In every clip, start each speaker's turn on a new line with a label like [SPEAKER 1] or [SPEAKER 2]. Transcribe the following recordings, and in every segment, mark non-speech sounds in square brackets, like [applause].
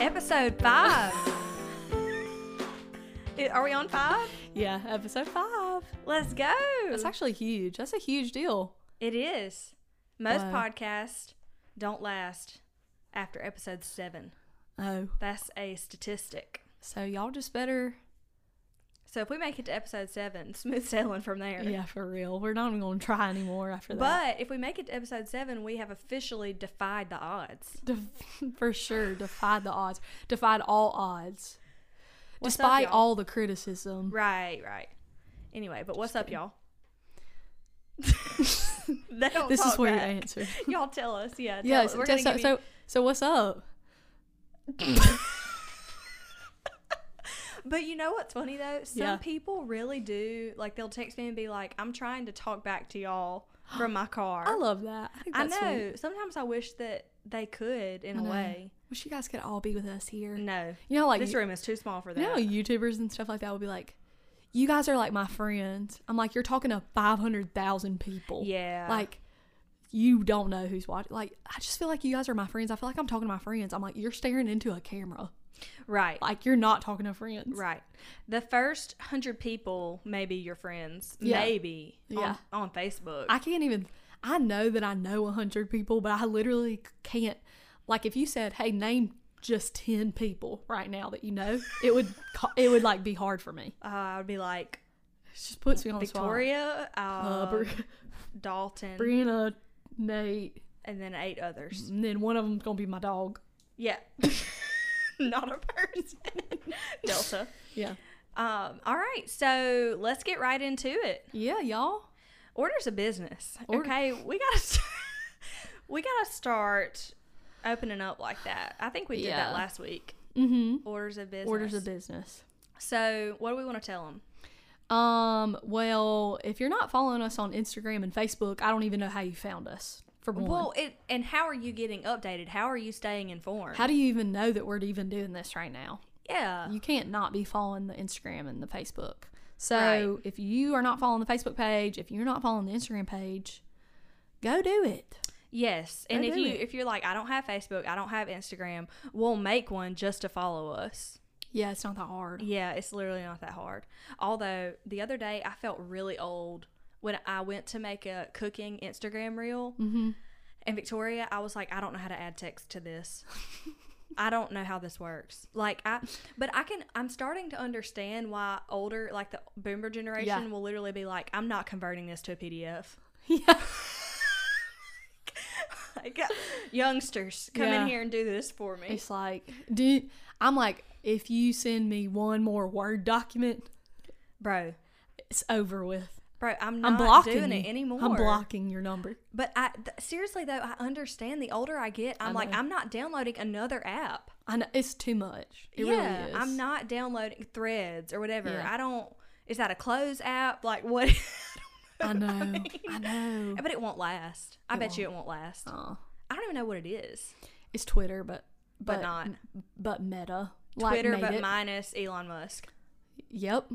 [SPEAKER 1] episode [laughs] five. I- Are we on five?
[SPEAKER 2] Yeah, episode five.
[SPEAKER 1] Let's go.
[SPEAKER 2] That's actually huge. That's a huge deal.
[SPEAKER 1] it is. Most
[SPEAKER 2] Wow.
[SPEAKER 1] podcasts don't last after episode seven.
[SPEAKER 2] Oh,
[SPEAKER 1] That's a statistic.
[SPEAKER 2] so y'all just better.
[SPEAKER 1] So if we make it to episode seven, [laughs] smooth sailing from there.
[SPEAKER 2] Yeah, for real. We're not even going to try anymore after that.
[SPEAKER 1] But if we make it to episode seven, we have officially defied the odds.
[SPEAKER 2] [laughs] Def- for sure, defied the odds, defied all odds,
[SPEAKER 1] What's up,
[SPEAKER 2] despite
[SPEAKER 1] y'all?
[SPEAKER 2] all the criticism.
[SPEAKER 1] Right, right. Anyway, but what's up, y'all? [laughs] They don't
[SPEAKER 2] this is
[SPEAKER 1] talk
[SPEAKER 2] where
[SPEAKER 1] back.
[SPEAKER 2] you answer.
[SPEAKER 1] [laughs] Y'all tell us, yeah. Tell
[SPEAKER 2] yeah.
[SPEAKER 1] us.
[SPEAKER 2] So,
[SPEAKER 1] We're gonna
[SPEAKER 2] so,
[SPEAKER 1] give you-
[SPEAKER 2] so, so what's up?
[SPEAKER 1] But you know what's funny though? Some
[SPEAKER 2] Yeah.
[SPEAKER 1] people really do like they'll text me and be like, "I'm trying to talk back to y'all
[SPEAKER 2] [gasps]
[SPEAKER 1] from my car."
[SPEAKER 2] I love that. I, think
[SPEAKER 1] I
[SPEAKER 2] that's
[SPEAKER 1] know.
[SPEAKER 2] Sweet.
[SPEAKER 1] Sometimes I wish that they could in
[SPEAKER 2] I
[SPEAKER 1] a
[SPEAKER 2] know.
[SPEAKER 1] way.
[SPEAKER 2] Wish you guys could all be with us here.
[SPEAKER 1] No,
[SPEAKER 2] You know, like
[SPEAKER 1] this room is too small for that.
[SPEAKER 2] you know, YouTubers and stuff like that would be like, "You guys are like my friends." I'm like, "You're talking to five hundred thousand people."
[SPEAKER 1] yeah,
[SPEAKER 2] like you don't know who's watching like i just feel like you guys are my friends i feel like i'm talking to my friends i'm like you're staring into a camera
[SPEAKER 1] right,
[SPEAKER 2] like you're not talking to friends
[SPEAKER 1] right. The first hundred people may be your friends,
[SPEAKER 2] Yeah.
[SPEAKER 1] maybe on-
[SPEAKER 2] Yeah.
[SPEAKER 1] on, Facebook.
[SPEAKER 2] i can't even i know that i know 100 people but i literally can't like if you said hey name just 10 people right now that you know
[SPEAKER 1] [laughs]
[SPEAKER 2] it would ca- it would like be hard for me
[SPEAKER 1] uh, I'd be like
[SPEAKER 2] it just puts me on
[SPEAKER 1] Victoria,
[SPEAKER 2] the spot. uh,
[SPEAKER 1] uh,
[SPEAKER 2] Bri-
[SPEAKER 1] Dalton,
[SPEAKER 2] brianna nate
[SPEAKER 1] and then eight others.
[SPEAKER 2] and then one of them's gonna be my dog
[SPEAKER 1] Yeah. [laughs] Not a
[SPEAKER 2] [laughs]
[SPEAKER 1] person. Delta.
[SPEAKER 2] yeah
[SPEAKER 1] Um, all right, so let's get right into it.
[SPEAKER 2] yeah y'all
[SPEAKER 1] Orders of business.
[SPEAKER 2] Ord-
[SPEAKER 1] okay, we gotta [laughs] st- we gotta start opening up like that. I think we did
[SPEAKER 2] Yeah.
[SPEAKER 1] that last week.
[SPEAKER 2] mm-hmm
[SPEAKER 1] Orders of business.
[SPEAKER 2] orders of business
[SPEAKER 1] So, what do we want to tell them?
[SPEAKER 2] Um, well, if you're not following us on Instagram and Facebook, I don't even know how you found us. For one.
[SPEAKER 1] Well, it and how are you getting updated? How are you staying informed?
[SPEAKER 2] how do you even know that we're even doing this right now?
[SPEAKER 1] yeah,
[SPEAKER 2] You can't not be following the Instagram and the Facebook. So
[SPEAKER 1] Right.
[SPEAKER 2] if you are not following the Facebook page, if you're not following the Instagram page, go do it.
[SPEAKER 1] yes. And
[SPEAKER 2] Go
[SPEAKER 1] if
[SPEAKER 2] do
[SPEAKER 1] you
[SPEAKER 2] it.
[SPEAKER 1] if you're like, I don't have Facebook, I don't have Instagram, we'll make one just to follow us.
[SPEAKER 2] Yeah, it's not that hard.
[SPEAKER 1] Yeah, it's literally not that hard. Although the other day I felt really old when I went to make a cooking Instagram reel.
[SPEAKER 2] Mhm.
[SPEAKER 1] And Victoria, I was like, I don't know how to add text to this. I don't know how this works. Like I, but I can. I'm starting to understand why older, like the boomer generation, will literally be like, I'm not converting this to a PDF.
[SPEAKER 2] [laughs] Yeah.
[SPEAKER 1] [laughs] Like, youngsters, come
[SPEAKER 2] Yeah.
[SPEAKER 1] in here and do this for me.
[SPEAKER 2] It's like, do I'm like, if you send me one more Word document,
[SPEAKER 1] bro,
[SPEAKER 2] it's over with.
[SPEAKER 1] bro, I'm not
[SPEAKER 2] I'm blocking
[SPEAKER 1] doing it
[SPEAKER 2] you.
[SPEAKER 1] anymore.
[SPEAKER 2] I'm blocking your number.
[SPEAKER 1] But I th- seriously though, I understand. The older I get, I'm
[SPEAKER 2] I
[SPEAKER 1] like,
[SPEAKER 2] know.
[SPEAKER 1] I'm not downloading another app.
[SPEAKER 2] I know it's too much. It
[SPEAKER 1] yeah,
[SPEAKER 2] really is.
[SPEAKER 1] I'm not downloading Threads or whatever.
[SPEAKER 2] Yeah.
[SPEAKER 1] I don't. Is that a close app? Like what? [laughs]
[SPEAKER 2] [laughs] I know. I know.
[SPEAKER 1] but it won't last. I
[SPEAKER 2] Mm-hmm. It Oh.
[SPEAKER 1] bet you it won't last.
[SPEAKER 2] Aw.
[SPEAKER 1] I don't even know what it is.
[SPEAKER 2] it's Twitter, but but,
[SPEAKER 1] But not.
[SPEAKER 2] but Meta.
[SPEAKER 1] Twitter,
[SPEAKER 2] made
[SPEAKER 1] but
[SPEAKER 2] it.
[SPEAKER 1] minus Elon Musk.
[SPEAKER 2] Yep.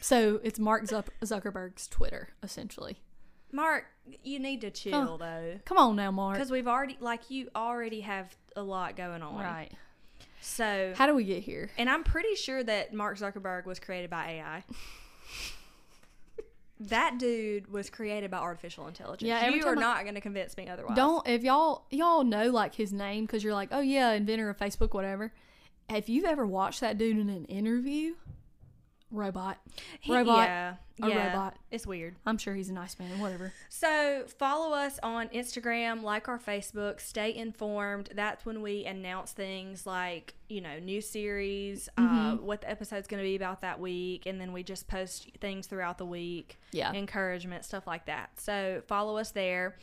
[SPEAKER 2] so it's Mark Zuck- Zuckerberg's Twitter, essentially.
[SPEAKER 1] Mark, you need to chill though. though,
[SPEAKER 2] Come on now, Mark.
[SPEAKER 1] because we've already like you already have a lot going on.
[SPEAKER 2] Right.
[SPEAKER 1] So,
[SPEAKER 2] How do we get here?
[SPEAKER 1] and I'm pretty sure that Mark Zuckerberg was created by
[SPEAKER 2] [laughs]
[SPEAKER 1] AI. that dude was created by artificial intelligence.
[SPEAKER 2] Yeah, every
[SPEAKER 1] you are
[SPEAKER 2] time I-
[SPEAKER 1] not going to convince me otherwise.
[SPEAKER 2] Don't if y'all y'all know like his name because you're like, oh yeah, inventor of Facebook, whatever. If you've ever watched that dude in an interview, robot,
[SPEAKER 1] He-
[SPEAKER 2] robot,
[SPEAKER 1] Yeah,
[SPEAKER 2] a
[SPEAKER 1] yeah.
[SPEAKER 2] robot.
[SPEAKER 1] It's weird.
[SPEAKER 2] I'm sure he's a nice man, whatever.
[SPEAKER 1] So follow us on Instagram, like our Facebook, stay informed. That's when we announce things like you know new series, uh,
[SPEAKER 2] Mm-hmm.
[SPEAKER 1] what the episode's going to be about that week, and then we just post things throughout the week.
[SPEAKER 2] Yeah.
[SPEAKER 1] encouragement, stuff like that. So follow us there.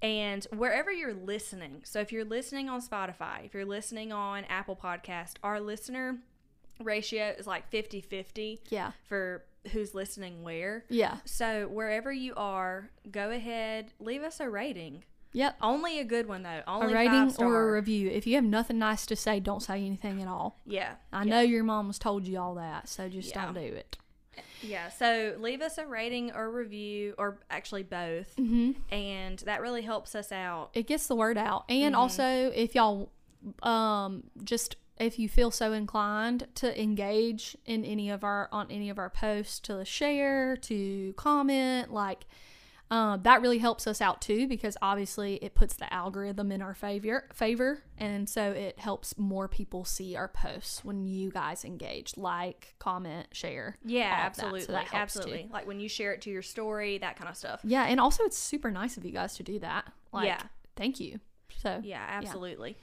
[SPEAKER 1] And wherever you're listening, so if you're listening on Spotify, if you're listening on Apple Podcast, our listener ratio is like 50 50
[SPEAKER 2] yeah.
[SPEAKER 1] for who's listening where.
[SPEAKER 2] Yeah.
[SPEAKER 1] So wherever you are, go ahead, leave us a rating.
[SPEAKER 2] Yep.
[SPEAKER 1] Only a good one though. Only
[SPEAKER 2] a rating
[SPEAKER 1] five star.
[SPEAKER 2] or a review. If you have nothing nice to say, don't say anything at all.
[SPEAKER 1] yeah.
[SPEAKER 2] I
[SPEAKER 1] yeah.
[SPEAKER 2] know your mom's told you all that, so just
[SPEAKER 1] Yeah.
[SPEAKER 2] don't do it.
[SPEAKER 1] Yeah. So leave us a rating or review or actually both.
[SPEAKER 2] Mm-hmm.
[SPEAKER 1] And that really helps us out. Mm-hmm.
[SPEAKER 2] It gets the word out, and also if y'all um just if you feel so inclined to engage in any of our on any of our posts to share to comment like um, that really helps us out too because obviously it puts the algorithm in our favor favor and so it helps more people see our posts when you guys engage like comment share
[SPEAKER 1] Yeah,
[SPEAKER 2] all of that. So
[SPEAKER 1] absolutely.
[SPEAKER 2] that helps, too.
[SPEAKER 1] absolutely. Like when you share it to your story, that kind of stuff.
[SPEAKER 2] yeah and also it's super nice of you guys to do that like
[SPEAKER 1] Yeah.
[SPEAKER 2] thank you so
[SPEAKER 1] Yeah, absolutely.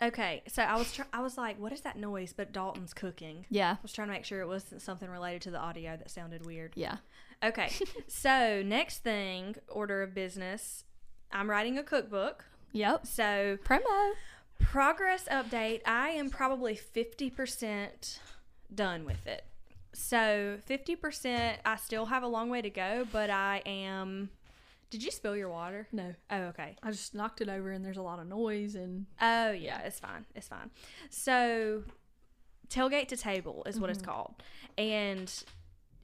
[SPEAKER 1] Okay, so I was tr- I was like, what is that noise? But Dalton's cooking.
[SPEAKER 2] yeah
[SPEAKER 1] I was trying to make sure it wasn't something related to the audio that sounded weird.
[SPEAKER 2] yeah
[SPEAKER 1] [laughs] Okay, so next thing, order of business. I'm writing a cookbook.
[SPEAKER 2] yep
[SPEAKER 1] So,
[SPEAKER 2] promo
[SPEAKER 1] progress update. I am probably 50% done with it. So, 50%, I still have a long way to go, but I am. Did you spill your water?
[SPEAKER 2] no
[SPEAKER 1] Oh, okay.
[SPEAKER 2] I just knocked it over and there's a lot of noise and
[SPEAKER 1] Oh yeah, it's fine. It's fine. So tailgate to table is what it's called. And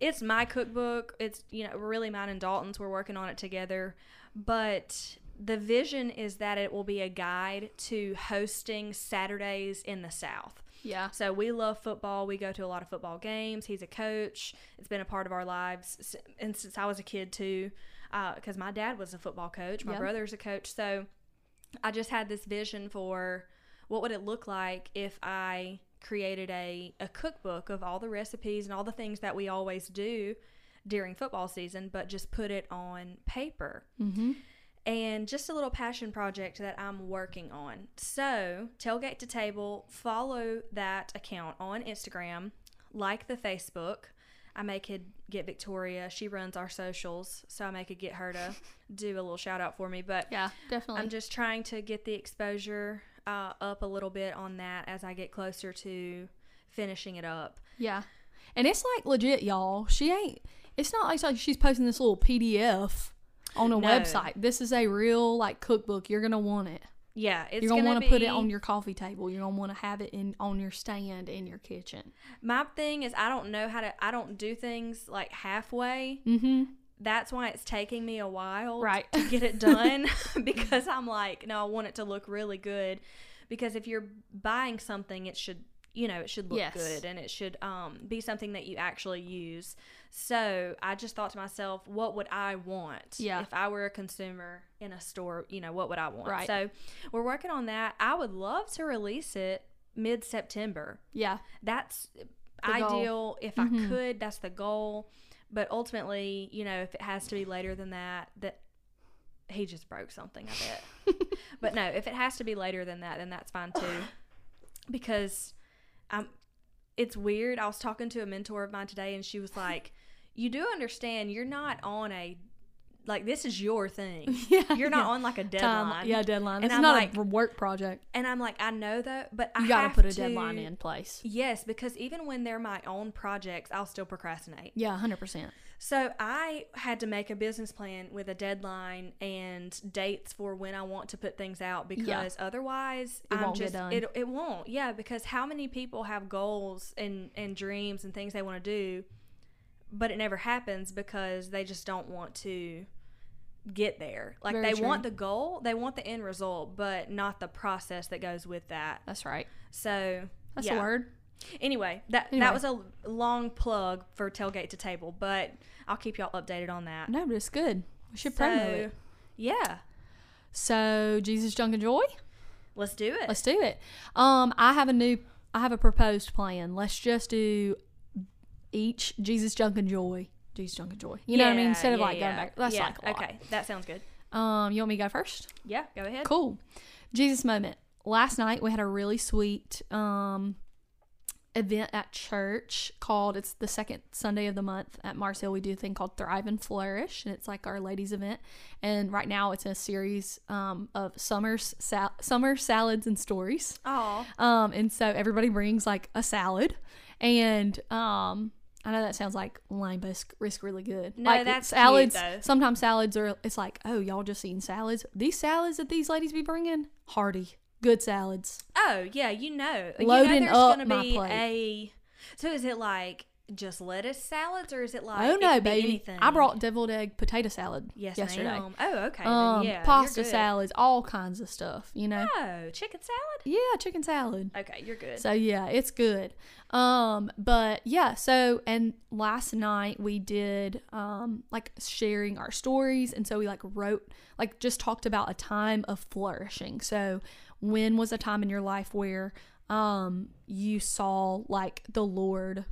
[SPEAKER 1] it's my cookbook. It's you know, really mine and Dalton's. We're working on it together. But the vision is that it will be a guide to hosting Saturdays in the South.
[SPEAKER 2] yeah
[SPEAKER 1] So we love football. We go to a lot of football games. He's a coach. It's been a part of our lives, s- and since I was a kid too, because my dad was a football coach. My
[SPEAKER 2] Yeah.
[SPEAKER 1] brother's a coach. So I just had this vision for what would it look like if I created a a cookbook of all the recipes and all the things that we always do during football season, but just put it on paper
[SPEAKER 2] mm-hmm.
[SPEAKER 1] and just a little passion project that I'm working on. So, Tailgate to Table, follow that account on Instagram, like the Facebook. I may could get Victoria. She runs our socials, so I may could get her
[SPEAKER 2] [laughs]
[SPEAKER 1] to do a little shout out for me. But
[SPEAKER 2] yeah definitely
[SPEAKER 1] I'm just trying to get the exposure uh, up a little bit on that as I get closer to finishing it up.
[SPEAKER 2] Yeah. And it's like legit, y'all. She ain't it's not like, it's like she's posting this little PDF on a
[SPEAKER 1] No.
[SPEAKER 2] website. This is a real like cookbook. You're gonna want it.
[SPEAKER 1] Yeah, it's
[SPEAKER 2] You're gonna,
[SPEAKER 1] going
[SPEAKER 2] wanna
[SPEAKER 1] to
[SPEAKER 2] put it on your coffee table. You're gonna wanna have it in on your stand in your kitchen.
[SPEAKER 1] My thing is I don't know how to I don't do things like halfway.
[SPEAKER 2] Mm-hmm.
[SPEAKER 1] that's why it's taking me a while
[SPEAKER 2] Right.
[SPEAKER 1] to get it
[SPEAKER 2] [laughs]
[SPEAKER 1] done [laughs] because I'm like, no, I want it to look really good. Because if you're buying something, it should, you know, it should look
[SPEAKER 2] Yes.
[SPEAKER 1] good and it should um, be something that you actually use. So I just thought to myself, what would I want
[SPEAKER 2] Yeah.
[SPEAKER 1] if I were a consumer in a store? You know, what would I want?
[SPEAKER 2] Right.
[SPEAKER 1] So we're working on that. I would love to release it mid September
[SPEAKER 2] Yeah.
[SPEAKER 1] that's
[SPEAKER 2] The goal.
[SPEAKER 1] ideal if I
[SPEAKER 2] Mhm.
[SPEAKER 1] could. That's the goal. But ultimately, you know, if it has to be later than that, that he just broke something, I bet.
[SPEAKER 2] [laughs]
[SPEAKER 1] but no, if it has to be later than that, then that's fine too.
[SPEAKER 2] [sighs]
[SPEAKER 1] Because I'm it's weird. I was talking to a mentor of mine today and she was like, You do understand you're not on a like this is your
[SPEAKER 2] [laughs]
[SPEAKER 1] thing.
[SPEAKER 2] [laughs] yeah.
[SPEAKER 1] You're not on like a
[SPEAKER 2] Time-
[SPEAKER 1] deadline.
[SPEAKER 2] yeah, deadline.
[SPEAKER 1] And
[SPEAKER 2] It's
[SPEAKER 1] I'm
[SPEAKER 2] not
[SPEAKER 1] like-
[SPEAKER 2] a work project.
[SPEAKER 1] And I'm like, I know though, but I
[SPEAKER 2] You gotta
[SPEAKER 1] have
[SPEAKER 2] put a
[SPEAKER 1] to-
[SPEAKER 2] deadline in place.
[SPEAKER 1] Yes, because even when they're my own projects, I'll still procrastinate.
[SPEAKER 2] Yeah, hundred percent.
[SPEAKER 1] So I had to make a business plan with a deadline and dates for when I want to put things out because otherwise
[SPEAKER 2] It
[SPEAKER 1] I'm
[SPEAKER 2] won't get
[SPEAKER 1] just
[SPEAKER 2] done.
[SPEAKER 1] it it won't. Yeah, because how many people have goals and and dreams and things they want to do but it never happens because they just don't want to get there. Like
[SPEAKER 2] Very
[SPEAKER 1] they
[SPEAKER 2] true.
[SPEAKER 1] want the goal, they want the end result, but not the process that goes with that.
[SPEAKER 2] That's right.
[SPEAKER 1] So
[SPEAKER 2] That's
[SPEAKER 1] yeah.
[SPEAKER 2] the word.
[SPEAKER 1] Anyway, that
[SPEAKER 2] Anyway.
[SPEAKER 1] that was a long plug for tailgate to table, but I'll keep y'all updated on that.
[SPEAKER 2] No, but it's good. We should
[SPEAKER 1] So,
[SPEAKER 2] promote it.
[SPEAKER 1] Yeah,
[SPEAKER 2] So Jesus, Junk and Joy.
[SPEAKER 1] let's do it.
[SPEAKER 2] Let's do it. Um, I have a new, I have a proposed plan. Let's just do each Jesus, junk, and joy. Jesus, junk, and joy. You know what I mean?
[SPEAKER 1] Yeah,
[SPEAKER 2] Instead of
[SPEAKER 1] yeah,
[SPEAKER 2] like
[SPEAKER 1] yeah.
[SPEAKER 2] going back. That's
[SPEAKER 1] Yeah,
[SPEAKER 2] like a lot.
[SPEAKER 1] okay. That sounds good.
[SPEAKER 2] Um, you want me to go first?
[SPEAKER 1] Yeah, go ahead.
[SPEAKER 2] Cool. Jesus moment. Last night we had a really sweet um event at church called it's the second Sunday of the month at Mars Hill. We do a thing called Thrive and Flourish, and it's like our ladies event. And right now it's a series um, of summers sal- summer salads and stories.
[SPEAKER 1] Oh,
[SPEAKER 2] Um, and so everybody brings like a salad, and um, I know that sounds like lame, but it's, it's really good.
[SPEAKER 1] No,
[SPEAKER 2] like
[SPEAKER 1] that's cute,
[SPEAKER 2] salads.
[SPEAKER 1] though.
[SPEAKER 2] sometimes salads are. It's like, oh, y'all just eating salads. These salads that these ladies be bringing, hearty, good salads.
[SPEAKER 1] oh yeah, you know, you know
[SPEAKER 2] Loading
[SPEAKER 1] there's
[SPEAKER 2] up
[SPEAKER 1] gonna
[SPEAKER 2] my
[SPEAKER 1] be
[SPEAKER 2] plate.
[SPEAKER 1] a. So is it like just lettuce salads, or is it like
[SPEAKER 2] oh
[SPEAKER 1] it
[SPEAKER 2] no,
[SPEAKER 1] could be
[SPEAKER 2] baby!
[SPEAKER 1] anything?
[SPEAKER 2] I brought deviled egg potato salad
[SPEAKER 1] yes,
[SPEAKER 2] yesterday.
[SPEAKER 1] ma'am. Oh, okay. then
[SPEAKER 2] Um,
[SPEAKER 1] yeah, you're
[SPEAKER 2] pasta
[SPEAKER 1] good.
[SPEAKER 2] salads, all kinds of stuff. You know,
[SPEAKER 1] Oh, chicken salad.
[SPEAKER 2] yeah, chicken salad.
[SPEAKER 1] Okay, you're good.
[SPEAKER 2] So yeah, it's good. Um, but yeah, so and last night we did um like sharing our stories and so we like wrote like just talked about a time of flourishing. So when was a time in your life where um you saw like the Lord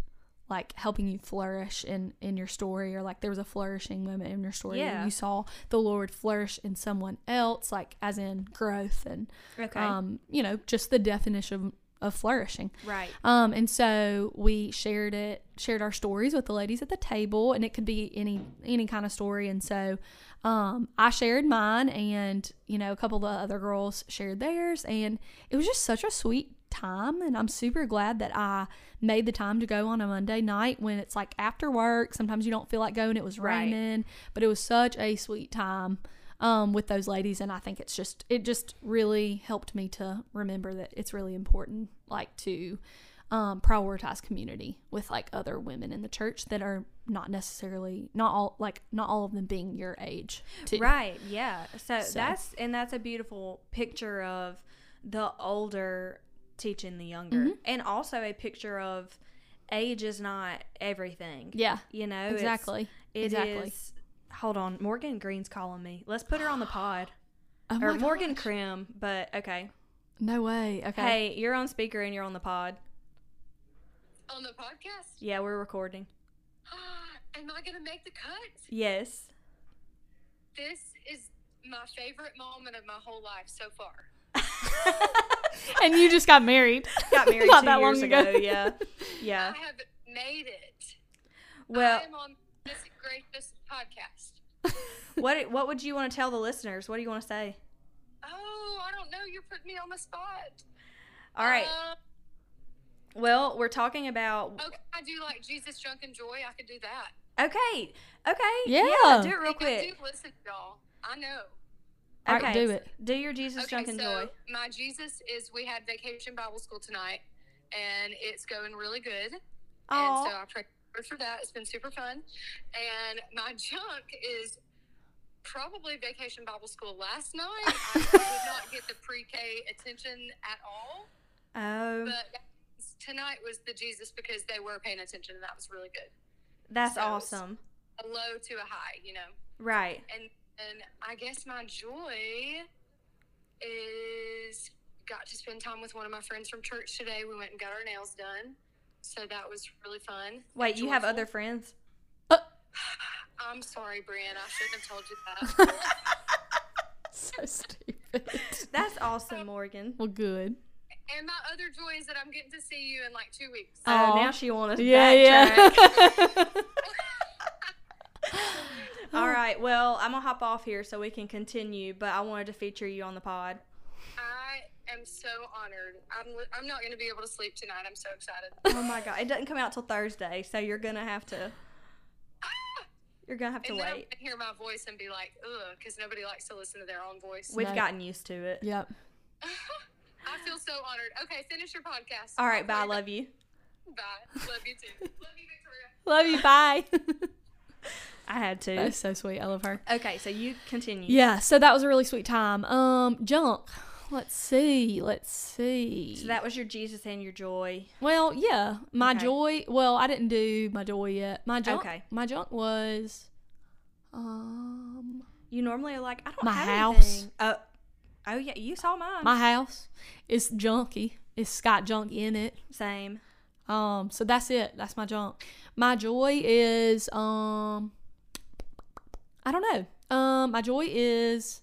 [SPEAKER 2] like helping you flourish in in your story or like there was a flourishing moment in your story where
[SPEAKER 1] Yeah.
[SPEAKER 2] you saw the Lord flourish in someone else like as in growth and
[SPEAKER 1] okay,
[SPEAKER 2] um, you know, just the definition of flourishing.
[SPEAKER 1] right.
[SPEAKER 2] Um, and so we shared it, shared our stories with the ladies at the table, and it could be any any kind of story. And so um, I shared mine, and you know, a couple of the other girls shared theirs, and it was just such a sweet time. And I'm super glad that I made the time to go on a Monday night when it's like after work. Sometimes you don't feel like going. It was
[SPEAKER 1] Right.
[SPEAKER 2] raining, but it was such a sweet time. Um, with those ladies and i think it's just it just really helped me to remember that it's really important like to um, prioritize community with like other women in the church that are not necessarily not all like not all of them being your age [laughs] too.
[SPEAKER 1] Right. Yeah. So,
[SPEAKER 2] So.
[SPEAKER 1] that's and that's a beautiful picture of the older teaching the younger,
[SPEAKER 2] Mm-hmm.
[SPEAKER 1] and also a picture of age is not everything.
[SPEAKER 2] yeah
[SPEAKER 1] You know Oh, it's-
[SPEAKER 2] exactly
[SPEAKER 1] it is.
[SPEAKER 2] exactly
[SPEAKER 1] Hold on, Morgan Green's calling me. Let's put her
[SPEAKER 2] [gasps]
[SPEAKER 1] on the pod
[SPEAKER 2] oh
[SPEAKER 1] or
[SPEAKER 2] my
[SPEAKER 1] Morgan
[SPEAKER 2] gosh.
[SPEAKER 1] Krim. But okay.
[SPEAKER 2] no way okay
[SPEAKER 1] hey, you're on speaker and you're on the pod.
[SPEAKER 3] On the podcast? Ah,
[SPEAKER 1] Yeah, we're recording.
[SPEAKER 3] Am I going to make the cut?
[SPEAKER 2] [laughs]
[SPEAKER 1] Yes.
[SPEAKER 3] This is my favorite moment of my whole life so far.
[SPEAKER 2] [laughs] and you just got married
[SPEAKER 1] [laughs] Got married
[SPEAKER 2] [laughs] Not
[SPEAKER 1] two
[SPEAKER 2] that
[SPEAKER 1] years
[SPEAKER 2] long ago.
[SPEAKER 1] Yeah. Yeah.
[SPEAKER 2] [laughs]
[SPEAKER 3] I have made it.
[SPEAKER 1] Well,
[SPEAKER 3] I am on this greatest podcast.
[SPEAKER 1] what what would you want to tell the listeners? What do you want to say?
[SPEAKER 3] Oh, I don't know. You're putting me on the spot.
[SPEAKER 1] All right.
[SPEAKER 3] Um,
[SPEAKER 1] Well, we're talking about
[SPEAKER 3] okay, I do like Jesus, Drunk, and Joy. I could do that.
[SPEAKER 1] Okay. Okay.
[SPEAKER 2] Yeah.
[SPEAKER 1] do it real
[SPEAKER 3] Like, I
[SPEAKER 1] quick.
[SPEAKER 3] do listen to y'all. I know.
[SPEAKER 2] All right,
[SPEAKER 1] Okay.
[SPEAKER 2] do
[SPEAKER 1] [laughs]
[SPEAKER 2] it. [laughs]
[SPEAKER 1] Do your Jesus
[SPEAKER 3] Okay,
[SPEAKER 1] Drunk and
[SPEAKER 3] so
[SPEAKER 1] Joy.
[SPEAKER 3] my Jesus is we had vacation Bible school tonight, and it's going really good.
[SPEAKER 1] Aw.
[SPEAKER 3] And so I pray for that. It's been super fun. And my [laughs] junk is probably vacation Bible school last night.
[SPEAKER 1] [laughs]
[SPEAKER 3] I did not get the pre K attention at all.
[SPEAKER 1] Oh,
[SPEAKER 3] But tonight was the Jesus because they were paying attention, and that was really good.
[SPEAKER 1] that's
[SPEAKER 3] so-
[SPEAKER 1] awesome.
[SPEAKER 3] A low to a high, you know.
[SPEAKER 1] Right.
[SPEAKER 3] And and I guess my joy is got to spend time with one of my friends from church today. We went and got our nails done. So that was really fun. and
[SPEAKER 1] Wait, you have
[SPEAKER 3] joyful.
[SPEAKER 1] other friends?
[SPEAKER 3] I'm sorry, Brian. I shouldn't have
[SPEAKER 1] [laughs]
[SPEAKER 3] told you that.
[SPEAKER 2] so stupid
[SPEAKER 1] That's awesome, Morgan. Oh,
[SPEAKER 2] well good
[SPEAKER 3] and my other joy is that I'm getting to see you in like two weeks.
[SPEAKER 1] Oh,
[SPEAKER 2] Aw.
[SPEAKER 1] now she [laughs] wants to
[SPEAKER 2] yeah
[SPEAKER 1] backtrack.
[SPEAKER 2] yeah [laughs]
[SPEAKER 1] All right. Well, I'm gonna hop off here so we can continue, but I wanted to feature you on the pod.
[SPEAKER 3] I am so honored. I'm li- I'm not going to be able to sleep tonight. I'm so excited.
[SPEAKER 1] [laughs] Oh my god, it doesn't come out till Thursday, so you're gonna have to. You're gonna have to
[SPEAKER 3] And then I'm going
[SPEAKER 1] wait.
[SPEAKER 3] to hear my voice and be like, ugh, because nobody likes to listen to their own voice.
[SPEAKER 1] We've
[SPEAKER 2] No.
[SPEAKER 1] gotten used to it.
[SPEAKER 2] [laughs] yep
[SPEAKER 3] I feel so honored. Okay, finish your podcast.
[SPEAKER 1] All right. Bye. I
[SPEAKER 3] Bye.
[SPEAKER 1] Love you.
[SPEAKER 3] Bye. Love you too. Love you, Victoria.
[SPEAKER 2] love you [laughs] bye
[SPEAKER 1] I had to.
[SPEAKER 2] that's so sweet i love her
[SPEAKER 1] Okay, so you continue.
[SPEAKER 2] Yeah, so that was a really sweet time. Um, junk. Let's see. Let's see.
[SPEAKER 1] So that was your Jesus and your joy.
[SPEAKER 2] well, yeah, my
[SPEAKER 1] Okay.
[SPEAKER 2] joy. Well, I didn't do my joy yet. My junk.
[SPEAKER 1] Okay.
[SPEAKER 2] My junk was, um,
[SPEAKER 1] You normally are like, I don't
[SPEAKER 2] My
[SPEAKER 1] have
[SPEAKER 2] house.
[SPEAKER 1] anything. Oh, oh yeah, you saw mine.
[SPEAKER 2] my house. It's junky. It's got junk in it.
[SPEAKER 1] Same.
[SPEAKER 2] Um, so that's it. That's my junk. My joy is, um, I don't know. Um, my joy is.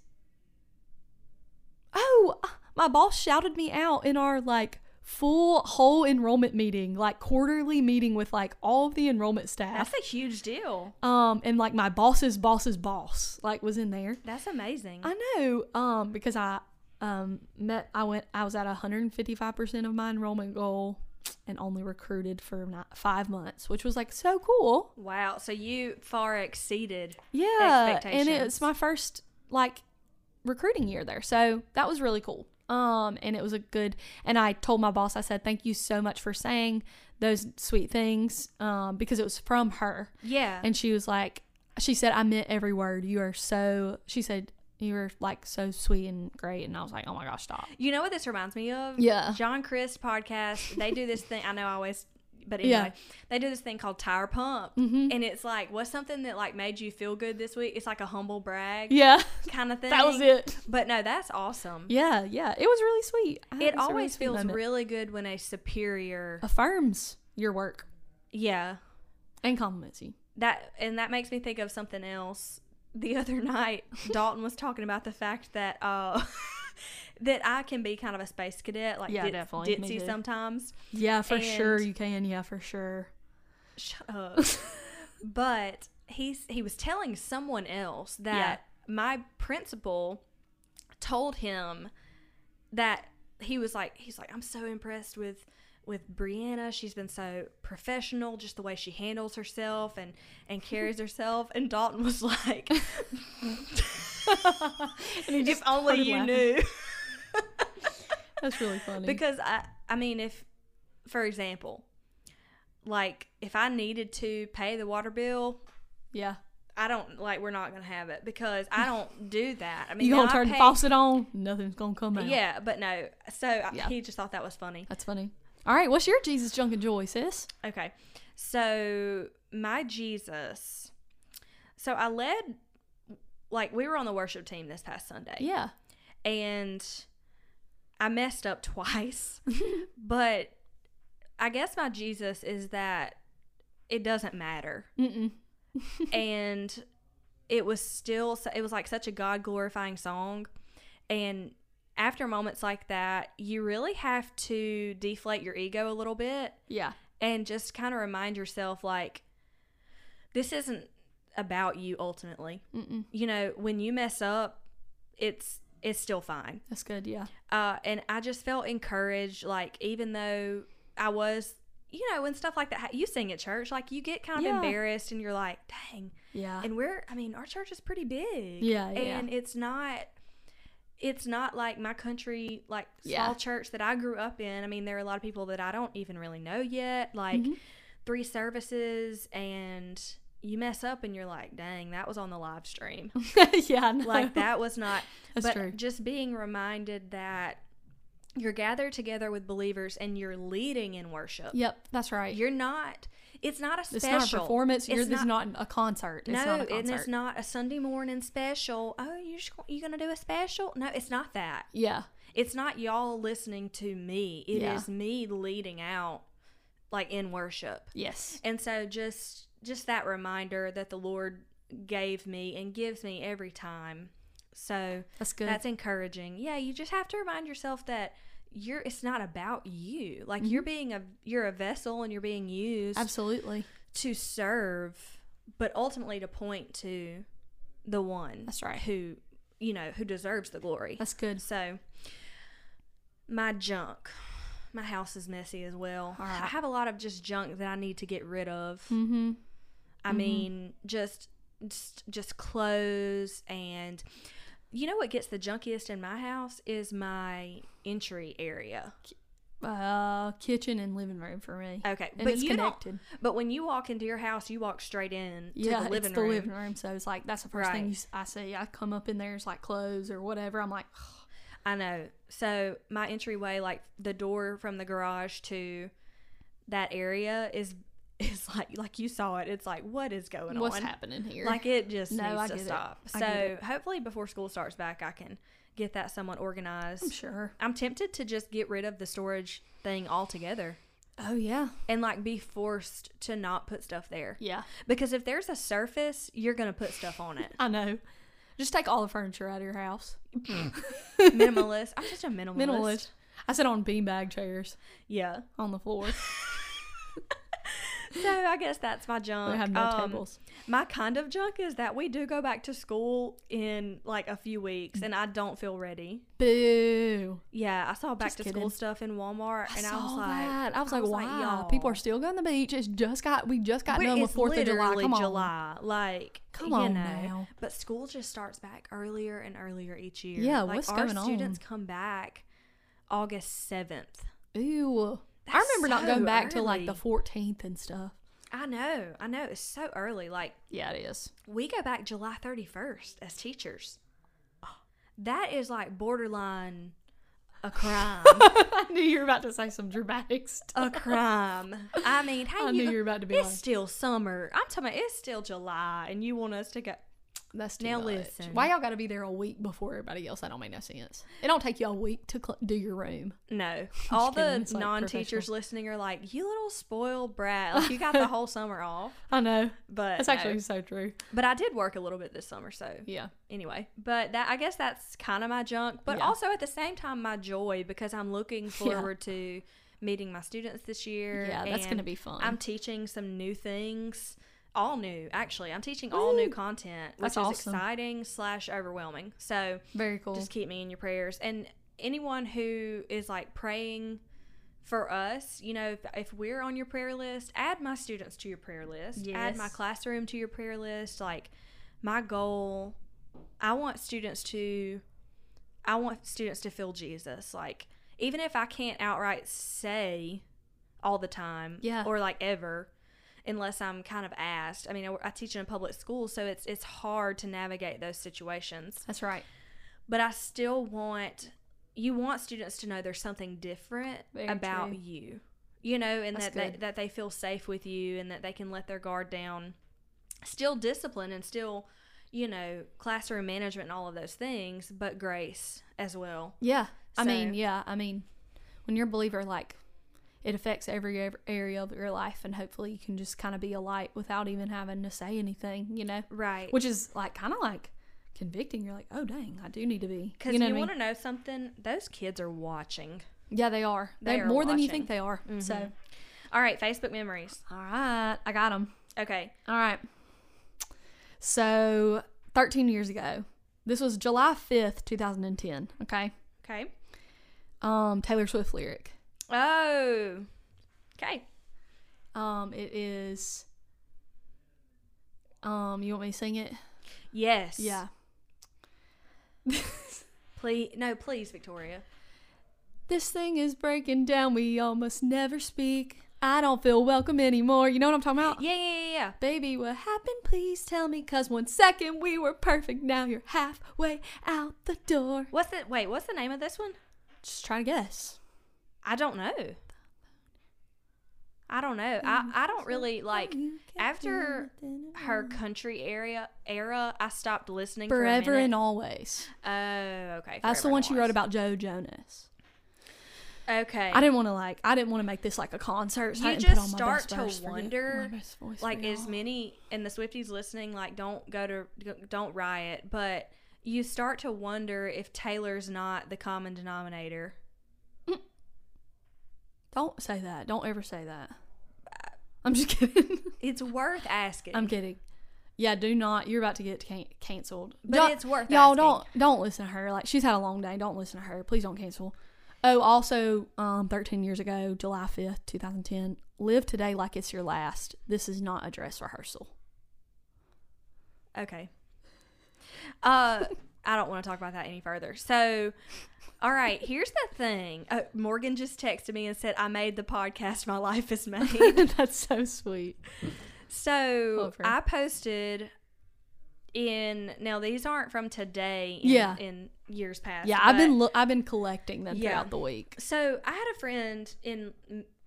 [SPEAKER 2] Oh, my boss shouted me out in our like full whole enrollment meeting, like quarterly meeting with like all of the enrollment
[SPEAKER 1] That's
[SPEAKER 2] staff.
[SPEAKER 1] a huge deal.
[SPEAKER 2] Um, and like my boss's boss's boss like was in there.
[SPEAKER 1] That's amazing.
[SPEAKER 2] I know. Um, because I um met I went I was at 155% of my enrollment goal and only recruited for not 5 months, which was like so cool.
[SPEAKER 1] wow. So you far exceeded.
[SPEAKER 2] Yeah. And
[SPEAKER 1] Expectations.
[SPEAKER 2] it's my first like recruiting year there. So that was really cool. Um and it was a good and I told my boss I said thank you so much for saying those sweet things um, because it was from her.
[SPEAKER 1] Yeah.
[SPEAKER 2] And she was like, she said, I meant every word. You are so, she said, you are like so sweet and great. And I was like, oh my gosh, stop. [laughs]
[SPEAKER 1] you know what this reminds me of?
[SPEAKER 2] Yeah.
[SPEAKER 1] John Chris podcast. They do this thing. I know I always, but anyway,
[SPEAKER 2] Yeah.
[SPEAKER 1] they do this thing called Tire Pump,
[SPEAKER 2] Mhm.
[SPEAKER 1] and it's like, what's something that like made you feel good this week? It's like a humble brag
[SPEAKER 2] Yeah.
[SPEAKER 1] kind of thing.
[SPEAKER 2] That was it.
[SPEAKER 1] But no, that's awesome.
[SPEAKER 2] Yeah. Yeah. It was really sweet. I had
[SPEAKER 1] It
[SPEAKER 2] this really
[SPEAKER 1] always
[SPEAKER 2] sweet
[SPEAKER 1] feels
[SPEAKER 2] moment.
[SPEAKER 1] really good when a superior,
[SPEAKER 2] affirms your work
[SPEAKER 1] yeah,
[SPEAKER 2] and compliments you.
[SPEAKER 1] that and that makes me think of something else the [laughs] other night dalton was talking about the fact that uh [laughs] that i can be kind of a space cadet like
[SPEAKER 2] Yeah,
[SPEAKER 1] ditz-
[SPEAKER 2] definitely. Me
[SPEAKER 1] ditzy
[SPEAKER 2] too.
[SPEAKER 1] sometimes
[SPEAKER 2] Yeah, for sure
[SPEAKER 1] And-
[SPEAKER 2] you can. Yeah, for sure.
[SPEAKER 1] Shut
[SPEAKER 2] [laughs]
[SPEAKER 1] up. but he's he was telling someone else that my principal told him that he was like he's like I'm so impressed with with Brianna. She's been so professional, just the way she handles herself and and carries
[SPEAKER 2] [laughs]
[SPEAKER 1] herself. And Dalton was like,
[SPEAKER 2] And [laughs]
[SPEAKER 1] [laughs]
[SPEAKER 2] he
[SPEAKER 1] if
[SPEAKER 2] just
[SPEAKER 1] only
[SPEAKER 2] started
[SPEAKER 1] you
[SPEAKER 2] laughing. [laughs]
[SPEAKER 1] knew.
[SPEAKER 2] That's really funny.
[SPEAKER 1] because I I mean if for example, like if I needed to pay the water bill,
[SPEAKER 2] yeah,
[SPEAKER 1] I don't like we're not gonna have it because I
[SPEAKER 2] [laughs]
[SPEAKER 1] don't do that. I mean,
[SPEAKER 2] you
[SPEAKER 1] now
[SPEAKER 2] gonna
[SPEAKER 1] I
[SPEAKER 2] turn the
[SPEAKER 1] pay-
[SPEAKER 2] faucet on? Nothing's gonna come out.
[SPEAKER 1] Yeah, but no. So I-
[SPEAKER 2] Yeah.
[SPEAKER 1] he just thought that was funny.
[SPEAKER 2] that's funny. All right, what's your Jesus junk and joy, sis?
[SPEAKER 1] Okay, so my Jesus. So I led, like we were on the worship team this past Sunday.
[SPEAKER 2] Yeah,
[SPEAKER 1] and I messed up
[SPEAKER 2] [laughs]
[SPEAKER 1] twice, but I guess my Jesus is that it doesn't matter.
[SPEAKER 2] Mm-mm.
[SPEAKER 1] and it was still so- it was like such a god glorifying song and after moments like that you really have to deflate your ego a little bit
[SPEAKER 2] yeah,
[SPEAKER 1] and just kind of remind yourself like this isn't about you ultimately
[SPEAKER 2] Mm-mm.
[SPEAKER 1] you know when you mess up it's it's still fine
[SPEAKER 2] that's good. Yeah,
[SPEAKER 1] uh, and I just felt encouraged. Like even though I was, you know, and stuff like that, ha- you sing at church, like you get kind of
[SPEAKER 2] Yeah.
[SPEAKER 1] embarrassed, and you're like, dang.
[SPEAKER 2] yeah,
[SPEAKER 1] And we're, I mean, our church is pretty big.
[SPEAKER 2] Yeah, yeah.
[SPEAKER 1] and it's not. It's not like my country, like small
[SPEAKER 2] Yeah.
[SPEAKER 1] church that I grew up in. I mean, there are a lot of people that I don't even really know yet. Like
[SPEAKER 2] Mhm.
[SPEAKER 1] three services, and you mess up, and you're like, "Dang, that was on the live
[SPEAKER 2] [laughs]
[SPEAKER 1] stream.
[SPEAKER 2] [laughs] yeah, I know.
[SPEAKER 1] Like that was not."
[SPEAKER 2] [laughs] That's
[SPEAKER 1] but
[SPEAKER 2] true.
[SPEAKER 1] just being reminded that you're gathered together with believers and you're leading in worship.
[SPEAKER 2] Yep, that's right.
[SPEAKER 1] You're not. It's not a
[SPEAKER 2] it's
[SPEAKER 1] special.
[SPEAKER 2] not a performance. You're,
[SPEAKER 1] It's
[SPEAKER 2] it's not, a concert. It's
[SPEAKER 1] no,
[SPEAKER 2] not a concert.
[SPEAKER 1] and it's not a Sunday morning special. Oh, you're just, gon- you gonna do a special? No, it's not that.
[SPEAKER 2] yeah,
[SPEAKER 1] It's not y'all listening to me. It is
[SPEAKER 2] Yeah.
[SPEAKER 1] me leading out, like in worship.
[SPEAKER 2] yes,
[SPEAKER 1] And so just just that reminder that the Lord gave me and gives me every time. So
[SPEAKER 2] that's good.
[SPEAKER 1] that's encouraging. Yeah, you just have to remind yourself that you're it's not about you. Like
[SPEAKER 2] Mm-hmm.
[SPEAKER 1] you're being a you're a vessel and you're being used
[SPEAKER 2] Absolutely,
[SPEAKER 1] to serve, but ultimately to point to the one
[SPEAKER 2] That's right.
[SPEAKER 1] who you know, who deserves the glory.
[SPEAKER 2] that's good.
[SPEAKER 1] so my junk. My house is messy as well.
[SPEAKER 2] All right.
[SPEAKER 1] I have a lot of just junk that I need to get rid of.
[SPEAKER 2] Mm-hmm.
[SPEAKER 1] I mean, just just just clothes and you know what gets the junkiest in my house is my entry area.
[SPEAKER 2] Uh, kitchen and living room for me.
[SPEAKER 1] Okay,
[SPEAKER 2] and
[SPEAKER 1] but
[SPEAKER 2] it's
[SPEAKER 1] you don't-
[SPEAKER 2] connected.
[SPEAKER 1] But when you walk into your house, you walk straight in to
[SPEAKER 2] yeah,
[SPEAKER 1] the living
[SPEAKER 2] it's the
[SPEAKER 1] room.
[SPEAKER 2] living room. So it's like that's the first
[SPEAKER 1] Right.
[SPEAKER 2] thing you, s- I see. I come up in there, it's like clothes or whatever. I'm like,
[SPEAKER 1] I know. So my entryway, like the door from the garage to that area, is [laughs] is like like you saw it. It's like what is going
[SPEAKER 2] what's
[SPEAKER 1] on?
[SPEAKER 2] happening here?
[SPEAKER 1] Like it just
[SPEAKER 2] No,
[SPEAKER 1] needs
[SPEAKER 2] I
[SPEAKER 1] to
[SPEAKER 2] get it.
[SPEAKER 1] stop.
[SPEAKER 2] I get
[SPEAKER 1] So hopefully before school starts back, I can get that somewhat organized.
[SPEAKER 2] I'm sure.
[SPEAKER 1] I'm tempted to just get rid of the storage thing altogether
[SPEAKER 2] Oh yeah,
[SPEAKER 1] and like be forced to not put stuff there.
[SPEAKER 2] yeah.
[SPEAKER 1] Because if there's a surface, you're going to put stuff on
[SPEAKER 2] [laughs]
[SPEAKER 1] it.
[SPEAKER 2] I know. Just take all the furniture out of your house.
[SPEAKER 1] minimalist. I'm just a minimalist.
[SPEAKER 2] Minimalist. I sit on beanbag chairs
[SPEAKER 1] Yeah.
[SPEAKER 2] on the floor.
[SPEAKER 1] So I guess that's my
[SPEAKER 2] I
[SPEAKER 1] junk.
[SPEAKER 2] have no
[SPEAKER 1] Um,
[SPEAKER 2] tables.
[SPEAKER 1] My kind of junk is that we do go back to school in like a few
[SPEAKER 2] Mm.
[SPEAKER 1] weeks and I don't feel ready.
[SPEAKER 2] Boo!
[SPEAKER 1] Yeah, I saw back
[SPEAKER 2] Just
[SPEAKER 1] to
[SPEAKER 2] kidding.
[SPEAKER 1] school stuff in Walmart
[SPEAKER 2] I
[SPEAKER 1] and
[SPEAKER 2] saw
[SPEAKER 1] I was like
[SPEAKER 2] that. I was like, wow,
[SPEAKER 1] y'all,
[SPEAKER 2] people are still going to the beach. It's just got we just got
[SPEAKER 1] Wait,
[SPEAKER 2] done with
[SPEAKER 1] it's
[SPEAKER 2] Fourth of July.
[SPEAKER 1] literally
[SPEAKER 2] Come on,
[SPEAKER 1] July. Like,
[SPEAKER 2] Come
[SPEAKER 1] you
[SPEAKER 2] on
[SPEAKER 1] know.
[SPEAKER 2] now.
[SPEAKER 1] But school just starts back earlier and earlier each year.
[SPEAKER 2] Yeah,
[SPEAKER 1] like,
[SPEAKER 2] what's
[SPEAKER 1] our
[SPEAKER 2] going
[SPEAKER 1] students
[SPEAKER 2] on?
[SPEAKER 1] come back August seventh.
[SPEAKER 2] Ew, I
[SPEAKER 1] That's
[SPEAKER 2] remember not
[SPEAKER 1] so
[SPEAKER 2] going back till like the
[SPEAKER 1] early.
[SPEAKER 2] 14th and stuff.
[SPEAKER 1] I know, I know. It's so early. Like
[SPEAKER 2] Yeah, it is. [laughs]
[SPEAKER 1] we go back July 31st as teachers.
[SPEAKER 2] Oh.
[SPEAKER 1] That is like borderline
[SPEAKER 2] [laughs]
[SPEAKER 1] a crime.
[SPEAKER 2] I knew you were about to say some dramatic stuff.
[SPEAKER 1] a crime. I mean, how
[SPEAKER 2] I
[SPEAKER 1] you?
[SPEAKER 2] knew you were about to be
[SPEAKER 1] it's
[SPEAKER 2] like,
[SPEAKER 1] still summer. I'm talking about it's still July, and you want us to go?
[SPEAKER 2] that's too
[SPEAKER 1] now
[SPEAKER 2] much.
[SPEAKER 1] listen.
[SPEAKER 2] Why y'all got to be there a week before everybody else? That don't make no sense. It don't take you a week to cl- do your room. [laughs]
[SPEAKER 1] No, all
[SPEAKER 2] kidding,
[SPEAKER 1] the
[SPEAKER 2] it's, like,
[SPEAKER 1] non-teachers
[SPEAKER 2] professional.
[SPEAKER 1] listening are like, "You little
[SPEAKER 2] [laughs]
[SPEAKER 1] spoiled brat! Like you got the whole summer off."
[SPEAKER 2] I know.
[SPEAKER 1] But
[SPEAKER 2] That's
[SPEAKER 1] no.
[SPEAKER 2] actually so true.
[SPEAKER 1] but I did work a little bit this summer, so
[SPEAKER 2] Yeah.
[SPEAKER 1] anyway. But that I guess that's kind of my junk, but
[SPEAKER 2] Yeah.
[SPEAKER 1] also at the same time my joy because I'm
[SPEAKER 2] [laughs]
[SPEAKER 1] looking forward to meeting my students this year.
[SPEAKER 2] Yeah, that's
[SPEAKER 1] and
[SPEAKER 2] going to be fun.
[SPEAKER 1] I'm teaching some new things, all new actually. I'm teaching all new
[SPEAKER 2] Woo!
[SPEAKER 1] content, which
[SPEAKER 2] That's
[SPEAKER 1] is
[SPEAKER 2] awesome.
[SPEAKER 1] exciting slash overwhelming. So
[SPEAKER 2] Very cool.
[SPEAKER 1] just keep me in your prayers. And anyone who is like praying for us, you know, if, if we're on your prayer list, add my students to your prayer list. Add my
[SPEAKER 2] Yes.
[SPEAKER 1] classroom to your prayer list. Like my goal, I want students to, I want students to feel Jesus. Like even if I can't outright say all the time,
[SPEAKER 2] Yeah.
[SPEAKER 1] or like ever, unless I'm kind of asked. I mean, I, I teach in a public school, so it's it's hard to navigate those situations
[SPEAKER 2] that's right.
[SPEAKER 1] but I still want you want students to know there's something different
[SPEAKER 2] Very
[SPEAKER 1] about
[SPEAKER 2] true.
[SPEAKER 1] you. You know, and
[SPEAKER 2] That's
[SPEAKER 1] that they,
[SPEAKER 2] good.
[SPEAKER 1] that they feel safe with you and that they can let their guard down. Still discipline and still, you know, classroom management and all of those things, but grace as well.
[SPEAKER 2] Yeah. I mean,
[SPEAKER 1] So-
[SPEAKER 2] yeah. I mean, when you're a believer, like, it affects every ev- area of your life, and hopefully you can just kind of be a light without even having to say anything, you know?
[SPEAKER 1] Right.
[SPEAKER 2] Which is like kind of like convicting. You're like, oh, dang, I do need to be.
[SPEAKER 1] Because
[SPEAKER 2] you
[SPEAKER 1] you,
[SPEAKER 2] know what I mean?
[SPEAKER 1] want to know something, those kids are watching.
[SPEAKER 2] Yeah, they are. They
[SPEAKER 1] They
[SPEAKER 2] are
[SPEAKER 1] are
[SPEAKER 2] more than you
[SPEAKER 1] watching. Mm-hmm.
[SPEAKER 2] think they are. So,
[SPEAKER 1] All right, Facebook memories.
[SPEAKER 2] all right, I got them.
[SPEAKER 1] Okay.
[SPEAKER 2] All right. So, 13 years ago, this was July 5th, 2010. Okay.
[SPEAKER 1] Okay.
[SPEAKER 2] Um, Taylor Swift lyric.
[SPEAKER 1] Oh. Okay.
[SPEAKER 2] Um, it is. Um, you want me to sing it?
[SPEAKER 1] Yes.
[SPEAKER 2] Yeah.
[SPEAKER 1] Please. No, please, Victoria.
[SPEAKER 2] [laughs] This thing is breaking down. We almost never speak. I don't feel welcome anymore. You know what I'm talking about?
[SPEAKER 1] Yeah, yeah, yeah, yeah.
[SPEAKER 2] Baby, what happened? Please tell me. Cause one second we were perfect. Now you're halfway out the door.
[SPEAKER 1] What's the wait? What's the name of this one?
[SPEAKER 2] Just try to guess.
[SPEAKER 1] I don't know. I don't know. I, I don't really like after her country area era. I stopped listening
[SPEAKER 2] Forever
[SPEAKER 1] for a
[SPEAKER 2] and
[SPEAKER 1] minute.
[SPEAKER 2] Always.
[SPEAKER 1] Oh, okay.
[SPEAKER 2] That's the
[SPEAKER 1] Forever
[SPEAKER 2] one
[SPEAKER 1] and
[SPEAKER 2] she wrote
[SPEAKER 1] Always.
[SPEAKER 2] about Joe Jonas.
[SPEAKER 1] Okay,
[SPEAKER 2] I didn't want to like. I didn't want to make this like a concert. So I
[SPEAKER 1] You
[SPEAKER 2] didn't put
[SPEAKER 1] just
[SPEAKER 2] on my
[SPEAKER 1] start
[SPEAKER 2] best
[SPEAKER 1] to
[SPEAKER 2] verse for you.
[SPEAKER 1] wonder,
[SPEAKER 2] My best voice
[SPEAKER 1] like
[SPEAKER 2] for
[SPEAKER 1] as
[SPEAKER 2] y'all.
[SPEAKER 1] many and the Swifties listening, like don't go to don't riot, but you start to wonder if Taylor's not the common denominator.
[SPEAKER 2] Don't say that. Don't ever say that. I'm just [laughs] kidding.
[SPEAKER 1] It's worth asking.
[SPEAKER 2] I'm kidding. Yeah, do not. You're about to get can- canceled.
[SPEAKER 1] But
[SPEAKER 2] Y'all-
[SPEAKER 1] it's worth
[SPEAKER 2] y'all.
[SPEAKER 1] asking.
[SPEAKER 2] Don't don't listen to her. Like she's had a long day. Don't listen to her. Please don't cancel. Oh, also, um, 13 years ago, July 5th, 2010. Live today like it's your last. This is not a dress rehearsal. [laughs]
[SPEAKER 1] Okay. Uh, I don't want to talk about that any further. So, all right, here's the thing. Uh, Morgan just texted me and said, I made the podcast My Life is Made.
[SPEAKER 2] [laughs] That's so sweet.
[SPEAKER 1] so,
[SPEAKER 2] Love her.
[SPEAKER 1] I posted in, now these aren't from today in,
[SPEAKER 2] Yeah.
[SPEAKER 1] in years past.
[SPEAKER 2] Yeah, I've been
[SPEAKER 1] but-
[SPEAKER 2] lo- I've been collecting them
[SPEAKER 1] Yeah.
[SPEAKER 2] throughout the week.
[SPEAKER 1] So, I had a friend in,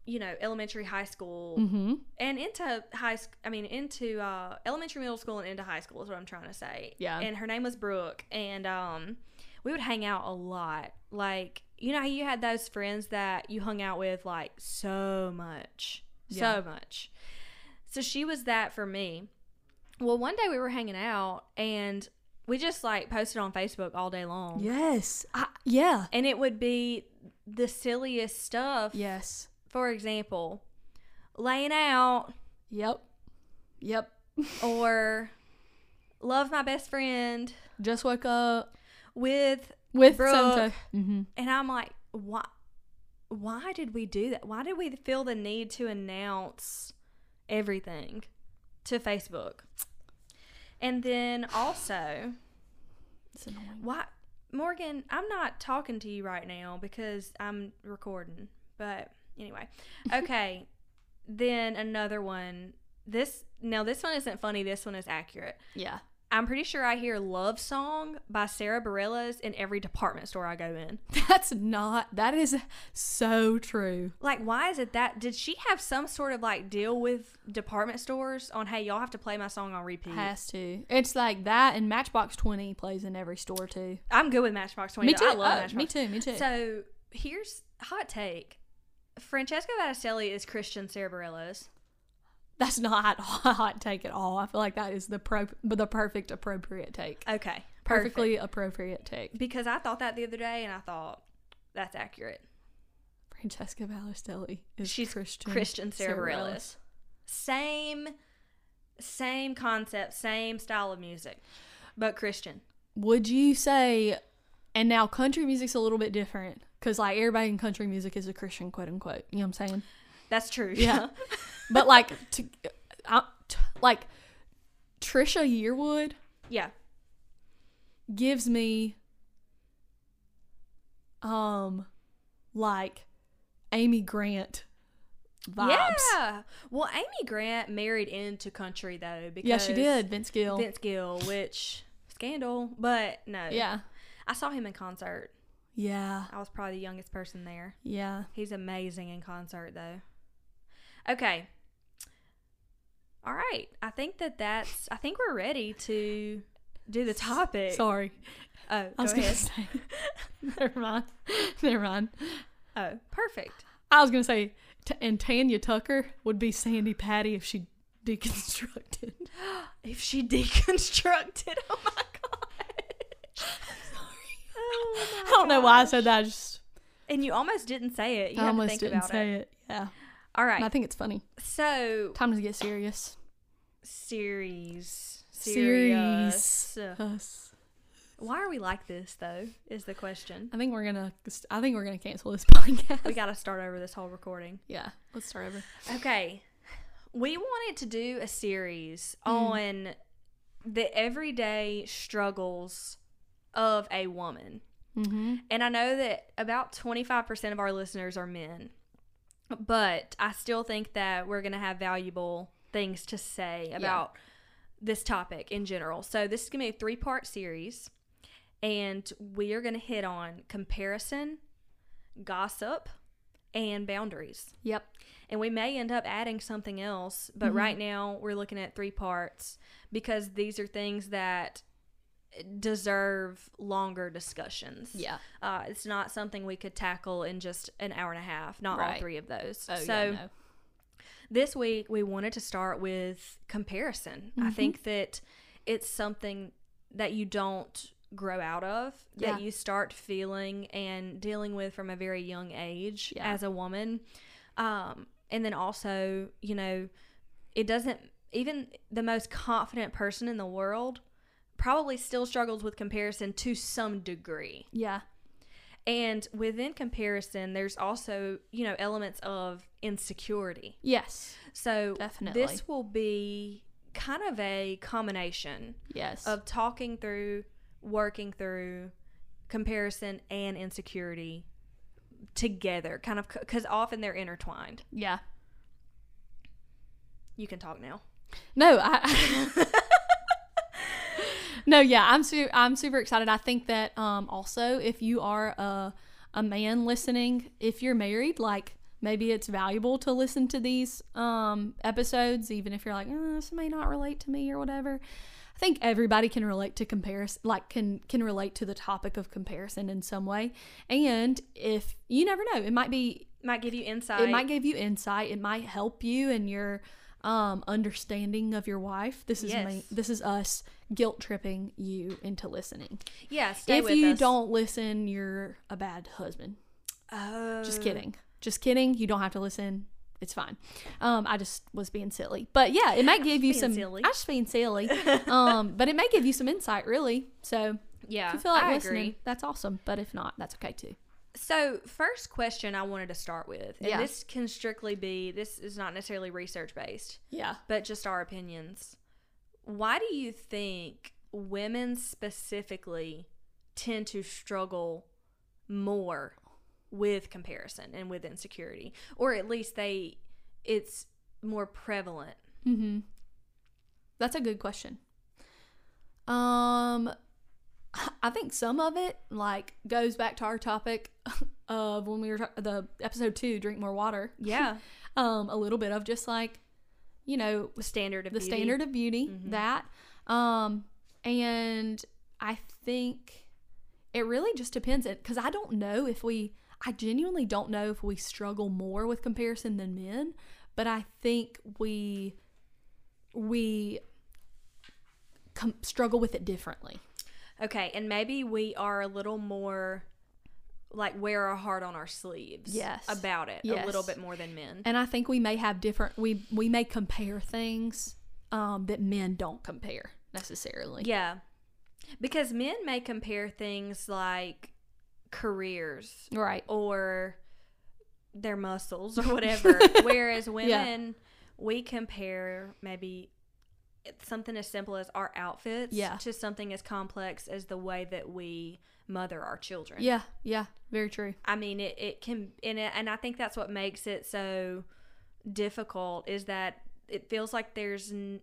[SPEAKER 1] you know, elementary, high school,
[SPEAKER 2] Mm-hmm.
[SPEAKER 1] and into high school i mean into uh, elementary middle school and into high school is what i'm trying to say
[SPEAKER 2] Yeah.
[SPEAKER 1] and her name was brooke and um we would hang out a lot like you know how you had those friends that you hung out with like so much
[SPEAKER 2] Yeah.
[SPEAKER 1] so much so she was that for me well one day we were hanging out and we just like posted on facebook all day long
[SPEAKER 2] Yes. I,
[SPEAKER 1] Ah,
[SPEAKER 2] yeah.
[SPEAKER 1] and it would be the silliest stuff
[SPEAKER 2] Yes.
[SPEAKER 1] for example laying out
[SPEAKER 2] Yep. Yep.
[SPEAKER 1] or love my best friend
[SPEAKER 2] Just woke up
[SPEAKER 1] with
[SPEAKER 2] with
[SPEAKER 1] Brooke.
[SPEAKER 2] Santa. Mm-hmm.
[SPEAKER 1] and i'm like why why did we do that why did we feel the need to announce everything to facebook and then also
[SPEAKER 2] It's annoying.
[SPEAKER 1] why morgan i'm not talking to you right now because i'm recording but
[SPEAKER 2] [laughs]
[SPEAKER 1] Anyway, okay. then another one. This now this one isn't funny. This one is accurate.
[SPEAKER 2] Yeah. [laughs]
[SPEAKER 1] I'm pretty sure I hear "Love Song" by Sarah Bareilles in every department store I go in.
[SPEAKER 2] That's not, that is so true.
[SPEAKER 1] Like, why is it that? Did she have some sort of like deal with department stores on, hey, y'all have to play my song on repeat?
[SPEAKER 2] Has to. It's like that, and Matchbox 20 plays in every store too.
[SPEAKER 1] I'm good with Matchbox Twenty.
[SPEAKER 2] me
[SPEAKER 1] though.
[SPEAKER 2] too.
[SPEAKER 1] I love
[SPEAKER 2] Oh,
[SPEAKER 1] Matchbox.
[SPEAKER 2] me too. Me too.
[SPEAKER 1] So here's hot take: Francesco Battistelli is Christian Sarah Bareilles.
[SPEAKER 2] That's not a hot take at all. I feel like that is the pro, the perfect appropriate take.
[SPEAKER 1] Okay,
[SPEAKER 2] Perfectly appropriate take.
[SPEAKER 1] Because I thought that the other day, and I thought that's accurate.
[SPEAKER 2] Francesca Ballestelli is
[SPEAKER 1] She's
[SPEAKER 2] Christian
[SPEAKER 1] Christian Sarah Bareilles.
[SPEAKER 2] Bareilles.
[SPEAKER 1] Same, same concept, same style of music, but Christian.
[SPEAKER 2] Would you say? And now country music's a little bit different because like everybody in country music is a Christian, quote unquote. You know what I'm saying?
[SPEAKER 1] That's true.
[SPEAKER 2] Yeah. but like, to, uh, I, t- like Trisha Yearwood
[SPEAKER 1] [laughs] yeah.
[SPEAKER 2] gives me, um, like Amy Grant vibes.
[SPEAKER 1] Yeah. Well, Amy Grant married into country though. Because
[SPEAKER 2] Yeah, she did. Vince Gill.
[SPEAKER 1] Vince Gill, which scandal, but no.
[SPEAKER 2] Yeah.
[SPEAKER 1] I saw him in concert.
[SPEAKER 2] Yeah.
[SPEAKER 1] I was probably the youngest person there.
[SPEAKER 2] Yeah.
[SPEAKER 1] He's amazing in concert though. Okay. All right. I think that that's. I think we're ready to do the topic.
[SPEAKER 2] Sorry.
[SPEAKER 1] oh,
[SPEAKER 2] I
[SPEAKER 1] go
[SPEAKER 2] was going to
[SPEAKER 1] ahead.
[SPEAKER 2] say. [laughs] Never mind. Never mind.
[SPEAKER 1] Oh, perfect.
[SPEAKER 2] I was going to say, t- and Tanya Tucker would be Sandy Patty if she deconstructed.
[SPEAKER 1] If
[SPEAKER 2] [laughs]
[SPEAKER 1] she deconstructed, oh [laughs] my god. Oh my
[SPEAKER 2] [laughs] I don't know why I said that. I just
[SPEAKER 1] And you almost didn't say it. You
[SPEAKER 2] I
[SPEAKER 1] have to
[SPEAKER 2] almost
[SPEAKER 1] think
[SPEAKER 2] didn't
[SPEAKER 1] about
[SPEAKER 2] say
[SPEAKER 1] it.
[SPEAKER 2] it. Yeah.
[SPEAKER 1] All
[SPEAKER 2] And I
[SPEAKER 1] right.
[SPEAKER 2] think it's funny.
[SPEAKER 1] So
[SPEAKER 2] Time to get serious.
[SPEAKER 1] series. Serious.
[SPEAKER 2] Us.
[SPEAKER 1] Why are we like this though? Is the question.
[SPEAKER 2] I think we're gonna. I think we're gonna cancel this [laughs] podcast.
[SPEAKER 1] We got to start over this whole recording.
[SPEAKER 2] yeah. Let's start over.
[SPEAKER 1] Okay. We wanted to do a series on the everyday struggles of a woman.
[SPEAKER 2] Mm-hmm.
[SPEAKER 1] And I know that about 25% of our listeners are men, but I still think that we're going to have valuable things to say about this topic in general. So, this is going to be a three part series, and we are going to hit on comparison, gossip, and boundaries.
[SPEAKER 2] Yep.
[SPEAKER 1] And we may end up adding something else, but
[SPEAKER 2] Mm-hmm.
[SPEAKER 1] right now we're looking at three parts because these are things that deserve longer discussions.
[SPEAKER 2] Yeah.
[SPEAKER 1] Uh, it's not something we could tackle in just an hour and a half, not all
[SPEAKER 2] Right.
[SPEAKER 1] three of those.
[SPEAKER 2] Oh, yeah,
[SPEAKER 1] so,
[SPEAKER 2] no.
[SPEAKER 1] this week we wanted to start with comparison.
[SPEAKER 2] Mm-hmm.
[SPEAKER 1] I think that it's something that you don't grow out of,
[SPEAKER 2] Yeah.
[SPEAKER 1] that you start feeling and dealing with from a very young age
[SPEAKER 2] Yeah.
[SPEAKER 1] as a woman. Um, and then also, you know, it doesn't, even the most confident person in the world probably still struggles with comparison to some degree.
[SPEAKER 2] Yeah.
[SPEAKER 1] And within comparison, there's also, you know, elements of insecurity.
[SPEAKER 2] Yes.
[SPEAKER 1] So
[SPEAKER 2] Definitely.
[SPEAKER 1] this will be kind of a combination
[SPEAKER 2] Yes.
[SPEAKER 1] of talking through, working through comparison and insecurity together, kind of because often they're intertwined.
[SPEAKER 2] yeah.
[SPEAKER 1] You can talk now.
[SPEAKER 2] No, I. [laughs] no, yeah, I'm su- I'm super excited. I think that um, also if you are a a man listening, if you're married, like maybe it's valuable to listen to these um, episodes, even if you're like, oh, this may not relate to me or whatever. I think everybody can relate to comparison, like can can relate to the topic of comparison in some way. And if you never know, it might be
[SPEAKER 1] Might give you insight.
[SPEAKER 2] it might give you insight it might help you in your um, understanding of your wife this is me
[SPEAKER 1] Yes.
[SPEAKER 2] this is us guilt tripping you into listening
[SPEAKER 1] yeah. Stay
[SPEAKER 2] if
[SPEAKER 1] with
[SPEAKER 2] you
[SPEAKER 1] us.
[SPEAKER 2] don't listen you're a bad husband
[SPEAKER 1] oh,
[SPEAKER 2] just kidding just kidding you don't have to listen it's fine um, i just was being silly but yeah it might give you
[SPEAKER 1] being
[SPEAKER 2] some
[SPEAKER 1] silly.
[SPEAKER 2] i was just being
[SPEAKER 1] [laughs]
[SPEAKER 2] silly um, but it may give you some insight really so
[SPEAKER 1] Yeah,
[SPEAKER 2] if you feel like
[SPEAKER 1] I
[SPEAKER 2] listening
[SPEAKER 1] agree.
[SPEAKER 2] that's awesome but if not that's okay too
[SPEAKER 1] So, first question I wanted to start with, and
[SPEAKER 2] Yeah.
[SPEAKER 1] this can strictly be this is not necessarily research based.
[SPEAKER 2] yeah
[SPEAKER 1] but just our opinions. Why do you think women specifically tend to struggle more with comparison and with insecurity, or at least they it's more prevalent.
[SPEAKER 2] Mm-hmm. That's a good question. Um, I think some of it like goes back to our topic [laughs] of when we were ta- the episode two, drink more water.
[SPEAKER 1] Yeah,
[SPEAKER 2] Um, a little bit of just like, you know,
[SPEAKER 1] [laughs] the standard of
[SPEAKER 2] the
[SPEAKER 1] beauty.
[SPEAKER 2] standard of beauty Mm-hmm.
[SPEAKER 1] Mhm.
[SPEAKER 2] that um and i think it really just depends because i don't know if we i genuinely don't know if we struggle more with comparison than men but i think we we com- struggle with it differently
[SPEAKER 1] Okay, and maybe we are a little more like wear our heart on our sleeves.
[SPEAKER 2] Yes.
[SPEAKER 1] About it a little
[SPEAKER 2] Yes.
[SPEAKER 1] bit more than men.
[SPEAKER 2] and i think we may have different we we may compare things um that men don't compare necessarily
[SPEAKER 1] yeah. Because men may compare things like careers
[SPEAKER 2] right
[SPEAKER 1] or their muscles
[SPEAKER 2] [laughs]
[SPEAKER 1] or whatever, whereas women we compare maybe it's something as simple as our outfits
[SPEAKER 2] Yeah.
[SPEAKER 1] to something as complex as the way that we mother our children.
[SPEAKER 2] yeah yeah very true
[SPEAKER 1] I mean, it, it can, and, it, and I think that's what makes it so difficult is that it feels like there's n-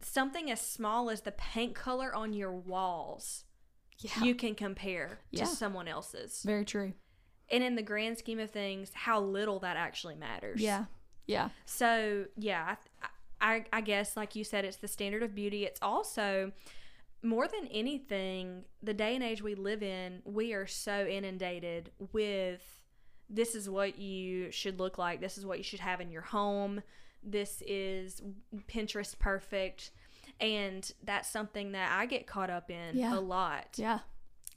[SPEAKER 1] something as small as the paint color on your walls
[SPEAKER 2] yeah
[SPEAKER 1] you can compare
[SPEAKER 2] Yeah.
[SPEAKER 1] to someone else's.
[SPEAKER 2] very true
[SPEAKER 1] And in the grand scheme of things, how little that actually matters.
[SPEAKER 2] Yeah. Yeah.
[SPEAKER 1] So yeah, I, I, I guess like you said, it's the standard of beauty. It's also more than anything, the day and age we live in, we are so inundated with this is what you should look like. This is what you should have in your home. This is Pinterest perfect. And that's something that I get caught up in
[SPEAKER 2] Yeah.
[SPEAKER 1] a lot.
[SPEAKER 2] Yeah.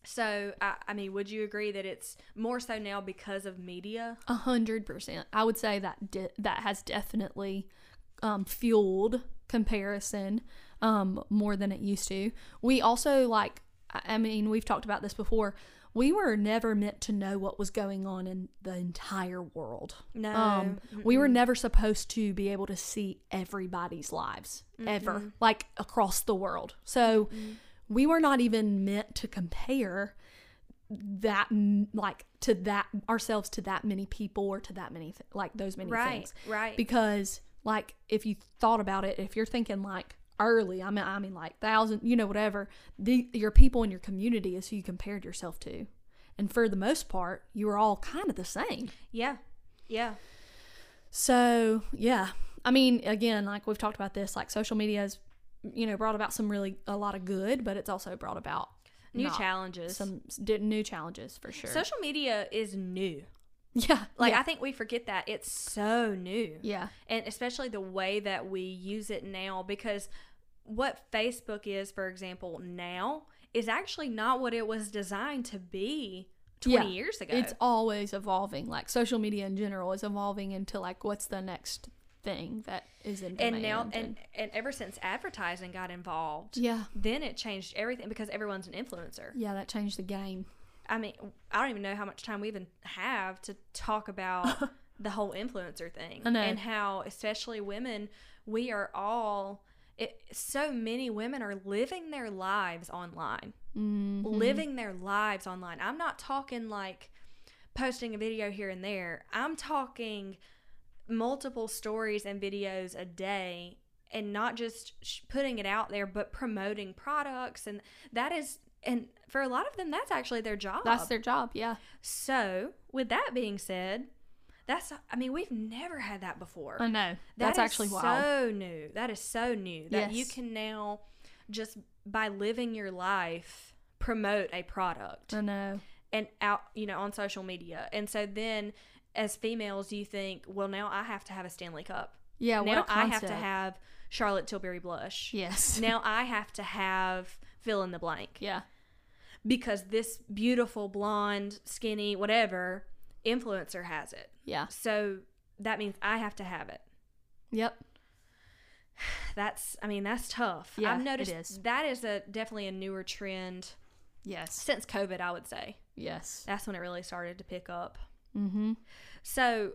[SPEAKER 1] So, I, I mean, would you agree that it's more so now because of media?
[SPEAKER 2] A hundred percent. I would say that de- that has definitely um, fueled comparison um, more than it used to. We also like. I I mean, we've talked about this before. We were never meant to know what was going on in the entire world.
[SPEAKER 1] No.
[SPEAKER 2] Um, we were never supposed to be able to see everybody's lives ever, like across the world. So we were not even meant to compare that, m- like to that ourselves to that many people or to that many, th- like those many
[SPEAKER 1] right,
[SPEAKER 2] things.
[SPEAKER 1] right.
[SPEAKER 2] Because, like, if you thought about it, if you're thinking like early, I mean, I mean, like thousand, you know, whatever, the your people in your community is who you compared yourself to. And for the most part, you were all kind of the same.
[SPEAKER 1] yeah, yeah.
[SPEAKER 2] So, yeah. I mean, again, like we've talked about this, like social media has, you know, brought about some really, a lot of good, but it's also brought about
[SPEAKER 1] New
[SPEAKER 2] not-
[SPEAKER 1] challenges.
[SPEAKER 2] Some s- di- new challenges for sure.
[SPEAKER 1] Social media is new.
[SPEAKER 2] [laughs] yeah.
[SPEAKER 1] Like
[SPEAKER 2] yeah.
[SPEAKER 1] I think we forget that it's so new,
[SPEAKER 2] yeah.
[SPEAKER 1] and especially the way that we use it now. Because what Facebook is, for example, now is actually not what it was designed to be twenty
[SPEAKER 2] Yeah.
[SPEAKER 1] years ago.
[SPEAKER 2] It's always evolving. Like social media in general is evolving into like what's the next thing that is in demand.
[SPEAKER 1] and now, and and ever since advertising got involved,
[SPEAKER 2] yeah.
[SPEAKER 1] then it changed everything because everyone's an influencer.
[SPEAKER 2] Yeah, that changed the game.
[SPEAKER 1] I mean, I don't even know how much time we even have to talk
[SPEAKER 2] [laughs]
[SPEAKER 1] about the whole influencer thing
[SPEAKER 2] I know.
[SPEAKER 1] and how, especially women, we are all. It, so many women are living their lives online,
[SPEAKER 2] Mhm.
[SPEAKER 1] living their lives online. I'm not talking like posting a video here and there. I'm talking multiple stories and videos a day and not just sh- putting it out there but promoting products and that is and for a lot of them that's actually their job.
[SPEAKER 2] That's their job. Yeah.
[SPEAKER 1] So, with that being said, that's I mean, we've never had that before.
[SPEAKER 2] I know. That's
[SPEAKER 1] That is
[SPEAKER 2] actually wild.
[SPEAKER 1] So new. That is so new that you
[SPEAKER 2] Yes.
[SPEAKER 1] can now just by living your life promote a product
[SPEAKER 2] I know.
[SPEAKER 1] and out, you know, on social media. And so then as females, you think, well, now I have to have a Stanley Cup.
[SPEAKER 2] Yeah. Oh, what a
[SPEAKER 1] now I have to
[SPEAKER 2] concept.
[SPEAKER 1] have Charlotte Tilbury blush.
[SPEAKER 2] Yes.
[SPEAKER 1] Now I have to have fill in the blank
[SPEAKER 2] [laughs] yeah.
[SPEAKER 1] because this beautiful blonde, skinny, whatever influencer has it.
[SPEAKER 2] Yeah.
[SPEAKER 1] So that means I have to have it.
[SPEAKER 2] Yep.
[SPEAKER 1] That's I mean that's tough.
[SPEAKER 2] Yeah,
[SPEAKER 1] I've
[SPEAKER 2] it
[SPEAKER 1] noticed
[SPEAKER 2] is.
[SPEAKER 1] that is a definitely a newer trend
[SPEAKER 2] Yes.
[SPEAKER 1] since COVID, I would say.
[SPEAKER 2] Yes.
[SPEAKER 1] That's when it really started to pick up.
[SPEAKER 2] Mm-hmm.
[SPEAKER 1] So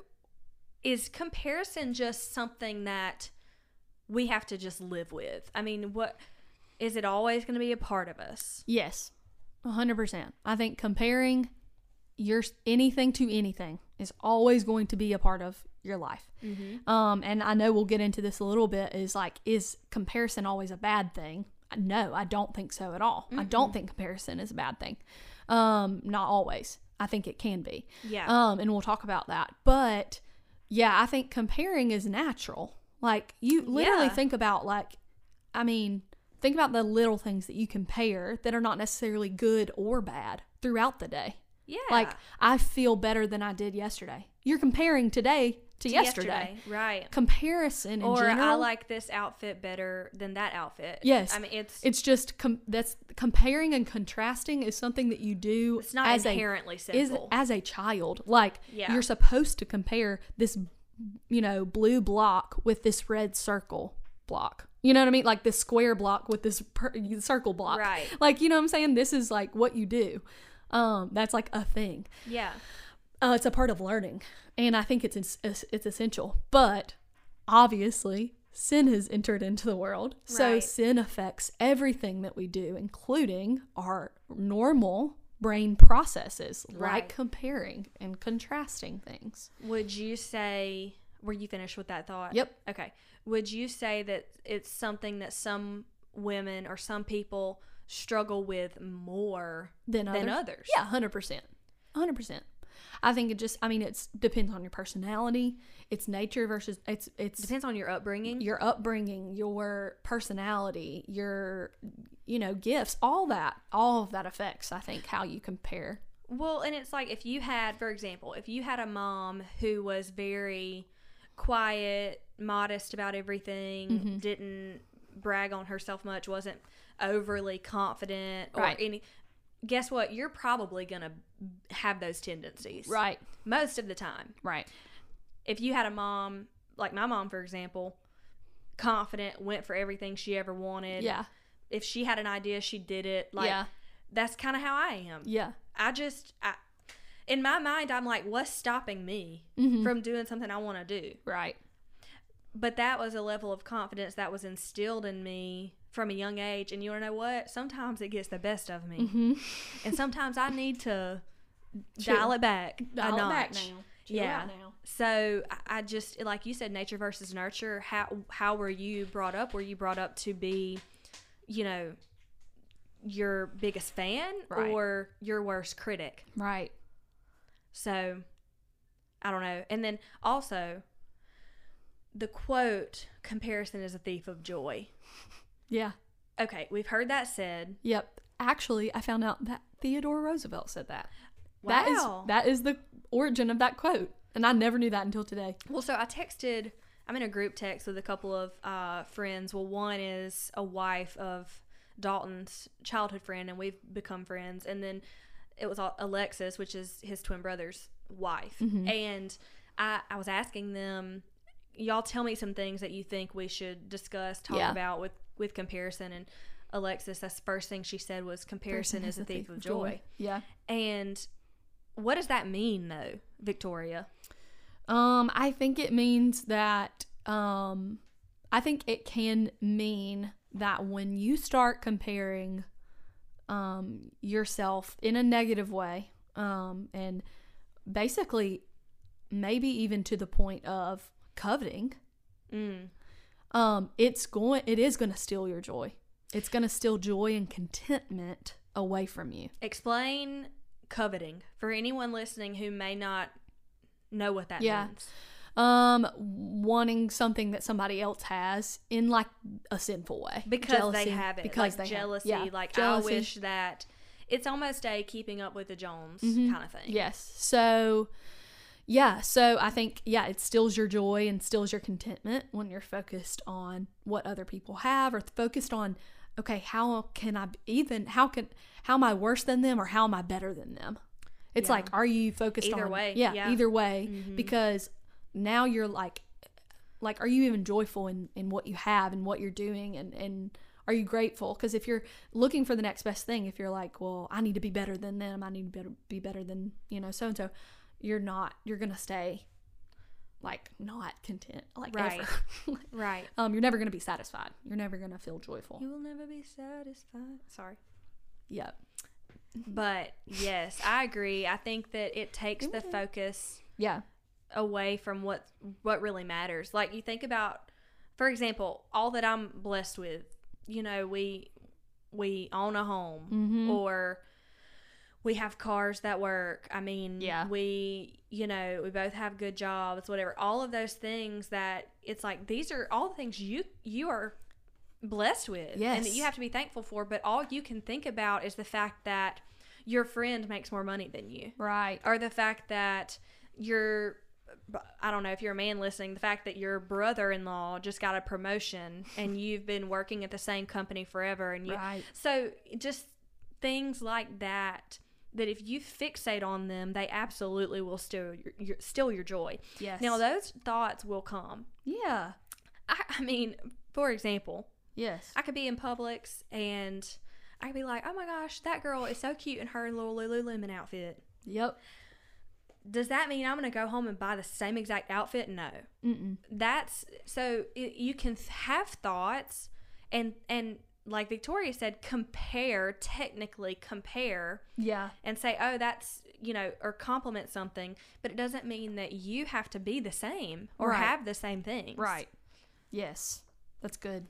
[SPEAKER 1] is comparison just something that we have to just live with? I mean, what is it always going to be a part of us?
[SPEAKER 2] Yes. 100%. I think comparing your anything to anything is always going to be a part of your life. Um, and I know we'll get into this a little bit. Is like, is comparison always a bad thing? No, I don't think so at all. I don't think comparison is a bad thing. Um, not always. I think it can be.
[SPEAKER 1] Yeah.
[SPEAKER 2] Um, and we'll talk about that. But yeah, I think comparing is natural. Like you literally
[SPEAKER 1] Yeah.
[SPEAKER 2] think about like, I mean, think about the little things that you compare that are not necessarily good or bad throughout the day.
[SPEAKER 1] Yeah.
[SPEAKER 2] Like I feel better than I did yesterday. You're comparing today to,
[SPEAKER 1] To
[SPEAKER 2] yesterday.
[SPEAKER 1] Right.
[SPEAKER 2] Comparison in
[SPEAKER 1] Or
[SPEAKER 2] general.
[SPEAKER 1] I like this outfit better than that outfit.
[SPEAKER 2] Yes.
[SPEAKER 1] I mean, it's it's,
[SPEAKER 2] It's just com- that's comparing and contrasting is something that you do
[SPEAKER 1] not
[SPEAKER 2] as a
[SPEAKER 1] inherently
[SPEAKER 2] is
[SPEAKER 1] simple.
[SPEAKER 2] as a child like
[SPEAKER 1] Yeah.
[SPEAKER 2] you're supposed to compare this you know blue block with this red circle block you know what i mean like this square block with this per- circle block
[SPEAKER 1] Right.
[SPEAKER 2] like you know what i'm saying this is like what you do um that's like a thing
[SPEAKER 1] yeah.
[SPEAKER 2] uh, it's a part of learning and i think it's es- es- it's essential but obviously sin has entered into the world so
[SPEAKER 1] Right.
[SPEAKER 2] sin affects everything that we do including our normal brain processes
[SPEAKER 1] Right.
[SPEAKER 2] like comparing and contrasting things
[SPEAKER 1] Would you say were you finished with that thought?
[SPEAKER 2] Yep.
[SPEAKER 1] Okay. Would you say that it's something that some women or some people struggle with more
[SPEAKER 2] than others.
[SPEAKER 1] than others?
[SPEAKER 2] Yeah, hundred percent, hundred percent. I think it just. I mean, it's depends on your personality. It's nature versus it's it's
[SPEAKER 1] Depends on your upbringing.
[SPEAKER 2] your upbringing, your personality, your you know gifts, all that, all of that affects. I think how you compare.
[SPEAKER 1] Well, and it's like if you had, for example, if you had a mom who was very quiet, modest about everything,
[SPEAKER 2] Mm-hmm.
[SPEAKER 1] didn't brag on herself much, wasn't overly confident or
[SPEAKER 2] Right.
[SPEAKER 1] any guess what? You're probably going to have those tendencies.
[SPEAKER 2] Right.
[SPEAKER 1] Most of the time.
[SPEAKER 2] Right.
[SPEAKER 1] If you had a mom, like my mom for example, confident, went for everything she ever wanted.
[SPEAKER 2] Yeah.
[SPEAKER 1] If she had an idea, she did it. Like
[SPEAKER 2] yeah.
[SPEAKER 1] that's kind of how I am.
[SPEAKER 2] Yeah.
[SPEAKER 1] I just, I, in my mind, I'm like, what's stopping me
[SPEAKER 2] Mhm.
[SPEAKER 1] from doing something I want to do?
[SPEAKER 2] Right.
[SPEAKER 1] But that was a level of confidence that was instilled in me from a young age. And you wanna know what? Sometimes it gets the best of me,
[SPEAKER 2] Mm-hmm.
[SPEAKER 1] and sometimes I need to
[SPEAKER 2] Chill.
[SPEAKER 1] dial it back. a
[SPEAKER 2] Dial it back
[SPEAKER 1] notch.
[SPEAKER 2] now. Chill
[SPEAKER 1] Yeah.
[SPEAKER 2] out now.
[SPEAKER 1] So I- I just like you said, nature versus nurture. How how were you brought up? Were you brought up to be, you know, your biggest fan
[SPEAKER 2] Right.
[SPEAKER 1] or your worst critic?
[SPEAKER 2] Right.
[SPEAKER 1] So I don't know. And then also the quote comparison is a thief of joy.
[SPEAKER 2] Yeah.
[SPEAKER 1] Okay, we've heard that said.
[SPEAKER 2] Yep. Actually, I found out that Theodore Roosevelt said that. That is
[SPEAKER 1] Wow.
[SPEAKER 2] that is the origin of that quote, and I never knew that until today.
[SPEAKER 1] well, so I texted I'm in a group text with a couple of uh, friends. Well, one is a wife of Dalton's childhood friend, and we've become friends. And then it was Al- Alexis, which is his twin brother's wife. And I, I was asking them, y'all tell me some things that you think we should discuss, talk
[SPEAKER 2] Yeah.
[SPEAKER 1] about with, with comparison. And Alexis, that's the first thing she said was comparison is a thief of joy.
[SPEAKER 2] Yeah.
[SPEAKER 1] And what does that mean, though, Victoria?
[SPEAKER 2] Um, I think it means that. Um, I think it can mean that when you start comparing, um, yourself in a negative way, um, and basically, maybe even to the point of coveting,
[SPEAKER 1] Mm.
[SPEAKER 2] um, it's going. It is going to steal your joy. It's going to steal joy and contentment away from you.
[SPEAKER 1] Explain coveting for anyone listening who may not know what that
[SPEAKER 2] Yeah.
[SPEAKER 1] means.
[SPEAKER 2] um wanting something that somebody else has in like a sinful way
[SPEAKER 1] Because
[SPEAKER 2] Jealousy.
[SPEAKER 1] they have it. Because
[SPEAKER 2] because they
[SPEAKER 1] like
[SPEAKER 2] have-
[SPEAKER 1] jealousy.
[SPEAKER 2] yeah,
[SPEAKER 1] Like
[SPEAKER 2] jealousy.
[SPEAKER 1] I wish that it's almost a keeping up with the Jones
[SPEAKER 2] Mm-hmm.
[SPEAKER 1] kind of thing.
[SPEAKER 2] yes so yeah so i think yeah it steals your joy and steals your contentment when you're focused on what other people have or focused on okay how can i even how can how am i worse than them or how am i better than them it's
[SPEAKER 1] Yeah.
[SPEAKER 2] like are you focused
[SPEAKER 1] Either
[SPEAKER 2] on-
[SPEAKER 1] way,
[SPEAKER 2] yeah,
[SPEAKER 1] yeah. Mm-hmm.
[SPEAKER 2] either way because now you're like like are you even joyful in in what you have and what you're doing and and are you grateful because if you're looking for the next best thing if you're like well i need to be better than them i need to better, be better than you know so and so you're not you're gonna stay like not content [laughs] like
[SPEAKER 1] Right.
[SPEAKER 2] ever.
[SPEAKER 1] Right.
[SPEAKER 2] um you're never gonna be satisfied you're never gonna feel joyful
[SPEAKER 1] You will never be satisfied. Sorry.
[SPEAKER 2] yep
[SPEAKER 1] But yes, I agree. I think that it takes the focus
[SPEAKER 2] Yeah.
[SPEAKER 1] away from what what really matters. Like you think about, for example, all that I'm blessed with. You know, we we own a home
[SPEAKER 2] Mm-hmm.
[SPEAKER 1] or we have cars that work. I mean,
[SPEAKER 2] Yeah.
[SPEAKER 1] we, you know, we both have good jobs, whatever. All of those things that it's like these are all things you you are blessed with and that
[SPEAKER 2] Yes.
[SPEAKER 1] you have to be thankful for, but all you can think about is the fact that your friend makes more money than you
[SPEAKER 2] Right.
[SPEAKER 1] or the fact that your I don't know if you're a man listening, the fact that your brother-in-law just got a
[SPEAKER 2] [laughs]
[SPEAKER 1] promotion and you've been working at the same company forever and you
[SPEAKER 2] Right.
[SPEAKER 1] so just things like that that if you fixate on them, they absolutely will steal your, your steal your joy.
[SPEAKER 2] Yes.
[SPEAKER 1] Now those thoughts will come.
[SPEAKER 2] Yeah.
[SPEAKER 1] I, I mean, for example,
[SPEAKER 2] Yes.
[SPEAKER 1] I could be in Publix and I could be like, "Oh my gosh, that girl is so cute in her little Lululemon outfit."
[SPEAKER 2] yep.
[SPEAKER 1] Does that mean I'm going to go home and buy the same exact outfit? No.
[SPEAKER 2] Mm-mm.
[SPEAKER 1] That's so it, you can have thoughts and and like Victoria said, compare technically compare
[SPEAKER 2] Yeah.
[SPEAKER 1] and say, oh, that's, you know, or compliment something, but it doesn't mean that you have to be the same or
[SPEAKER 2] Right.
[SPEAKER 1] have the same things.
[SPEAKER 2] Right. Yes. That's good.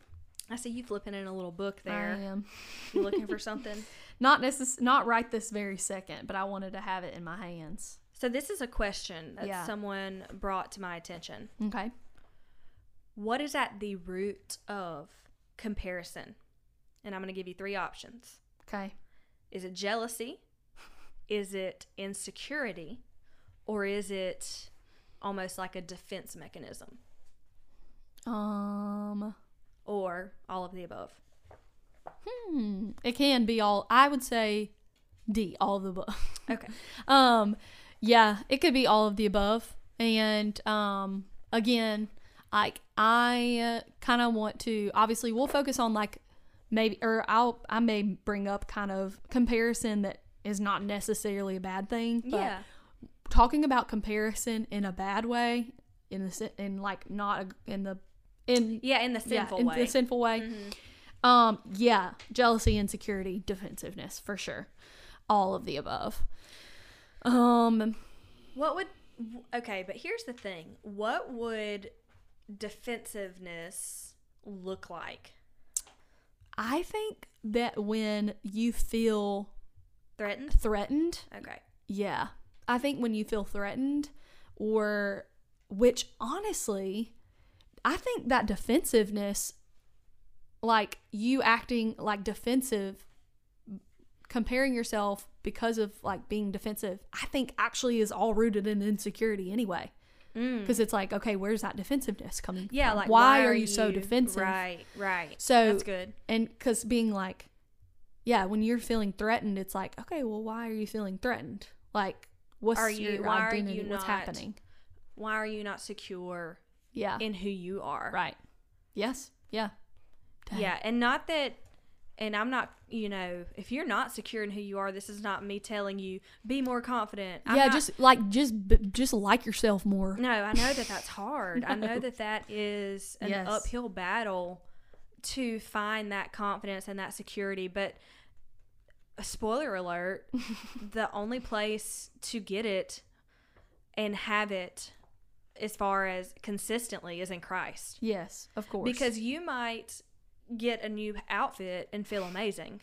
[SPEAKER 1] I see you flipping in a little book
[SPEAKER 2] I
[SPEAKER 1] there.
[SPEAKER 2] am.
[SPEAKER 1] You looking for
[SPEAKER 2] [laughs]
[SPEAKER 1] something?
[SPEAKER 2] Not necess- not right this very second, but I wanted to have it in my hands.
[SPEAKER 1] So, this is a question that
[SPEAKER 2] Yeah.
[SPEAKER 1] someone brought to my attention.
[SPEAKER 2] Okay.
[SPEAKER 1] What is at the root of comparison? And I'm going to give you three options
[SPEAKER 2] Okay.
[SPEAKER 1] Is it jealousy? Is it insecurity? Or is it almost like a defense mechanism?
[SPEAKER 2] Um
[SPEAKER 1] Or all of the above?
[SPEAKER 2] [laughs] hmm. it can be all I would say D, all of the above. [laughs]
[SPEAKER 1] Okay.
[SPEAKER 2] um yeah it could be all of the above and um again like i uh, kind of want to obviously we'll focus on like maybe or i'll i may bring up kind of comparison that is not necessarily a bad thing but
[SPEAKER 1] yeah.
[SPEAKER 2] talking about comparison in a bad way in the sen- in like not a, in the in
[SPEAKER 1] Yeah, in the sinful
[SPEAKER 2] in
[SPEAKER 1] way. Mm-hmm.
[SPEAKER 2] the sinful way um yeah jealousy insecurity defensiveness for sure all of the above um
[SPEAKER 1] what would okay? But here's the thing: what would defensiveness look like?
[SPEAKER 2] I think that when you feel
[SPEAKER 1] Threatened?
[SPEAKER 2] threatened,
[SPEAKER 1] Okay.
[SPEAKER 2] yeah. I think when you feel threatened, or which honestly, I think that defensiveness, like you acting like defensive, comparing yourself because of like being defensive, I think actually is all rooted in insecurity anyway.
[SPEAKER 1] Mm.
[SPEAKER 2] Because it's like, okay, where's that defensiveness coming
[SPEAKER 1] Yeah,
[SPEAKER 2] from?
[SPEAKER 1] like
[SPEAKER 2] why, are you, so defensive?
[SPEAKER 1] Right, right.
[SPEAKER 2] So
[SPEAKER 1] That's good.
[SPEAKER 2] and because being like yeah when you're feeling threatened it's like okay well why are you feeling threatened like what's
[SPEAKER 1] Are you-
[SPEAKER 2] your
[SPEAKER 1] why are
[SPEAKER 2] identity
[SPEAKER 1] you
[SPEAKER 2] what's
[SPEAKER 1] not-
[SPEAKER 2] happening
[SPEAKER 1] Why are you not secure
[SPEAKER 2] yeah
[SPEAKER 1] in who you are?
[SPEAKER 2] right yes yeah Dang.
[SPEAKER 1] Yeah, and not that. And I'm not, you know, if you're not secure in who you are, this is not me telling you be more confident. I'm
[SPEAKER 2] yeah
[SPEAKER 1] not-
[SPEAKER 2] just like just b- just like yourself more
[SPEAKER 1] No, I know that that's hard.
[SPEAKER 2] [laughs]
[SPEAKER 1] I know
[SPEAKER 2] No.
[SPEAKER 1] that that is an
[SPEAKER 2] Yes.
[SPEAKER 1] uphill battle to find that confidence and that security. But uh, spoiler
[SPEAKER 2] [laughs]
[SPEAKER 1] alert, the only place to get it and have it as far as consistently is in Christ.
[SPEAKER 2] yes of course
[SPEAKER 1] Because you might get a new outfit and feel amazing.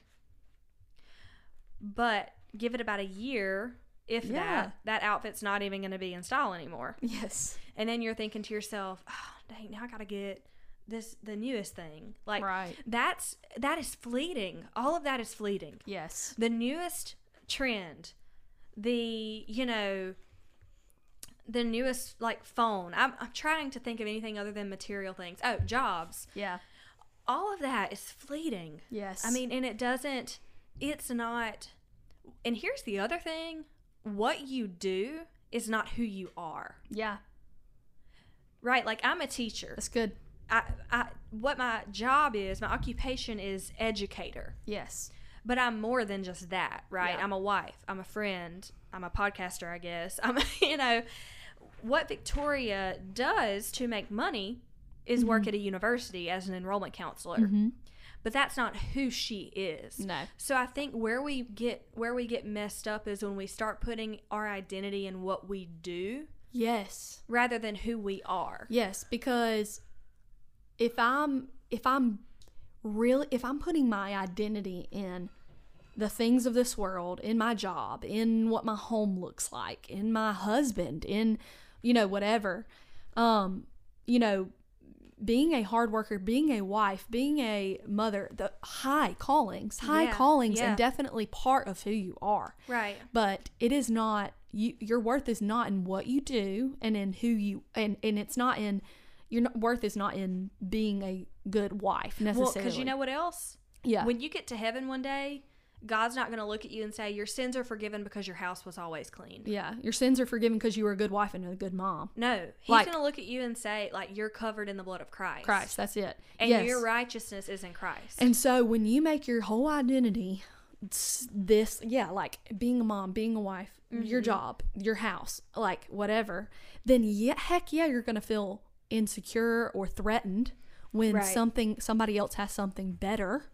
[SPEAKER 1] But give it about a year, if
[SPEAKER 2] Yeah.
[SPEAKER 1] that, that outfit's not even going to be in style anymore. [laughs]
[SPEAKER 2] yes
[SPEAKER 1] And then you're thinking to yourself, oh, dang, now I gotta get this the newest thing. Like
[SPEAKER 2] Right.
[SPEAKER 1] that's that is fleeting. All of that is fleeting.
[SPEAKER 2] yes
[SPEAKER 1] The newest trend, the you know the newest like phone. I'm, I'm trying to think of anything other than material things. Oh, jobs.
[SPEAKER 2] yeah
[SPEAKER 1] All of that is fleeting.
[SPEAKER 2] yes
[SPEAKER 1] I mean, and it doesn't, it's not. And here's the other thing what you do is not who you are,
[SPEAKER 2] yeah
[SPEAKER 1] right? Like, I'm a teacher.
[SPEAKER 2] that's good
[SPEAKER 1] I, I, what my job is, my occupation is educator,
[SPEAKER 2] yes
[SPEAKER 1] but I'm more than just that, right?
[SPEAKER 2] Yeah.
[SPEAKER 1] I'm a wife, I'm a friend, I'm a podcaster, I guess. [laughs] I'm, you know, what Victoria
[SPEAKER 2] Mm-hmm.
[SPEAKER 1] does to make money is work at a university as an enrollment counselor.
[SPEAKER 2] Mhm.
[SPEAKER 1] but that's not who she is.
[SPEAKER 2] No.
[SPEAKER 1] So I think where we get where we get messed up is when we start putting our identity in what we do
[SPEAKER 2] Yes.
[SPEAKER 1] rather than who we are.
[SPEAKER 2] Yes, because if I'm if I'm really if I'm putting my identity in the things of this world, in my job, in what my home looks like, in my husband, in you know whatever, um, you know, being a hard worker, being a wife, being a mother, the high callings, high
[SPEAKER 1] Yeah,
[SPEAKER 2] callings,
[SPEAKER 1] yeah.
[SPEAKER 2] and definitely part of who you are
[SPEAKER 1] Right.
[SPEAKER 2] but it is not you your worth is not in what you do and in who you and and it's not in your n- worth is not in being a good wife
[SPEAKER 1] Well,
[SPEAKER 2] necessarily
[SPEAKER 1] because you know what else?
[SPEAKER 2] yeah
[SPEAKER 1] When you get to heaven one day, God's not going to look at you and say your sins are forgiven because your house was always clean.
[SPEAKER 2] yeah your sins are forgiven because you were a good wife and a good mom
[SPEAKER 1] No, he's
[SPEAKER 2] Like-
[SPEAKER 1] going to look at you and say like you're covered in the blood of Christ.
[SPEAKER 2] christ that's it
[SPEAKER 1] And
[SPEAKER 2] yes.
[SPEAKER 1] your righteousness is in Christ.
[SPEAKER 2] and so when you make your whole identity s- this yeah like being a mom being a wife
[SPEAKER 1] Mm-hmm.
[SPEAKER 2] your job your house like whatever then yeah heck yeah you're gonna feel insecure or threatened when
[SPEAKER 1] Right.
[SPEAKER 2] something somebody else has something better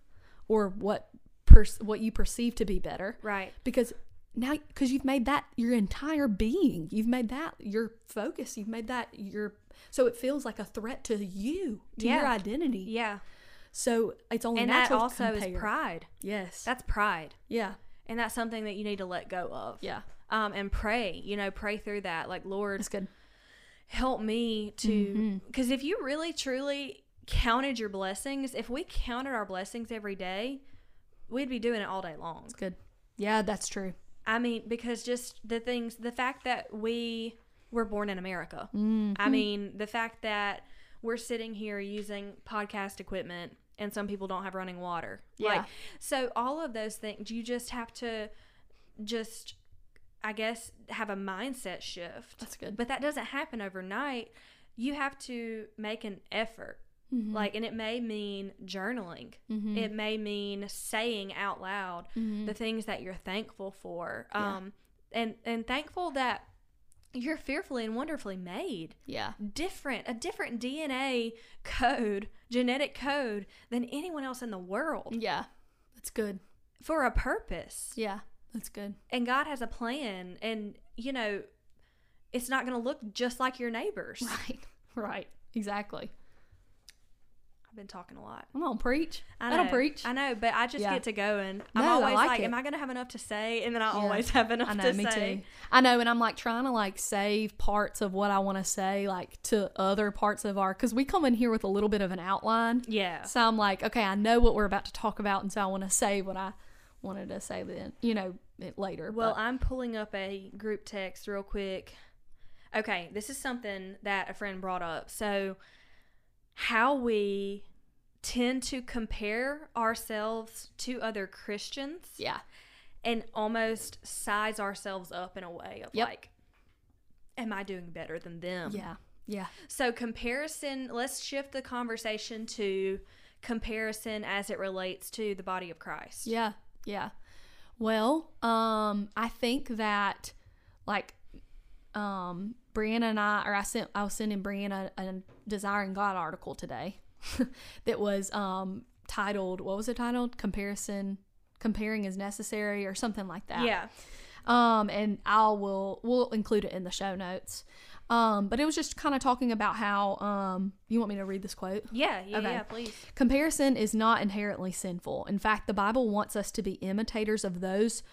[SPEAKER 2] or what per, what you perceive to be better
[SPEAKER 1] right.
[SPEAKER 2] because now because you've made that your entire being you've made that your focus you've made that your so it feels like a threat to you to your
[SPEAKER 1] Yeah.
[SPEAKER 2] identity
[SPEAKER 1] Yeah.
[SPEAKER 2] so it's only
[SPEAKER 1] And that
[SPEAKER 2] natural
[SPEAKER 1] also
[SPEAKER 2] to
[SPEAKER 1] is
[SPEAKER 2] compare.
[SPEAKER 1] pride.
[SPEAKER 2] yes
[SPEAKER 1] That's pride.
[SPEAKER 2] yeah
[SPEAKER 1] And that's something that you need to let go of.
[SPEAKER 2] yeah
[SPEAKER 1] Um, and pray, you know, pray through that. Like, Lord,
[SPEAKER 2] that's Mm-hmm. good
[SPEAKER 1] help me to. Because if you really, truly counted your blessings, if we counted our blessings every day, we'd be doing it all day long.
[SPEAKER 2] that's good yeah that's true
[SPEAKER 1] I mean, because just the things, the fact that we were born in America. mm I mean, the fact that we're sitting here using podcast equipment and some people don't have running water. Like,
[SPEAKER 2] Yeah.
[SPEAKER 1] so all of those things, you just have to just, I guess, have a mindset shift.
[SPEAKER 2] That's good.
[SPEAKER 1] But that doesn't happen overnight. You have to make an effort. Like, and it may mean journaling. It may mean saying out loud the things that you're thankful for. Um, and and thankful that you're fearfully and wonderfully made.
[SPEAKER 2] yeah
[SPEAKER 1] Different, a different DNA code, genetic code than anyone else in the world
[SPEAKER 2] yeah that's good
[SPEAKER 1] for a purpose.
[SPEAKER 2] yeah that's good
[SPEAKER 1] And God has a plan, and you know, it's not going to look just like your neighbors.
[SPEAKER 2] [laughs] right right exactly
[SPEAKER 1] I've been talking a lot.
[SPEAKER 2] come on preach
[SPEAKER 1] I,
[SPEAKER 2] don't
[SPEAKER 1] know,
[SPEAKER 2] preach
[SPEAKER 1] I know, but I just
[SPEAKER 2] Yeah.
[SPEAKER 1] get to going. I'm
[SPEAKER 2] No, I
[SPEAKER 1] always
[SPEAKER 2] like
[SPEAKER 1] like,
[SPEAKER 2] it.
[SPEAKER 1] am I going to have enough to say? And then I
[SPEAKER 2] Yeah.
[SPEAKER 1] always [laughs] have enough
[SPEAKER 2] I know,
[SPEAKER 1] to
[SPEAKER 2] me
[SPEAKER 1] say.
[SPEAKER 2] too. I know, and I'm like trying to like save parts of what I want to say, like to other parts of our, because we come in here with a little bit of an outline.
[SPEAKER 1] Yeah.
[SPEAKER 2] So I'm like, okay, I know what we're about to talk about, and so I want to say what I wanted to say then, you know, it later.
[SPEAKER 1] Well,
[SPEAKER 2] but-
[SPEAKER 1] I'm pulling up a group text real quick. Okay, this is something that a friend brought up. So, how we tend to compare ourselves to other Christians
[SPEAKER 2] yeah,
[SPEAKER 1] and almost size ourselves up in a way of
[SPEAKER 2] Yep.
[SPEAKER 1] like, am I doing better than them?
[SPEAKER 2] yeah, yeah,
[SPEAKER 1] So, comparison, let's shift the conversation to comparison as it relates to the body of Christ.
[SPEAKER 2] yeah, yeah. Well, um, I think that like, um, Brianna and I, or I sent, I was sending Brianna a, a Desiring God article today [laughs] that was um titled, what was it titled? Comparison, comparing is necessary, or something like that.
[SPEAKER 1] Yeah.
[SPEAKER 2] um and i will we'll include it in the show notes um but it was just kind of talking about how um you want me to read this quote
[SPEAKER 1] Yeah. Yeah.
[SPEAKER 2] Okay.
[SPEAKER 1] yeah please.
[SPEAKER 2] comparison is not inherently sinful in fact the bible wants us to be imitators of those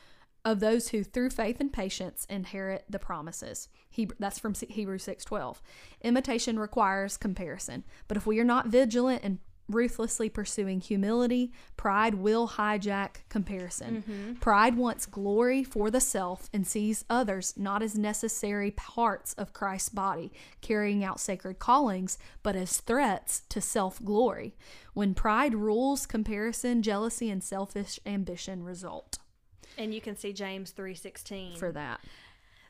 [SPEAKER 2] of those who through faith and patience inherit the promises Hebrew, that's from Se- hebrews 6.12 imitation requires comparison but if we are not vigilant and ruthlessly pursuing humility pride will hijack comparison pride wants glory for the self and sees others not as necessary parts of christ's body carrying out sacred callings but as threats to self-glory when pride rules comparison jealousy and selfish ambition result
[SPEAKER 1] And you can see James 3:16.
[SPEAKER 2] for that.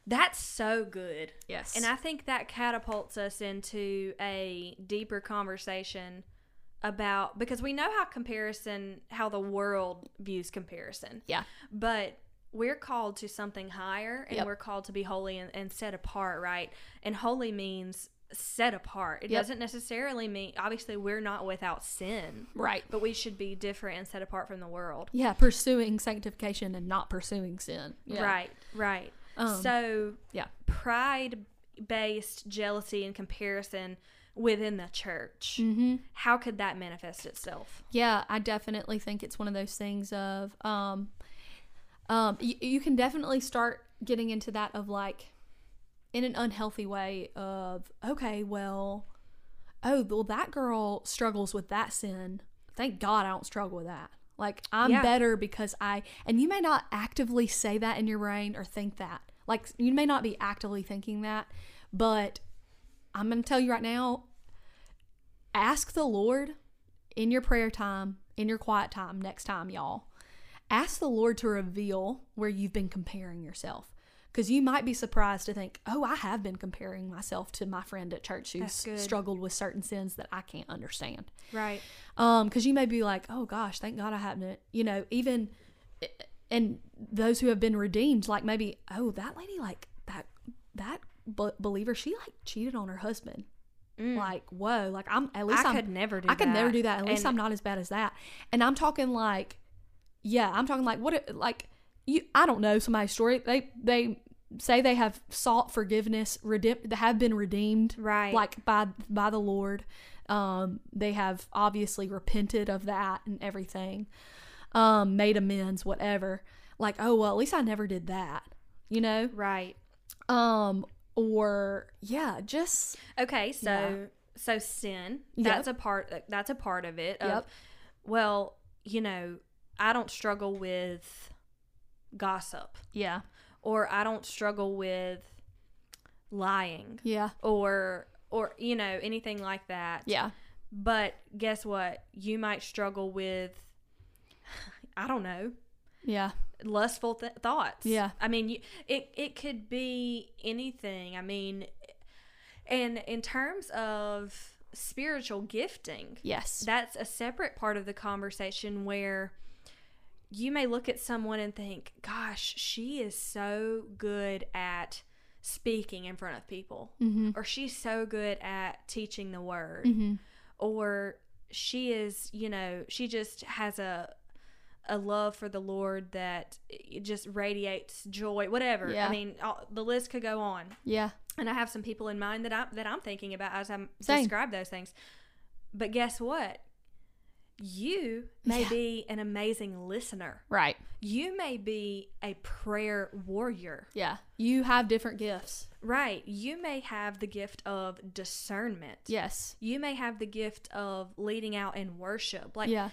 [SPEAKER 1] That's so good.
[SPEAKER 2] Yes.
[SPEAKER 1] And I think that catapults us into a deeper conversation about because we know how comparison, how the world views comparison,
[SPEAKER 2] yeah,
[SPEAKER 1] but we're called to something higher and
[SPEAKER 2] Yep.
[SPEAKER 1] we're called to be holy and, and set apart, right? And holy means set apart. It
[SPEAKER 2] Yep.
[SPEAKER 1] doesn't necessarily mean obviously we're not without sin,
[SPEAKER 2] Right.
[SPEAKER 1] but we should be different and set apart from the world.
[SPEAKER 2] Yeah, pursuing sanctification and not pursuing sin. Yeah.
[SPEAKER 1] Right, right.
[SPEAKER 2] Um,
[SPEAKER 1] so
[SPEAKER 2] yeah.
[SPEAKER 1] pride based jealousy and comparison within the church.
[SPEAKER 2] Mm-hmm.
[SPEAKER 1] How could that manifest itself?
[SPEAKER 2] Yeah, I definitely think it's one of those things of um um you, you can definitely start getting into that of like in an unhealthy way of okay, well oh, well that girl struggles with that sin. Thank God I don't struggle with that. Like I'm
[SPEAKER 1] Yeah.
[SPEAKER 2] better because I and you may not actively say that in your brain or think that. Like you may not be actively thinking that, but I'm going to tell you right now ask the Lord in your prayer time, in your quiet time next time, y'all. Ask the Lord to reveal where you've been comparing yourself. Because you might be surprised to think, oh, I have been comparing myself to my friend at church who's
[SPEAKER 1] That's good.
[SPEAKER 2] struggled with certain sins that I can't understand.
[SPEAKER 1] Right.
[SPEAKER 2] Um, because you may be like, oh gosh, thank God I haven't, you know, even, eh, and those who have been redeemed, like maybe, oh, that lady, like that, that b- believer, she like cheated on her husband. Like, whoa, like I'm, at least
[SPEAKER 1] Mm. I
[SPEAKER 2] am
[SPEAKER 1] could never do
[SPEAKER 2] I could never
[SPEAKER 1] that.
[SPEAKER 2] do that. At least
[SPEAKER 1] And-
[SPEAKER 2] I'm not as bad as that. And I'm talking like, yeah, I'm talking like what? It, like you, I don't know somebody's story. They they say they have sought forgiveness, redeem, they have been redeemed,
[SPEAKER 1] Right.
[SPEAKER 2] Like by by the Lord. Um, they have obviously repented of that and everything, um, made amends, whatever. Like, oh well, at least I never did that, you know.
[SPEAKER 1] Right.
[SPEAKER 2] Um, or yeah, just
[SPEAKER 1] Okay, so
[SPEAKER 2] Yeah.
[SPEAKER 1] so sin.
[SPEAKER 2] Yep.
[SPEAKER 1] That's a part uh, that's a part of it. Of,
[SPEAKER 2] Yep.
[SPEAKER 1] Well, you know, I don't struggle with gossip
[SPEAKER 2] yeah,
[SPEAKER 1] or I don't struggle with lying
[SPEAKER 2] yeah,
[SPEAKER 1] or or you know, anything like that.
[SPEAKER 2] yeah,
[SPEAKER 1] But guess what? You might struggle with [sighs] I don't know,
[SPEAKER 2] yeah,
[SPEAKER 1] lustful th- thoughts.
[SPEAKER 2] Yeah.
[SPEAKER 1] I mean, you, it it could be anything. I mean, and in terms of spiritual gifting,
[SPEAKER 2] yes,
[SPEAKER 1] that's a separate part of the conversation where you may look at someone and think, "Gosh, she is so good at speaking in front of people."
[SPEAKER 2] mm-hmm.
[SPEAKER 1] Or she's so good at teaching the word
[SPEAKER 2] Mm-hmm.
[SPEAKER 1] or she is you know she just has a a love for the lord that it just radiates joy whatever
[SPEAKER 2] Yeah.
[SPEAKER 1] i mean all, the list could go on
[SPEAKER 2] yeah.
[SPEAKER 1] and i have some people in mind that i'm that i'm thinking about as i
[SPEAKER 2] Same.
[SPEAKER 1] describe those things but guess what you may
[SPEAKER 2] Yeah.
[SPEAKER 1] be an amazing listener
[SPEAKER 2] Right.
[SPEAKER 1] you may be a prayer warrior
[SPEAKER 2] Yeah. You have different gifts.
[SPEAKER 1] right you may have the gift of discernment
[SPEAKER 2] Yes.
[SPEAKER 1] you may have the gift of leading out in worship like
[SPEAKER 2] yeah.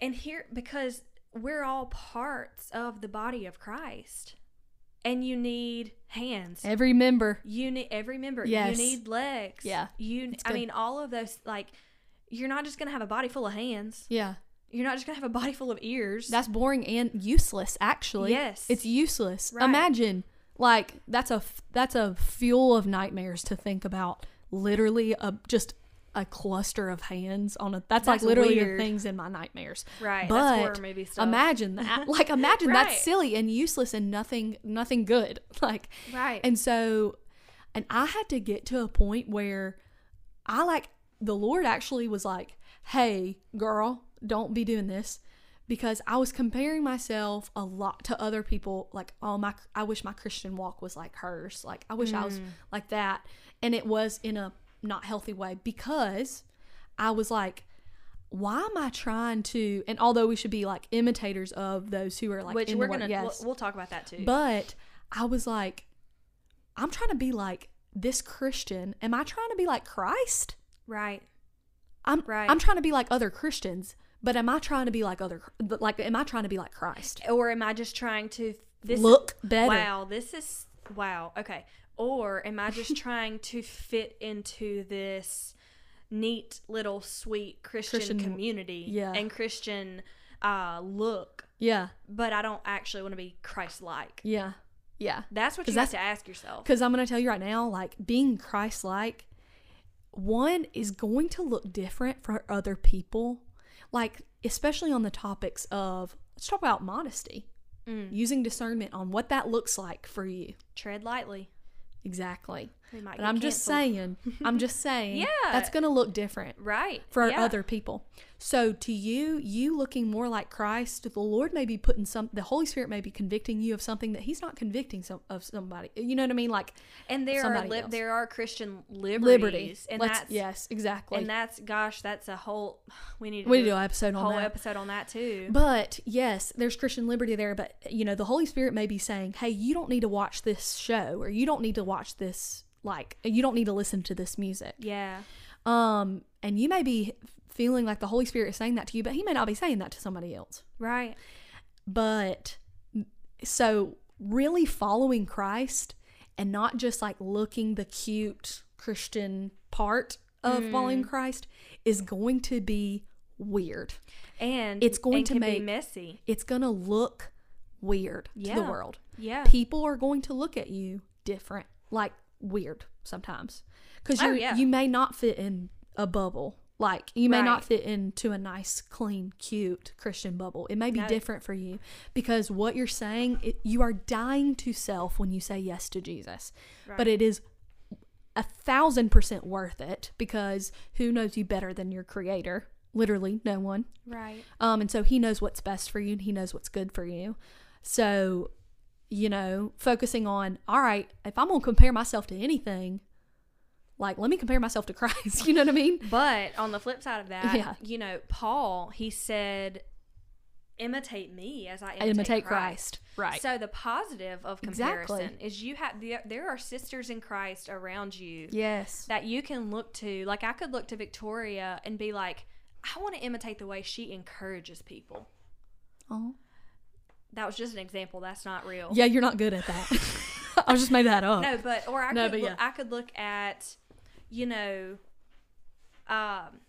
[SPEAKER 1] and here because we're all parts of the body of christ and you need hands
[SPEAKER 2] Every member.
[SPEAKER 1] you need every member
[SPEAKER 2] Yes.
[SPEAKER 1] you need legs
[SPEAKER 2] Yeah.
[SPEAKER 1] you
[SPEAKER 2] It's
[SPEAKER 1] i
[SPEAKER 2] good.
[SPEAKER 1] mean all of those like you're not just gonna have a body full of hands
[SPEAKER 2] Yeah.
[SPEAKER 1] you're not just gonna have a body full of ears
[SPEAKER 2] That's boring and useless actually.
[SPEAKER 1] Yes.
[SPEAKER 2] It's useless.
[SPEAKER 1] Right.
[SPEAKER 2] Imagine like that's a f- that's a fuel of nightmares to think about literally a just a cluster of hands on a that's, like
[SPEAKER 1] That's
[SPEAKER 2] literally the
[SPEAKER 1] weird.
[SPEAKER 2] things in my nightmares.
[SPEAKER 1] right
[SPEAKER 2] But
[SPEAKER 1] that's horror movie stuff
[SPEAKER 2] imagine that.
[SPEAKER 1] [laughs]
[SPEAKER 2] Like imagine
[SPEAKER 1] Right.
[SPEAKER 2] that's silly and useless and nothing nothing good. [laughs] Like
[SPEAKER 1] right
[SPEAKER 2] And so, and I had to get to a point where I like the Lord actually was like, hey, girl, don't be doing this because I was comparing myself a lot to other people. Like, oh, my, I wish my Christian walk was like hers. Like, I wish I was
[SPEAKER 1] Mm.
[SPEAKER 2] like that. And it was in a not healthy way because I was like, why am I trying to? And although we should be like imitators of those who are like,
[SPEAKER 1] which
[SPEAKER 2] in
[SPEAKER 1] we're
[SPEAKER 2] the word,
[SPEAKER 1] gonna
[SPEAKER 2] yes.
[SPEAKER 1] we'll, we'll talk about that too
[SPEAKER 2] But I was like, I'm trying to be like this Christian. Am I trying to be like Christ?
[SPEAKER 1] right
[SPEAKER 2] I'm
[SPEAKER 1] Right.
[SPEAKER 2] I'm trying to be like other Christians, but am I trying to be like other but, like am I trying to be like Christ?
[SPEAKER 1] or am i just trying to this
[SPEAKER 2] Look better.
[SPEAKER 1] wow this is wow okay or am i
[SPEAKER 2] [laughs]
[SPEAKER 1] just trying to fit into this neat little sweet christian,
[SPEAKER 2] Christian-
[SPEAKER 1] community
[SPEAKER 2] yeah.
[SPEAKER 1] and christian uh look
[SPEAKER 2] Yeah.
[SPEAKER 1] but i don't actually want to be christ-like
[SPEAKER 2] Yeah. Yeah.
[SPEAKER 1] that's what
[SPEAKER 2] 'Cause
[SPEAKER 1] you have
[SPEAKER 2] that's-
[SPEAKER 1] to ask yourself
[SPEAKER 2] Cuz I'm going to tell you right now like being Christ-like one is going to look different for other people. Like especially on the topics of let's talk about modesty.
[SPEAKER 1] Mm.
[SPEAKER 2] Using discernment on what that looks like for you.
[SPEAKER 1] tread lightly
[SPEAKER 2] Exactly.
[SPEAKER 1] We might
[SPEAKER 2] But
[SPEAKER 1] get
[SPEAKER 2] I'm just
[SPEAKER 1] canceled.
[SPEAKER 2] saying, I'm just saying,
[SPEAKER 1] [laughs] Yeah.
[SPEAKER 2] that's going to look different
[SPEAKER 1] Right.
[SPEAKER 2] for
[SPEAKER 1] yeah.
[SPEAKER 2] other people. So to you, you looking more like Christ, the Lord may be putting some, the Holy Spirit may be convicting you of something that He's not convicting some of somebody. You know what I mean? Like
[SPEAKER 1] And there are
[SPEAKER 2] somebody
[SPEAKER 1] li-
[SPEAKER 2] else.
[SPEAKER 1] there are Christian liberties.
[SPEAKER 2] liberty.
[SPEAKER 1] And
[SPEAKER 2] Let's-
[SPEAKER 1] that's
[SPEAKER 2] yes, exactly.
[SPEAKER 1] and that's gosh, that's a whole [sighs] we need to
[SPEAKER 2] we
[SPEAKER 1] do
[SPEAKER 2] do an episode
[SPEAKER 1] a
[SPEAKER 2] on
[SPEAKER 1] whole
[SPEAKER 2] that.
[SPEAKER 1] episode on that too.
[SPEAKER 2] But yes, there's Christian liberty there, but you know, the Holy Spirit may be saying, "Hey, you don't need to watch this show or you don't need to watch this like you don't need to listen to this music."
[SPEAKER 1] yeah.
[SPEAKER 2] Um, and you may be feeling like the Holy Spirit is saying that to you, but he may not be saying that to somebody else.
[SPEAKER 1] Right.
[SPEAKER 2] But so really following Christ and not just like looking the cute Christian part of following Christ is going to be weird.
[SPEAKER 1] And
[SPEAKER 2] It's going
[SPEAKER 1] and
[SPEAKER 2] to
[SPEAKER 1] can
[SPEAKER 2] make-
[SPEAKER 1] be messy.
[SPEAKER 2] It's going to look weird to
[SPEAKER 1] Yeah.
[SPEAKER 2] the world.
[SPEAKER 1] Yeah.
[SPEAKER 2] people are going to look at you different, like weird sometimes, because
[SPEAKER 1] Oh,
[SPEAKER 2] you
[SPEAKER 1] yeah.
[SPEAKER 2] you may not fit in a bubble. Like you may
[SPEAKER 1] Right.
[SPEAKER 2] not fit into a nice, clean, cute Christian bubble. It may be
[SPEAKER 1] No.
[SPEAKER 2] different for you because what you're saying, it, you are dying to self when you say yes to Jesus. But it is a thousand percent worth it because who knows you better than your Creator? Literally, no one.
[SPEAKER 1] right.
[SPEAKER 2] Um, and so he knows what's best for you and he knows what's good for you. So, you know, focusing on, all right, if I'm going to compare myself to anything, like, let me compare myself to Christ. [laughs] You know what I mean?
[SPEAKER 1] But on the flip side of that,
[SPEAKER 2] Yeah.
[SPEAKER 1] you know, Paul, he said, imitate me as I imitate,
[SPEAKER 2] Imitate, Christ. Right.
[SPEAKER 1] So the positive of
[SPEAKER 2] Exactly.
[SPEAKER 1] comparison is you have there, there are sisters in Christ around you
[SPEAKER 2] yes.
[SPEAKER 1] that you can look to. Like I could look to Victoria and be like, I want to imitate the way she encourages people.
[SPEAKER 2] oh.
[SPEAKER 1] That was just an example. That's not real.
[SPEAKER 2] Yeah, you're not good at [laughs] that. I just made that up.
[SPEAKER 1] No, but or I
[SPEAKER 2] [laughs] No,
[SPEAKER 1] could
[SPEAKER 2] but
[SPEAKER 1] look,
[SPEAKER 2] yeah.
[SPEAKER 1] I could look at, you know, um,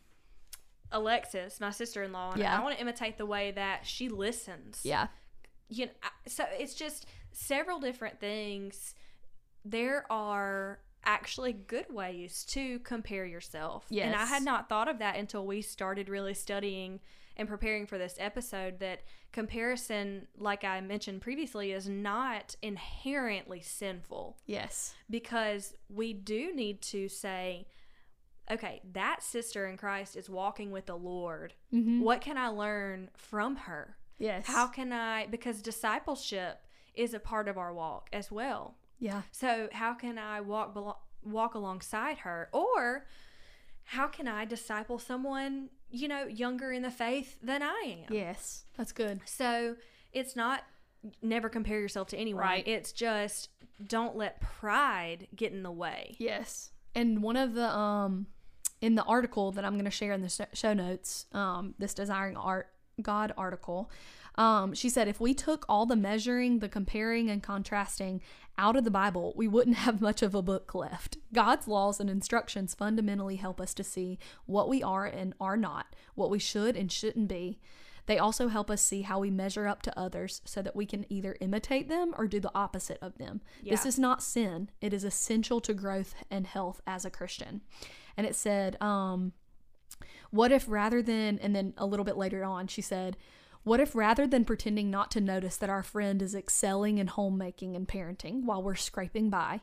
[SPEAKER 1] Alexis, my sister in law, and
[SPEAKER 2] Yeah.
[SPEAKER 1] I want to imitate the way that she listens.
[SPEAKER 2] Yeah.
[SPEAKER 1] you know, I- so it's just several different things. There are actually good ways to compare yourself. And I
[SPEAKER 2] Yes.
[SPEAKER 1] had not thought of that until we started really studying and preparing for this episode that comparison, like I mentioned previously, is not inherently sinful
[SPEAKER 2] Yes.
[SPEAKER 1] because we do need to say, okay, that sister in Christ is walking with the Lord.
[SPEAKER 2] Mm-hmm.
[SPEAKER 1] What can I learn from her?
[SPEAKER 2] Yes.
[SPEAKER 1] How can I? Because discipleship is a part of our walk as well.
[SPEAKER 2] Yeah.
[SPEAKER 1] So how can I walk belo- walk alongside her, or how can I disciple someone you know younger in the faith than I am?
[SPEAKER 2] Yes. That's good.
[SPEAKER 1] So it's not never compare yourself to anyone.
[SPEAKER 2] Right.
[SPEAKER 1] It's just don't let pride get in the way.
[SPEAKER 2] Yes. And one of the um in the article that I'm going to share in the sh- show notes, um this desiring art God article, um she said if we took all the measuring, the comparing and contrasting out of the Bible, we wouldn't [laughs] have much of a book left. God's laws and instructions fundamentally help us to see what we are and are not, what we should and shouldn't be. They also help us see how we measure up to others so that we can either imitate them or do the opposite of them. This
[SPEAKER 1] Yeah.
[SPEAKER 2] is not sin. It is essential to growth and health as a Christian. And it said, um, what if rather than, and then a little bit later on, she said, what if rather than pretending not to notice that our friend is excelling in homemaking and parenting while we're scraping by,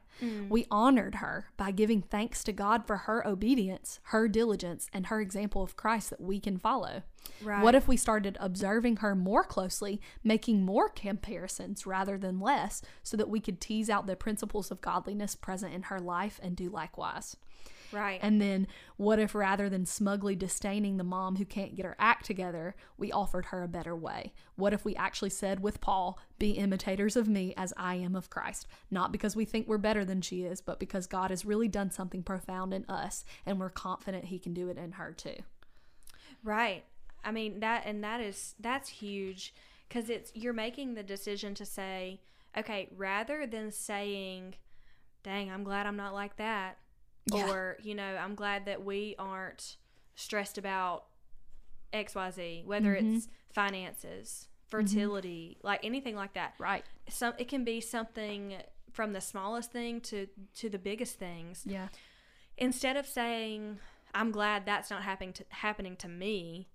[SPEAKER 2] we honored her by giving thanks to God for her obedience, her diligence, and her example of Christ that we can follow?
[SPEAKER 1] Right.
[SPEAKER 2] What if we started observing her more closely, making more comparisons rather than less, so that we could tease out the principles of godliness present in her life and do likewise?
[SPEAKER 1] Right.
[SPEAKER 2] And then, what if rather than smugly disdaining the mom who can't get her act together, we offered her a better way? What if we actually said with Paul, Be imitators of me as I am of Christ? Not because we think we're better than she is, but because God has really done something profound in us and we're confident He can do it in her too.
[SPEAKER 1] Right. I mean that and that is that's huge cuz it's you're making the decision to say, okay, rather than saying, dang, I'm glad I'm not like that
[SPEAKER 2] Yeah.
[SPEAKER 1] or, you know, I'm glad that we aren't stressed about XYZ, whether
[SPEAKER 2] Mm-hmm.
[SPEAKER 1] it's finances, fertility, like anything like that.
[SPEAKER 2] Right.
[SPEAKER 1] Some it can be something from the smallest thing to to the biggest things
[SPEAKER 2] Yeah.
[SPEAKER 1] instead of saying i'm glad that's not happening to, happening to me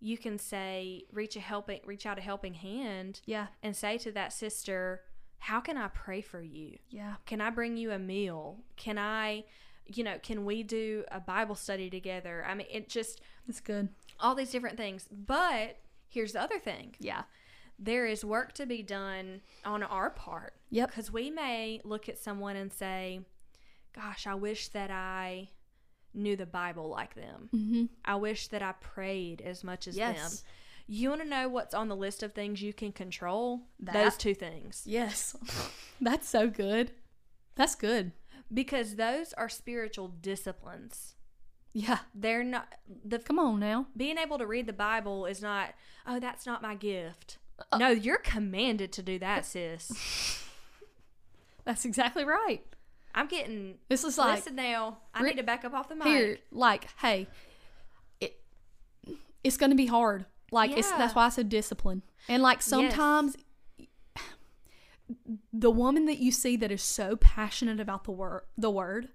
[SPEAKER 1] you can say reach a helping reach out a helping hand
[SPEAKER 2] Yeah.
[SPEAKER 1] and say to that sister how can I pray for you?
[SPEAKER 2] Yeah.
[SPEAKER 1] Can I bring you a meal? Can I, you know, can we do a Bible study together? I mean, it just
[SPEAKER 2] That's good.
[SPEAKER 1] all these different things. But here's the other thing
[SPEAKER 2] Yeah.
[SPEAKER 1] there is work to be done on our part.
[SPEAKER 2] Yep.
[SPEAKER 1] Because Uh, we may look at someone and say, Gosh, I wish that I knew the Bible like them.
[SPEAKER 2] Mm-hmm.
[SPEAKER 1] I wish that I prayed as much as
[SPEAKER 2] Yes.
[SPEAKER 1] them. You want to know what's on the list of things you can control?
[SPEAKER 2] That.
[SPEAKER 1] Those two things.
[SPEAKER 2] Yes. [laughs] That's so good. That's good.
[SPEAKER 1] Because those are spiritual disciplines.
[SPEAKER 2] Yeah.
[SPEAKER 1] They're not the
[SPEAKER 2] Come on now.
[SPEAKER 1] being able to read the Bible is not, oh, that's not my gift.
[SPEAKER 2] Uh,
[SPEAKER 1] no, you're commanded to do that, sis.
[SPEAKER 2] That's exactly right.
[SPEAKER 1] I'm getting
[SPEAKER 2] This is like
[SPEAKER 1] Listen now, I
[SPEAKER 2] Re-
[SPEAKER 1] need to back up off the mic.
[SPEAKER 2] here, like, hey, it it's gonna be hard. Like it's
[SPEAKER 1] Yeah.
[SPEAKER 2] that's why I said discipline. And like sometimes the woman that you see that is so passionate about the word the word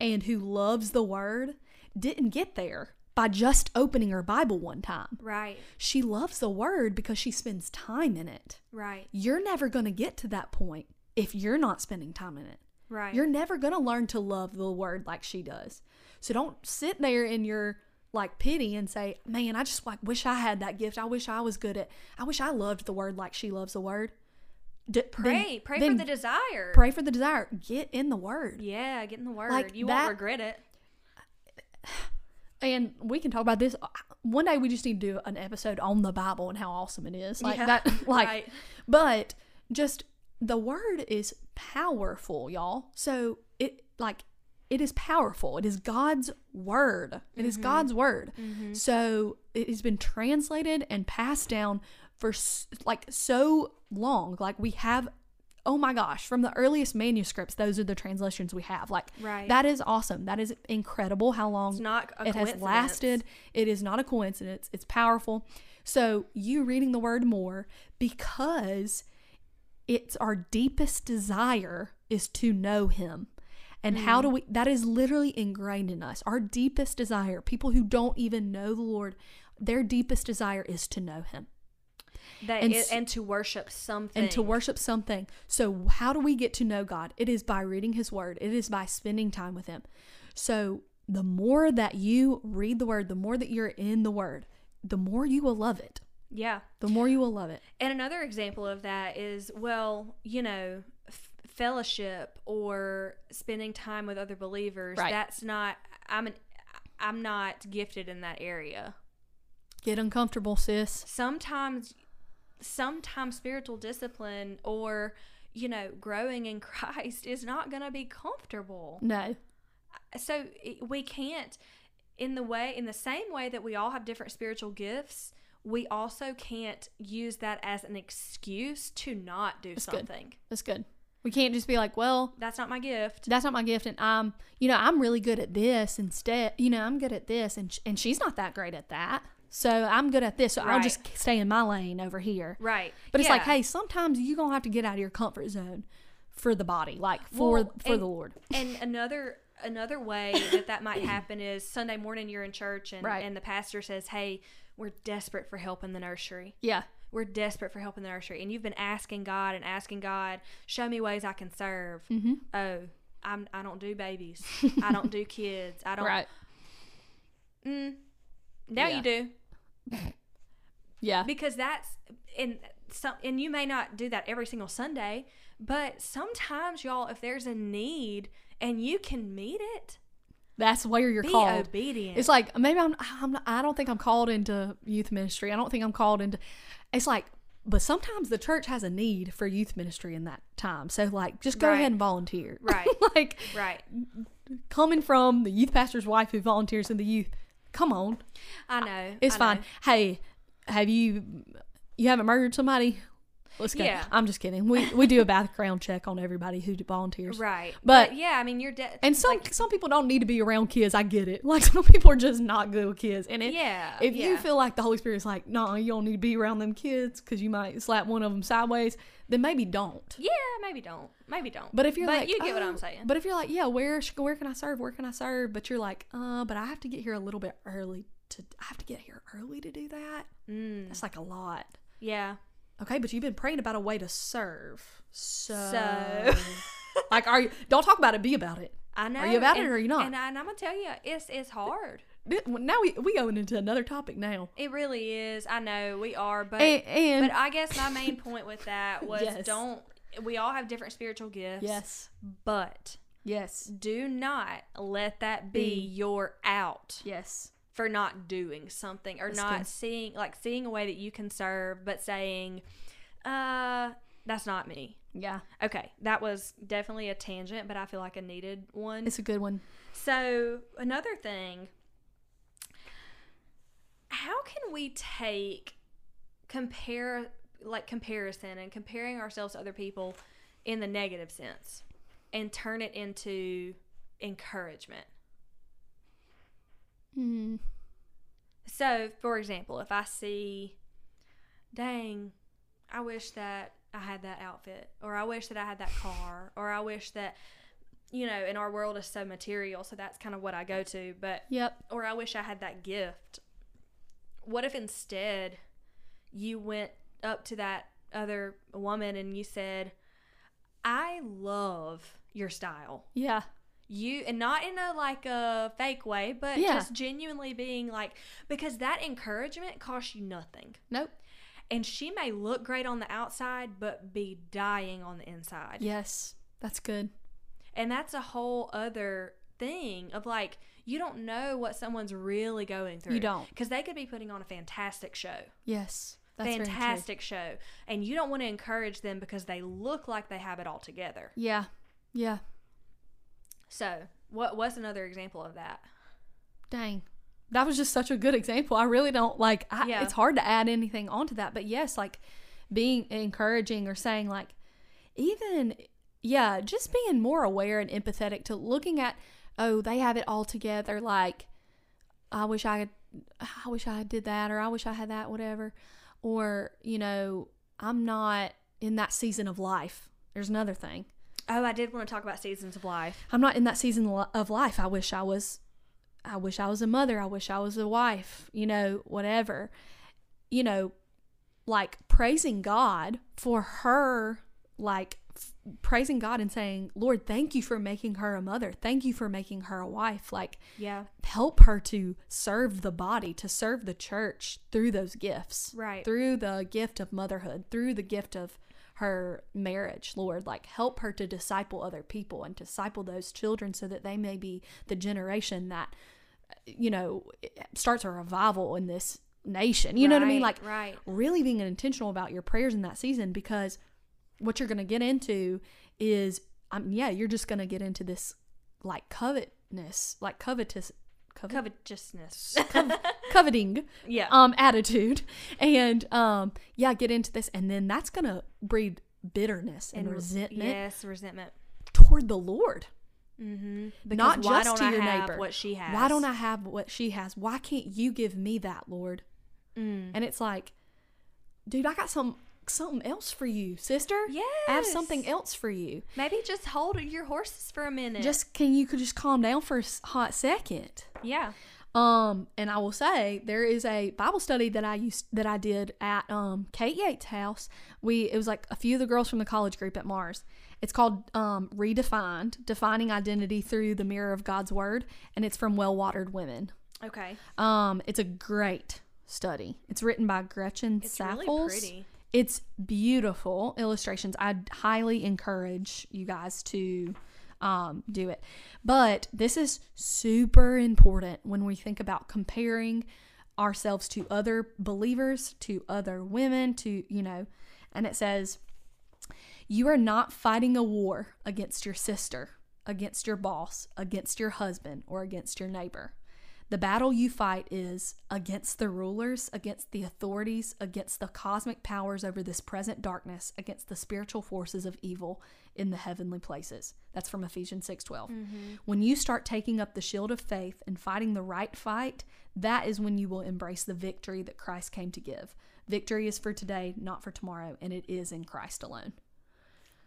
[SPEAKER 2] and who loves the word didn't get there by just opening her Bible one time.
[SPEAKER 1] Right,
[SPEAKER 2] She loves the word because she spends time in it.
[SPEAKER 1] right,
[SPEAKER 2] You're never going to get to that point if you're not spending time in it.
[SPEAKER 1] right.
[SPEAKER 2] You're never going to learn to love the word like she does. So don't sit there in your like pity and say, "Man, I just like wish I had that gift. I wish I was good at. I wish I loved the word like she loves the word." D- then-
[SPEAKER 1] pray, pray
[SPEAKER 2] then
[SPEAKER 1] for the desire.
[SPEAKER 2] Pray for the desire. Get in the word.
[SPEAKER 1] Yeah, get in the word.
[SPEAKER 2] Like
[SPEAKER 1] you
[SPEAKER 2] that-
[SPEAKER 1] won't regret it.
[SPEAKER 2] And we can talk about this one day. We just need to do an episode on the Bible and how awesome it is. Like
[SPEAKER 1] Yeah,
[SPEAKER 2] that. [laughs] Like
[SPEAKER 1] right.
[SPEAKER 2] But just the word is powerful, y'all. So it like it is powerful. It is God's word. It
[SPEAKER 1] Mm-hmm.
[SPEAKER 2] is God's word. So it has been translated and passed down for s- like so long. Like we have oh my gosh, from the earliest manuscripts, those are the translations we have. Like
[SPEAKER 1] Right.
[SPEAKER 2] that is awesome. That is incredible how long
[SPEAKER 1] It's not a
[SPEAKER 2] it has
[SPEAKER 1] coincidence.
[SPEAKER 2] lasted. It is not a coincidence. It's powerful. So you reading the word more because it's our deepest desire is to know him. And how
[SPEAKER 1] Mm.
[SPEAKER 2] do we that is literally ingrained in us. Our deepest desire, people who don't even know the Lord, their deepest desire is to know him
[SPEAKER 1] That
[SPEAKER 2] And
[SPEAKER 1] and,
[SPEAKER 2] s-
[SPEAKER 1] and to worship something.
[SPEAKER 2] and to worship something. So, how do we get to know God? It is by reading His Word, it is by spending time with Him. So, the more that you read the Word, the more that you're in the Word, the more you will love it.
[SPEAKER 1] Yeah.
[SPEAKER 2] The more you will love it.
[SPEAKER 1] And another example of that is, well, you know, f- fellowship or spending time with other believers.
[SPEAKER 2] Right.
[SPEAKER 1] That's not. I'm an. I'm not gifted in that area.
[SPEAKER 2] Get uncomfortable, sis.
[SPEAKER 1] sometimes sometimes spiritual discipline or you know growing in [laughs] christ is not going to be comfortable
[SPEAKER 2] No.
[SPEAKER 1] so it- we can't in the way in the same way that we all have different spiritual gifts we also can't use that as an excuse to not do
[SPEAKER 2] That's good.
[SPEAKER 1] something
[SPEAKER 2] That's good. We can't just be like, well,
[SPEAKER 1] that's not my gift
[SPEAKER 2] that's not my gift and I'm, you know, I'm really good at this instead. You know, I'm good at this and sh- and she's not that great at that. So, I'm good at this. So, I'll
[SPEAKER 1] Right.
[SPEAKER 2] just stay in my lane over here.
[SPEAKER 1] right
[SPEAKER 2] But it's like,
[SPEAKER 1] Yeah.
[SPEAKER 2] hey, sometimes you're gonna have to get out of your comfort zone for the body, like for
[SPEAKER 1] Well,
[SPEAKER 2] for
[SPEAKER 1] and-
[SPEAKER 2] the Lord.
[SPEAKER 1] and another another way that that
[SPEAKER 2] [clears throat]
[SPEAKER 1] might happen is sunday morning you're in church and,
[SPEAKER 2] Right.
[SPEAKER 1] and the pastor says hey we're desperate for help in the nursery
[SPEAKER 2] Yeah,
[SPEAKER 1] we're desperate for help in the nursery and you've been asking god and asking god show me ways i can serve
[SPEAKER 2] Mm-hmm.
[SPEAKER 1] oh I'm, i don't do
[SPEAKER 2] [laughs]
[SPEAKER 1] babies i don't do kids i don't
[SPEAKER 2] right.
[SPEAKER 1] mm, now
[SPEAKER 2] Yeah.
[SPEAKER 1] you do
[SPEAKER 2] Yeah,
[SPEAKER 1] because that's and some and you may not do that every single sunday but sometimes y'all if there's a need and you can meet it
[SPEAKER 2] that's where you're
[SPEAKER 1] be
[SPEAKER 2] called.
[SPEAKER 1] obedient
[SPEAKER 2] It's like maybe I'm, I'm not, I don't think I'm called into youth ministry. I don't think I'm called into. It's like, but sometimes the church has a need for youth ministry in that time. So like, just go
[SPEAKER 1] Right.
[SPEAKER 2] ahead and volunteer. [laughs]
[SPEAKER 1] Right.
[SPEAKER 2] like
[SPEAKER 1] right
[SPEAKER 2] coming from the youth pastor's wife who volunteers in the youth. Come on,
[SPEAKER 1] i know
[SPEAKER 2] It's
[SPEAKER 1] I
[SPEAKER 2] fine.
[SPEAKER 1] know.
[SPEAKER 2] Hey, have you you haven't murdered somebody? Let's go.
[SPEAKER 1] Yeah.
[SPEAKER 2] I'm just kidding. We we do a background check on everybody who volunteers.
[SPEAKER 1] right
[SPEAKER 2] But-
[SPEAKER 1] yeah i mean you're de-
[SPEAKER 2] And some some people don't need to be around kids. I get it. Like [laughs] some people are just not good with kids. And it,
[SPEAKER 1] Yeah,
[SPEAKER 2] if you
[SPEAKER 1] yeah.
[SPEAKER 2] feel like the Holy Spirit's like, no, you don't need to be around them kids because you might slap one of them sideways, then maybe don't.
[SPEAKER 1] yeah maybe don't maybe don't
[SPEAKER 2] But if you're like,
[SPEAKER 1] you get what
[SPEAKER 2] oh,
[SPEAKER 1] i'm saying
[SPEAKER 2] But if you're like, yeah, where sh- where can I serve? Where can I serve? But you're like, uh, but I have to get here a little bit early to. I have to get here early to do that.
[SPEAKER 1] mm,
[SPEAKER 2] That's like a lot.
[SPEAKER 1] yeah
[SPEAKER 2] Okay, but you've been praying about a way to serve. So,
[SPEAKER 1] So-
[SPEAKER 2] [laughs] like, are you? Don't talk about it. Be about it.
[SPEAKER 1] I know.
[SPEAKER 2] Are you about it
[SPEAKER 1] and-
[SPEAKER 2] or are you not?
[SPEAKER 1] And, I, and I'm gonna tell you, it's it's hard.
[SPEAKER 2] Th- Now we we going into another topic now.
[SPEAKER 1] It really is. I know we are, but
[SPEAKER 2] And, and
[SPEAKER 1] but uh, I guess my main point with
[SPEAKER 2] [laughs]
[SPEAKER 1] that was
[SPEAKER 2] Yes.
[SPEAKER 1] don't. We all have different spiritual gifts.
[SPEAKER 2] yes,
[SPEAKER 1] But
[SPEAKER 2] yes,
[SPEAKER 1] do not let that be
[SPEAKER 2] Be.
[SPEAKER 1] your out
[SPEAKER 2] yes,
[SPEAKER 1] for not doing something or
[SPEAKER 2] That's
[SPEAKER 1] not
[SPEAKER 2] good.
[SPEAKER 1] seeing like seeing a way that you can serve, but saying, uh, that's not me.
[SPEAKER 2] yeah.
[SPEAKER 1] Okay, that was definitely a tangent, but I feel like I needed one.
[SPEAKER 2] It's a good one.
[SPEAKER 1] So, another thing, how can we take compare like comparison and comparing ourselves to other people in the negative sense and turn it into encouragement?
[SPEAKER 2] Mm.
[SPEAKER 1] So, for example, if I see, dang, I wish that I had that outfit, or I wish that I had that car, or I wish that, you know, in our world is so material, so that's kind of what I go to, but,
[SPEAKER 2] Yep.
[SPEAKER 1] or I wish I had that gift. What if instead you went up to that other woman and you said, I love your style
[SPEAKER 2] Yeah.
[SPEAKER 1] you and not in a like a fake way but
[SPEAKER 2] Yeah.
[SPEAKER 1] just genuinely being like because that encouragement costs you nothing
[SPEAKER 2] Nope.
[SPEAKER 1] and she may look great on the outside but be dying on the inside
[SPEAKER 2] Yes. That's good.
[SPEAKER 1] and that's a whole other thing of like you don't know what someone's really going through
[SPEAKER 2] You don't.
[SPEAKER 1] because they could be putting on a fantastic show
[SPEAKER 2] Yes. That's very true.
[SPEAKER 1] fantastic show and you don't want to encourage them because they look like they have it all together
[SPEAKER 2] Yeah. Yeah.
[SPEAKER 1] so what was another example of that
[SPEAKER 2] Dang. That was just such a good example. I really don't like I,
[SPEAKER 1] Yeah.
[SPEAKER 2] it's hard to add anything onto that, but yes, like being encouraging or saying like even yeah, just being more aware and empathetic to looking at oh, they have it all together like I wish I could I wish I did that or I wish I had that whatever or you know, I'm not in that season of life. There's another thing.
[SPEAKER 1] oh i did want to talk about seasons of life
[SPEAKER 2] I'm not in that season li- of life. I wish I was, I wish I was a mother. I wish I was a wife, you know, whatever. You know, like praising God for her, like f- praising God and saying, Lord, thank you for making her a mother. Thank you for making her a wife. Like,
[SPEAKER 1] yeah
[SPEAKER 2] help her to serve the body, to serve the church through those gifts.
[SPEAKER 1] Right.
[SPEAKER 2] Through the gift of motherhood, through the gift of her marriage, Lord. Like, help her to disciple other people and disciple those children so that they may be the generation that, you know, starts a revival in this nation. You know what I mean?
[SPEAKER 1] Right,
[SPEAKER 2] Like,
[SPEAKER 1] right.
[SPEAKER 2] really being intentional about your prayers in that season because what you're going to get into is um, yeah you're just going to get into this like covetness like covetous covet, [laughs]
[SPEAKER 1] covetousness.
[SPEAKER 2] coveting
[SPEAKER 1] yeah.
[SPEAKER 2] um attitude and um yeah get into this and then that's going to breed bitterness and,
[SPEAKER 1] re-
[SPEAKER 2] resentment
[SPEAKER 1] Yes, resentment.
[SPEAKER 2] toward the lord
[SPEAKER 1] Mm-hmm. Because
[SPEAKER 2] not
[SPEAKER 1] why
[SPEAKER 2] just
[SPEAKER 1] don't
[SPEAKER 2] to
[SPEAKER 1] I
[SPEAKER 2] your
[SPEAKER 1] have
[SPEAKER 2] neighbor
[SPEAKER 1] what she has?
[SPEAKER 2] why don't i have what she has why can't you give me that lord
[SPEAKER 1] Mm.
[SPEAKER 2] and it's like dude i got some something else for you sister
[SPEAKER 1] Yes.
[SPEAKER 2] I have something else for you.
[SPEAKER 1] Maybe just hold your horses for a minute.
[SPEAKER 2] Just can you could just calm down for a s- hot second.
[SPEAKER 1] yeah.
[SPEAKER 2] Um, and I will say there is a Bible study that I used that I did at um Kate Yates' house. We it was like a few of the girls from the college group at Mars. It's called um, Redefined: Defining Identity Through the Mirror of God's Word, and it's from Well Watered Women.
[SPEAKER 1] Okay.
[SPEAKER 2] Um, it's a great study. It's written by Gretchen
[SPEAKER 1] It's
[SPEAKER 2] Saffels.
[SPEAKER 1] really pretty.
[SPEAKER 2] It's beautiful illustrations. I highly encourage you guys to um, do it. But this is super important when we think about comparing ourselves to other believers, to other women, to, you know, and it says, you are not fighting a war against your sister, against your boss, against your husband, or against your neighbor. The battle you fight is against the rulers, against the authorities, against the cosmic powers over this present darkness, against the spiritual forces of evil in the heavenly places. That's from Ephesians 6:12. When you start taking up the shield of faith and fighting the right fight, that is when you will embrace the victory that Christ came to give. Victory is for today, not for tomorrow, and it is in Christ alone.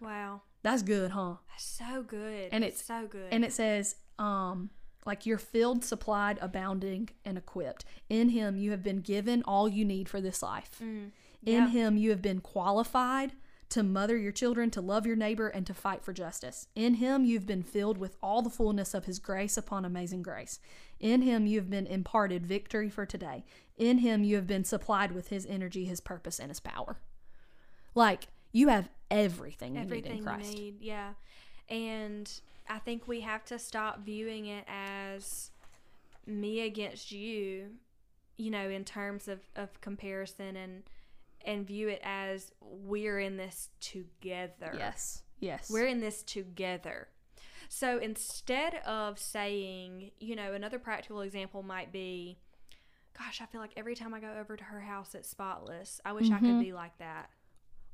[SPEAKER 1] Wow.
[SPEAKER 2] That's good, huh?
[SPEAKER 1] That's so good.
[SPEAKER 2] And
[SPEAKER 1] it's,
[SPEAKER 2] it's-
[SPEAKER 1] so good.
[SPEAKER 2] And it says, um, like you're filled, supplied, abounding, and equipped. In him you have been given all you need for this life. In
[SPEAKER 1] Mm. Yeah.
[SPEAKER 2] him you have been qualified to mother your children, to love your neighbor, and to fight for justice. In him you've been filled with all the fullness of his grace upon amazing grace. In him you've been imparted victory for today. In him you have been supplied with his energy, his purpose, and his power. Like you have everything, you need in
[SPEAKER 1] everything
[SPEAKER 2] Christ.
[SPEAKER 1] you need. Yeah. And I think we have to stop viewing it as me against you, you know, in terms of, of comparison and and view it as we're in this together.
[SPEAKER 2] Yes. Yes.
[SPEAKER 1] We're in this together. So instead of saying, you know, another practical example might be, gosh, I feel like every time I go over to her house, it's spotless. I wish I
[SPEAKER 2] Mm-hmm.
[SPEAKER 1] could be like that.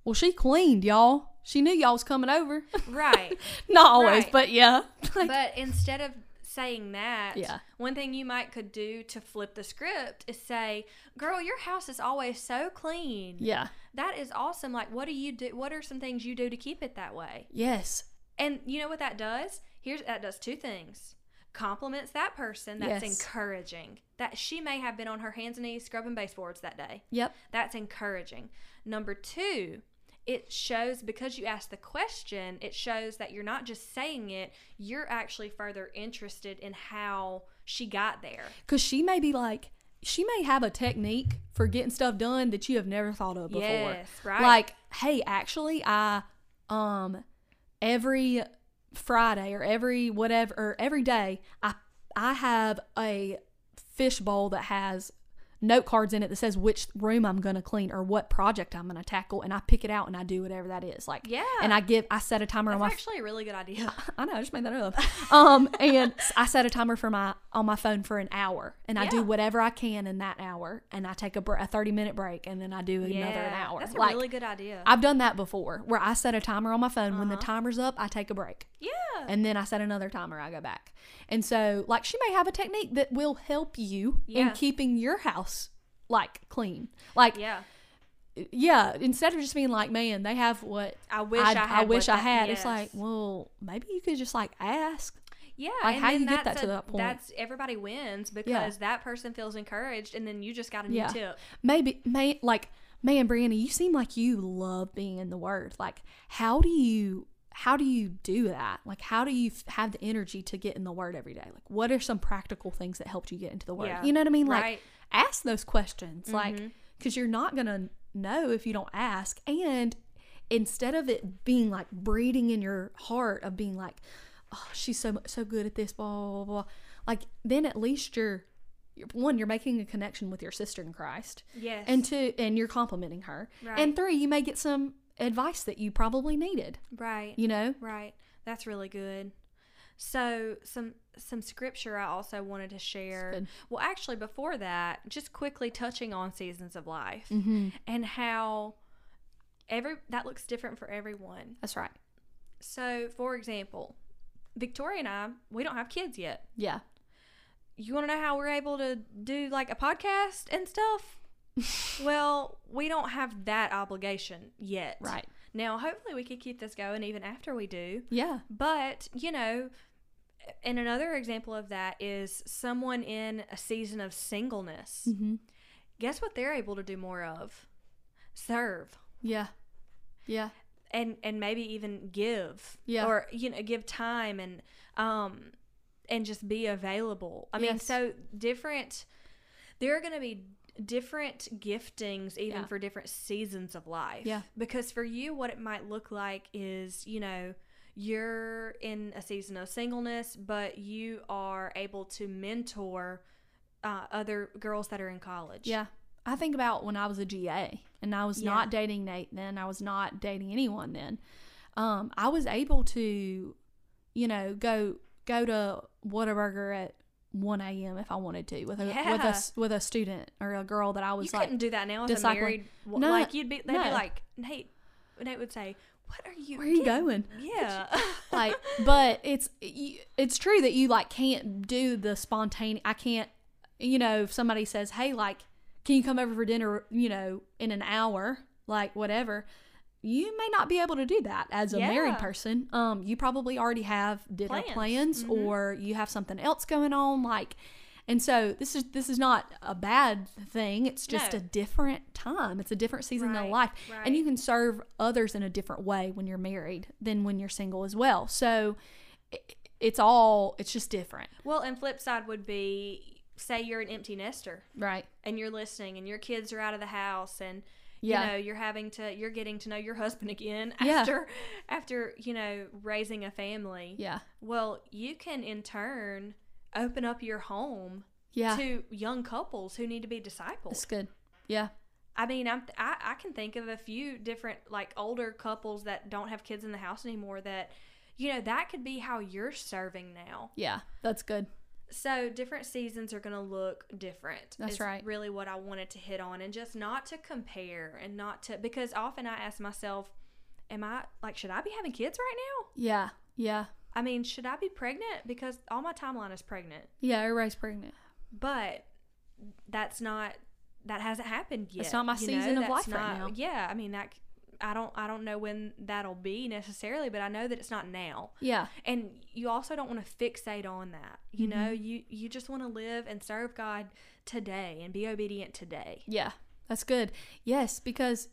[SPEAKER 2] well, she cleaned y'all. She knew y'all was coming over. [laughs]
[SPEAKER 1] Right.
[SPEAKER 2] Not always,
[SPEAKER 1] Right.
[SPEAKER 2] but yeah. Like,
[SPEAKER 1] but instead of saying that,
[SPEAKER 2] Yeah.
[SPEAKER 1] one thing you might could do to flip the script is say, "Girl, your house is always so clean.
[SPEAKER 2] [laughs] yeah.
[SPEAKER 1] That is awesome. Like, what do you do? What are some things you do to keep it that way?"
[SPEAKER 2] Yes.
[SPEAKER 1] And you know what that does? Here's that does two things. Compliments that person. That's
[SPEAKER 2] Yes.
[SPEAKER 1] encouraging. That she may have been on her hands and knees scrubbing baseboards that day.
[SPEAKER 2] Yep.
[SPEAKER 1] That's encouraging. Number two, it shows because you asked the question, it shows that you're not just saying it, you're actually further interested in how she got there.
[SPEAKER 2] Because she may be like, she may have a technique for getting stuff done that you have never thought of before.
[SPEAKER 1] Yes, right.
[SPEAKER 2] Like, hey, actually, I, um, every Friday or every whatever or every day, I I have a fish bowl that has note cards in it that says which room I'm gonna clean or what project I'm gonna tackle, and I pick it out and I do whatever that is. Like,
[SPEAKER 1] Yeah.
[SPEAKER 2] And I give, I set a timer on
[SPEAKER 1] That's
[SPEAKER 2] my
[SPEAKER 1] actually a really good idea.
[SPEAKER 2] I know, I just made that up. Um, and s- I set a timer for my on my phone for an hour, and I do
[SPEAKER 1] Yeah.
[SPEAKER 2] whatever I can in that hour, and I take a, br- a thirty minute break, and then I do [laughs] another an hour.
[SPEAKER 1] That's a
[SPEAKER 2] like
[SPEAKER 1] really good idea.
[SPEAKER 2] I've done that before, where I set a timer on my phone. When the timer's up, I take a break,
[SPEAKER 1] Uh-huh. yeah.
[SPEAKER 2] and then I set another timer. I go back, and so like she may have a technique that will help you in
[SPEAKER 1] Yeah.
[SPEAKER 2] keeping your house like clean. Like
[SPEAKER 1] Yeah.
[SPEAKER 2] yeah, instead of just being like, man, they have what.
[SPEAKER 1] I wish I,
[SPEAKER 2] I,
[SPEAKER 1] had.
[SPEAKER 2] I wish
[SPEAKER 1] what
[SPEAKER 2] I
[SPEAKER 1] that-
[SPEAKER 2] had. It's
[SPEAKER 1] yes.
[SPEAKER 2] like, well, maybe you could just like ask.
[SPEAKER 1] yeah.
[SPEAKER 2] like,
[SPEAKER 1] and
[SPEAKER 2] how
[SPEAKER 1] then
[SPEAKER 2] you get that
[SPEAKER 1] that's
[SPEAKER 2] to
[SPEAKER 1] a-
[SPEAKER 2] that point?
[SPEAKER 1] That's everybody wins because that person feels encouraged, and then you just got a new
[SPEAKER 2] Yeah.
[SPEAKER 1] tip.
[SPEAKER 2] maybe may like man brandy you seem like you love being in the word like how do you how do you do that like how do you f- have the energy to get in the word every day like what are some practical things that helped you get into the word
[SPEAKER 1] Yeah.
[SPEAKER 2] you know what i mean like
[SPEAKER 1] Right. Mm-hmm.
[SPEAKER 2] ask those questions like because you're not gonna know if you don't ask and instead of it being like breeding in your heart of being like oh she's so mu- so good at this blah blah blah, blah like then at least you're you're- one you're making a connection with your sister in christ
[SPEAKER 1] Yes.
[SPEAKER 2] and two and you're complimenting her and
[SPEAKER 1] Right.
[SPEAKER 2] three you may get some advice that you probably needed
[SPEAKER 1] right.
[SPEAKER 2] you know
[SPEAKER 1] Right. That's really good. So some some scripture I also wanted to share.
[SPEAKER 2] good.
[SPEAKER 1] Well, actually before that, just quickly touching on seasons of life
[SPEAKER 2] Mm-hmm.
[SPEAKER 1] and how every that looks different for everyone.
[SPEAKER 2] that's right
[SPEAKER 1] So, for example, Victoria and I, we don't have kids yet.
[SPEAKER 2] yeah
[SPEAKER 1] You want to know how we're able to do like a podcast and
[SPEAKER 2] [laughs]
[SPEAKER 1] stuff? well, we don't have that obligation yet.
[SPEAKER 2] right
[SPEAKER 1] Now, hopefully we could keep this going even after we do.
[SPEAKER 2] yeah
[SPEAKER 1] But, you know, and another example of that is someone in a season of singleness.
[SPEAKER 2] mm-hmm.
[SPEAKER 1] Guess what they're able to do more of? Serve
[SPEAKER 2] yeah yeah
[SPEAKER 1] and and maybe even give
[SPEAKER 2] Yeah.
[SPEAKER 1] or you know give time and um and just be available. I mean,
[SPEAKER 2] Yes.
[SPEAKER 1] so different there are going to be different giftings even
[SPEAKER 2] Yeah.
[SPEAKER 1] for different seasons of life.
[SPEAKER 2] Yeah.
[SPEAKER 1] Because for you what it might look like is, you know, you're in a season of singleness, but you are able to mentor uh, other girls that are in college.
[SPEAKER 2] Yeah. I think about when I was a GA and I was
[SPEAKER 1] Yeah.
[SPEAKER 2] not dating Nate then, I was not dating anyone then. Um, I was able to, you know, go go to Whataburger at one AM if I wanted to with a with
[SPEAKER 1] Yeah.
[SPEAKER 2] a s- with a student or a girl that I was
[SPEAKER 1] you
[SPEAKER 2] like
[SPEAKER 1] couldn't do that now as a
[SPEAKER 2] discipling.
[SPEAKER 1] married. wo-
[SPEAKER 2] No,
[SPEAKER 1] like you'd be, they'd
[SPEAKER 2] no.
[SPEAKER 1] be like, Nate. Nate would say, "What are you?
[SPEAKER 2] Where are you
[SPEAKER 1] getting-"
[SPEAKER 2] going?
[SPEAKER 1] Yeah,
[SPEAKER 2] like but it's you- it's true that you like can't do the spontaneous i can't you know if somebody says hey like can you come over for dinner you know in an hour like whatever you may not be able to do that as a married
[SPEAKER 1] Yeah.
[SPEAKER 2] person um you probably already have dinner plans,
[SPEAKER 1] Plans. Mhm.
[SPEAKER 2] or you have something else going on like And so this is this is not a bad thing. It's just
[SPEAKER 1] No.
[SPEAKER 2] a different time. It's a different season of
[SPEAKER 1] Right,
[SPEAKER 2] life. And you
[SPEAKER 1] right.
[SPEAKER 2] can serve others in a different way when you're married than when you're single as well. So i it's all it's just different.
[SPEAKER 1] [laughs] Well, and flip side would be say you're an empty nester
[SPEAKER 2] Right.
[SPEAKER 1] and you're listening and your kids are out of the house and
[SPEAKER 2] Yeah.
[SPEAKER 1] you know you're having to you're getting to know your husband again [laughs]
[SPEAKER 2] Yeah.
[SPEAKER 1] after after you know raising a family.
[SPEAKER 2] Yeah.
[SPEAKER 1] Well, you can in turn open up your home
[SPEAKER 2] Yeah.
[SPEAKER 1] to young couples who need to be disciples.
[SPEAKER 2] That's good. Yeah.
[SPEAKER 1] I mean, I'm I, I can think of a few different like older couples that don't have kids in the house anymore that you know that could be how you're serving now.
[SPEAKER 2] Yeah. That's good.
[SPEAKER 1] So different seasons are going to look different.
[SPEAKER 2] That's
[SPEAKER 1] is
[SPEAKER 2] right.
[SPEAKER 1] Really, what I wanted to hit on, and just not to compare, and not to because often I ask myself, "Am I like should I be having kids right now?
[SPEAKER 2] Yeah. Yeah.
[SPEAKER 1] I mean, should I be pregnant? Because all my timeline is pregnant,
[SPEAKER 2] Yeah. Everybody's pregnant.
[SPEAKER 1] but that's not that hasn't happened yet.
[SPEAKER 2] That's not my
[SPEAKER 1] you
[SPEAKER 2] season of
[SPEAKER 1] That's
[SPEAKER 2] life right
[SPEAKER 1] not-
[SPEAKER 2] now.
[SPEAKER 1] Yeah, I mean that. c- I don't. I don't know when that'll be necessarily, but I know that it's not now.
[SPEAKER 2] Yeah.
[SPEAKER 1] and you also don't want to fixate on that you know
[SPEAKER 2] Mm-hmm.
[SPEAKER 1] you you just want to live and serve god today and be obedient today
[SPEAKER 2] Yeah, that's good. Yes, because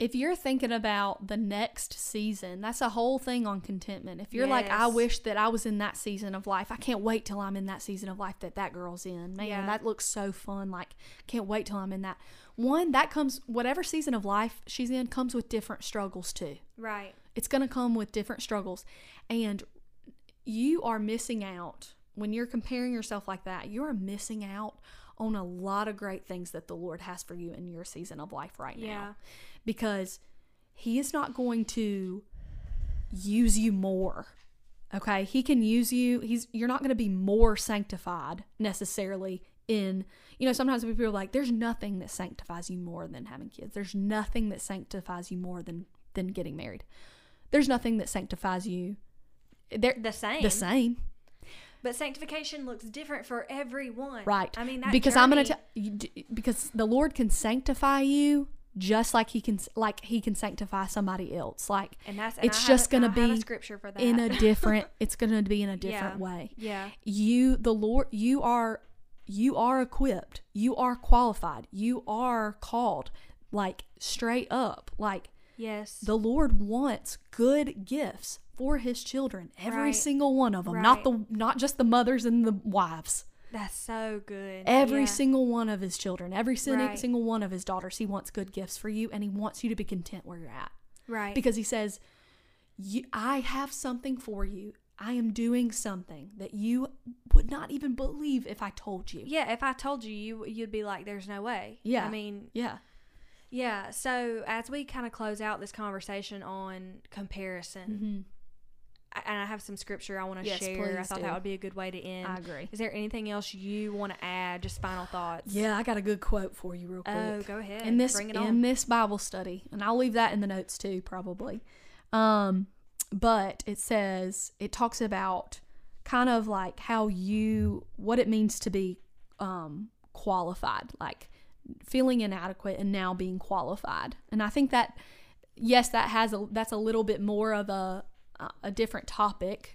[SPEAKER 2] if you're thinking about the next season, that's a whole thing on contentment. If you're like, I
[SPEAKER 1] Yes.
[SPEAKER 2] wish that I was in that season of life, I can't wait till I'm in that season of life that that girl's in. Man,
[SPEAKER 1] Yeah.
[SPEAKER 2] that looks so fun. Like, can't wait till I'm in that. One, that comes, whatever season of life she's in comes with different struggles too
[SPEAKER 1] right
[SPEAKER 2] it's going to come with different struggles and you are missing out when you're comparing yourself like that you're missing out on a lot of great things that the lord has for you in your season of life right
[SPEAKER 1] Yeah.
[SPEAKER 2] now because he is not going to use you more okay he can use you he's you're not going to be more sanctified necessarily in you know sometimes people are like there's nothing that sanctifies you more than having kids there's nothing that sanctifies you more than than getting married there's nothing that sanctifies you they're
[SPEAKER 1] the same
[SPEAKER 2] the same
[SPEAKER 1] but sanctification looks different for everyone
[SPEAKER 2] right
[SPEAKER 1] i mean that
[SPEAKER 2] because i'm gonna
[SPEAKER 1] journey-
[SPEAKER 2] tell you d- because the lord can sanctify you just like he can like he can sanctify somebody else like
[SPEAKER 1] and that's and
[SPEAKER 2] it's
[SPEAKER 1] I have
[SPEAKER 2] just
[SPEAKER 1] a-
[SPEAKER 2] gonna
[SPEAKER 1] I have a
[SPEAKER 2] be
[SPEAKER 1] scripture for that
[SPEAKER 2] in a
[SPEAKER 1] [laughs]
[SPEAKER 2] different it's gonna be in a different
[SPEAKER 1] Yeah.
[SPEAKER 2] way
[SPEAKER 1] yeah
[SPEAKER 2] you the lord you are you are equipped you are qualified you are called like straight up like
[SPEAKER 1] yes
[SPEAKER 2] the lord wants good gifts for his children every
[SPEAKER 1] Right.
[SPEAKER 2] single one of them not
[SPEAKER 1] Right.
[SPEAKER 2] the not just the mothers and the wives
[SPEAKER 1] that's so good
[SPEAKER 2] every
[SPEAKER 1] Yeah.
[SPEAKER 2] single one of his children every sin-
[SPEAKER 1] Right.
[SPEAKER 2] single one of his daughters he wants good gifts for you and he wants you to be content where you're at
[SPEAKER 1] right
[SPEAKER 2] because he says you, i have something for you i am doing something that you would not even believe if i told you
[SPEAKER 1] yeah if i told you you you'd be like there's no way
[SPEAKER 2] Yeah.
[SPEAKER 1] i mean
[SPEAKER 2] yeah
[SPEAKER 1] yeah so as we kind of close out this conversation on comparison I- and I have some scripture I want to
[SPEAKER 2] Mm-hmm. Yes,
[SPEAKER 1] share. I
[SPEAKER 2] please
[SPEAKER 1] thought
[SPEAKER 2] do.
[SPEAKER 1] that would be a good way to end.
[SPEAKER 2] I agree.
[SPEAKER 1] Is there anything else you want to add? Just final thoughts.
[SPEAKER 2] yeah i got a good quote for you real quick
[SPEAKER 1] Oh, go ahead.
[SPEAKER 2] in this
[SPEAKER 1] bring it
[SPEAKER 2] in
[SPEAKER 1] on.
[SPEAKER 2] this bible study and i'll leave that in the notes too probably um but it says it talks about kind of like how you what it means to be um qualified like feeling inadequate and now being qualified and i think that yes that has a that's a little bit more of a a different topic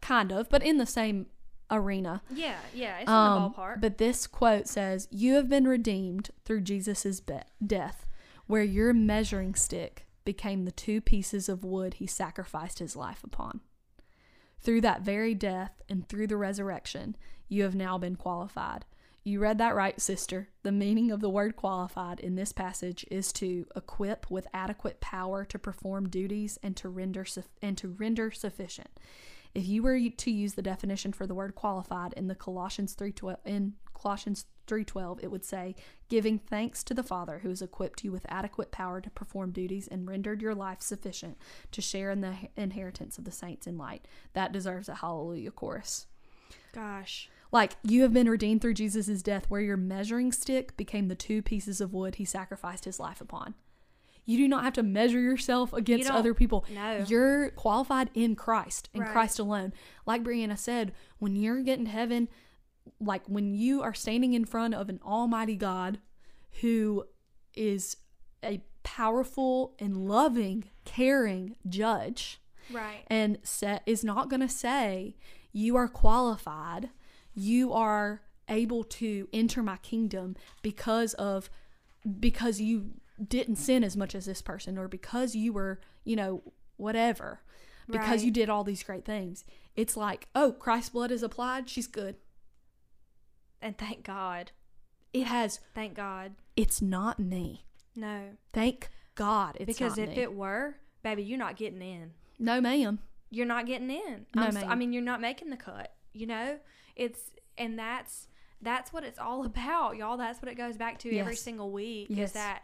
[SPEAKER 2] kind of but in the same arena
[SPEAKER 1] yeah, yeah. It's in
[SPEAKER 2] um,
[SPEAKER 1] the ballpark.
[SPEAKER 2] but this quote says, You have been redeemed through Jesus' be- death, where your measuring stick became the two pieces of wood he sacrificed his life upon. Through that very death and through the resurrection, you have now been qualified. You read that right, sister. The meaning of the word qualified in this passage is to equip with adequate power to perform duties and to render suf- and to render sufficient. If you were to use the definition for the word qualified in the Colossians 3:12 in Colossians 3:12, it would say giving thanks to the Father who has equipped you with adequate power to perform duties and rendered your life sufficient to share in the inheritance of the saints in light. That deserves a hallelujah chorus.
[SPEAKER 1] Gosh,
[SPEAKER 2] Like, you have been redeemed through Jesus' death, where your measuring stick became the two pieces of wood he sacrificed his life upon. You do not have to measure yourself against
[SPEAKER 1] don't-
[SPEAKER 2] other people.
[SPEAKER 1] no.
[SPEAKER 2] You're qualified in Christ, in
[SPEAKER 1] Right.
[SPEAKER 2] Christ alone. Like Brianna said, when you're getting to heaven, like when you are standing in front of an almighty God who is a powerful and loving, caring judge,
[SPEAKER 1] right.
[SPEAKER 2] and set is not going to say you are qualified you are able to enter my kingdom because of because you didn't sin as much as this person or because you were, you know, whatever. Because you
[SPEAKER 1] Right.
[SPEAKER 2] did all these great things. It's like, oh, Christ's blood is applied, she's good.
[SPEAKER 1] And thank God.
[SPEAKER 2] It has
[SPEAKER 1] Thank God.
[SPEAKER 2] it's not me.
[SPEAKER 1] No.
[SPEAKER 2] Thank God it's
[SPEAKER 1] because
[SPEAKER 2] not
[SPEAKER 1] if
[SPEAKER 2] me.
[SPEAKER 1] it were, baby, you're not getting in.
[SPEAKER 2] No ma'am.
[SPEAKER 1] You're not getting in.
[SPEAKER 2] No,
[SPEAKER 1] I'm s- I
[SPEAKER 2] ma'am.
[SPEAKER 1] mean, you're not making the cut. You know, it's and that's that's what it's all [laughs] about, y'all. That's what it goes back to every
[SPEAKER 2] Yes.
[SPEAKER 1] single week.
[SPEAKER 2] Yes.
[SPEAKER 1] Is that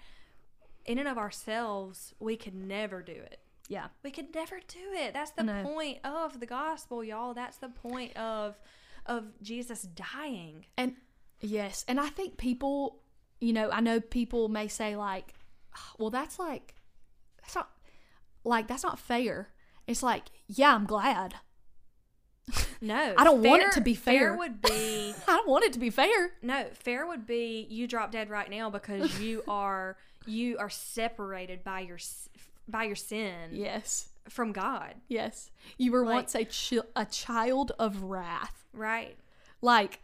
[SPEAKER 1] in and of ourselves, we could never do it.
[SPEAKER 2] Yeah.
[SPEAKER 1] we could never do it that's the
[SPEAKER 2] No.
[SPEAKER 1] point of the gospel y'all that's the point of of jesus dying
[SPEAKER 2] And yes, and I think people, you know, I know people may say like, "Ah, well, that's like, that's not, like that's not fair. It's like, yeah, I'm glad. [laughs]
[SPEAKER 1] no
[SPEAKER 2] I don't want it to be fair.
[SPEAKER 1] fair would be [laughs]
[SPEAKER 2] I don't want it to be fair.
[SPEAKER 1] no fair would be you drop dead right now because
[SPEAKER 2] [laughs]
[SPEAKER 1] you are you are separated by your s- by your sin
[SPEAKER 2] Yes,
[SPEAKER 1] from god
[SPEAKER 2] yes. You were
[SPEAKER 1] Like-
[SPEAKER 2] once a chi- a child of wrath,
[SPEAKER 1] right
[SPEAKER 2] like,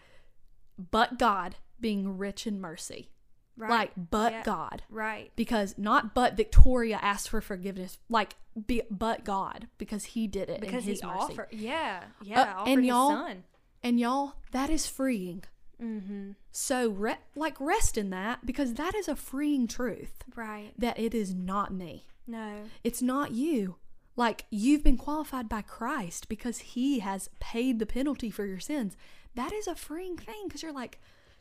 [SPEAKER 2] but God being rich in mercy,
[SPEAKER 1] right
[SPEAKER 2] like, but
[SPEAKER 1] Yeah.
[SPEAKER 2] God.
[SPEAKER 1] right
[SPEAKER 2] Because not but Victoria asked for forgiveness, like be, but God, because He did it
[SPEAKER 1] because
[SPEAKER 2] in His
[SPEAKER 1] he
[SPEAKER 2] mercy.
[SPEAKER 1] offered yeah yeah
[SPEAKER 2] Uh,
[SPEAKER 1] offered
[SPEAKER 2] and
[SPEAKER 1] his
[SPEAKER 2] y'all-
[SPEAKER 1] son
[SPEAKER 2] And y'all, that is freeing.
[SPEAKER 1] mm-hmm
[SPEAKER 2] So, re- like, rest in that because that is a freeing truth
[SPEAKER 1] right
[SPEAKER 2] that it is not me.
[SPEAKER 1] no
[SPEAKER 2] It's not you. Like, you've been qualified by Christ because he has paid the penalty for your sins. That is a freeing thing because you're like,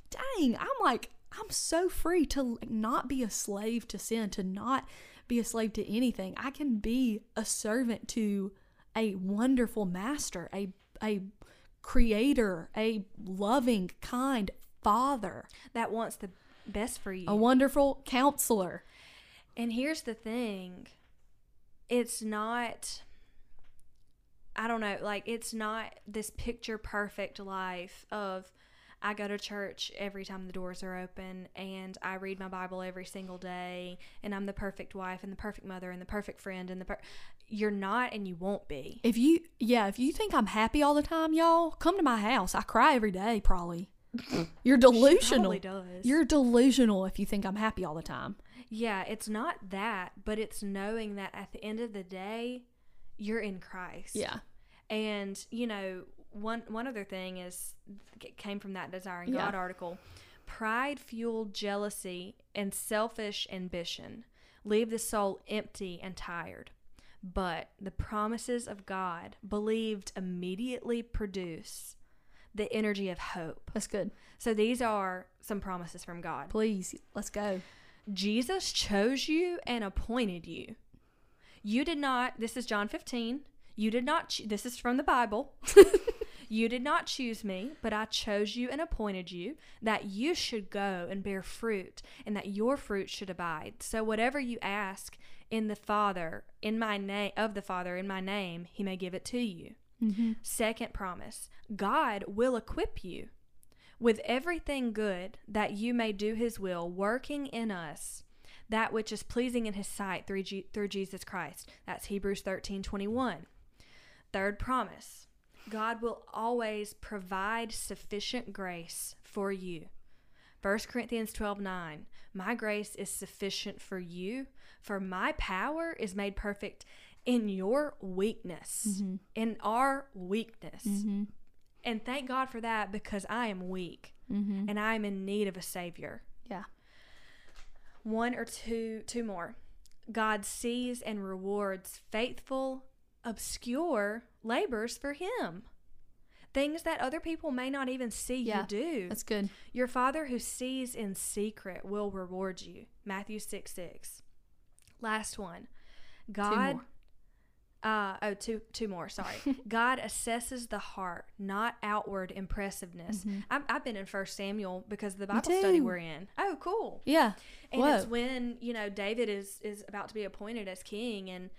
[SPEAKER 2] dang, I'm like, I'm so free to like, not be a slave to sin, to not be a slave to anything. I can be a servant to a wonderful master, a, a creator, a loving, kind father,
[SPEAKER 1] that wants the best for you
[SPEAKER 2] a wonderful counselor.
[SPEAKER 1] And here's the thing it's not, I don't know, like, it's not this picture perfect life of I go to church every time the doors are open and I read my Bible every single day and I'm the perfect wife and the perfect mother and the perfect friend and the per- you're not and you won't be.
[SPEAKER 2] If you, yeah, if you think I'm happy all the time, y'all, come to my house. I cry every day, probably. [laughs] You're delusional.
[SPEAKER 1] Probably does.
[SPEAKER 2] You're delusional if you think I'm happy all the time.
[SPEAKER 1] yeah, it's not that, but it's knowing that at the end of the day, you're in Christ.
[SPEAKER 2] Yeah.
[SPEAKER 1] And you know, one one other thing is it came from that Desiring
[SPEAKER 2] Yeah.
[SPEAKER 1] God article. Pride fueled jealousy and selfish ambition leave the soul empty and tired. But the promises of God, believed immediately, produce the energy of hope.
[SPEAKER 2] That's good.
[SPEAKER 1] So these are some promises from God.
[SPEAKER 2] Please, let's go.
[SPEAKER 1] Jesus chose you and appointed you. You did not, this is John 15. You did not, ch- this is from the Bible. [laughs] you did not choose me, but I chose you and appointed you that you should go and bear fruit and that your fruit should abide. So whatever you ask in the Father, in my name, of the Father, in my name, he may give it to you. Second promise God will equip you with everything good that you may do his will, working in us that which is pleasing in his sight through, Je- through Jesus Christ. That's Hebrews 13 21. Third promise God will always provide sufficient grace for you. 1 Corinthians 12 9. My grace is sufficient for you, for my power is made perfect in your weakness, in our weakness. And thank God for that because I am weak
[SPEAKER 2] Mm-hmm.
[SPEAKER 1] and I am in need of a Savior
[SPEAKER 2] Yeah.
[SPEAKER 1] one or two two more god sees and rewards faithful obscure labors for him things that other people may not even see
[SPEAKER 2] Yeah,
[SPEAKER 1] you do
[SPEAKER 2] That's good.
[SPEAKER 1] your father who sees in secret will reward you matthew 6 6 last one god
[SPEAKER 2] more.
[SPEAKER 1] uh oh two two more
[SPEAKER 2] [laughs]
[SPEAKER 1] sorry god assesses the heart not outward impressiveness I've, I've been in first samuel because of the bible study
[SPEAKER 2] Mm-hmm. too.
[SPEAKER 1] we're in oh cool
[SPEAKER 2] Yeah.
[SPEAKER 1] and
[SPEAKER 2] Whoa.
[SPEAKER 1] it's when you know David is is about to be appointed as king, and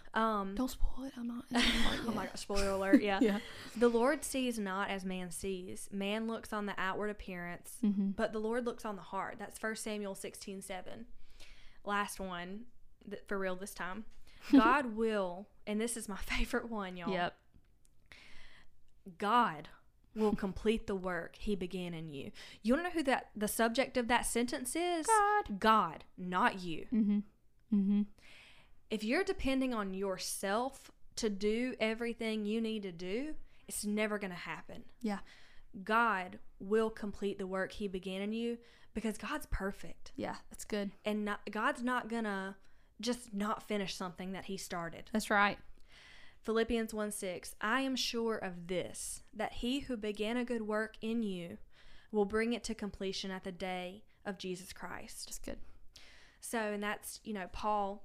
[SPEAKER 2] [laughs]
[SPEAKER 1] um,
[SPEAKER 2] Don't spoil it. I'm not. [laughs]
[SPEAKER 1] oh my gosh, spoiler alert, yeah.
[SPEAKER 2] Yeah.
[SPEAKER 1] The Lord sees not as man sees. Man looks on the outward appearance,
[SPEAKER 2] Mm-hmm.
[SPEAKER 1] but the Lord looks on the heart. That's 1 Samuel 16 7. Last one, th- for real this
[SPEAKER 2] [laughs]
[SPEAKER 1] time. God [laughs] will, and this is my favorite one, y'all.
[SPEAKER 2] Yep.
[SPEAKER 1] God will complete the work he began in you. You want to know who that the subject of that sentence is?
[SPEAKER 2] God.
[SPEAKER 1] God, not you.
[SPEAKER 2] Mm-hmm. Mm-hmm.
[SPEAKER 1] If you're depending on yourself to do everything you need to do, it's never going to happen.
[SPEAKER 2] Yeah.
[SPEAKER 1] God will complete the work he began in you because God's perfect
[SPEAKER 2] Yeah. That's good.
[SPEAKER 1] and not, God's not going to just not finish something that he started.
[SPEAKER 2] That's right.
[SPEAKER 1] Philippians 1 6, I am sure of this, that he who began a good work in you will bring it to completion at the day of Jesus Christ.
[SPEAKER 2] That's good.
[SPEAKER 1] So, and that's, you know, Paul,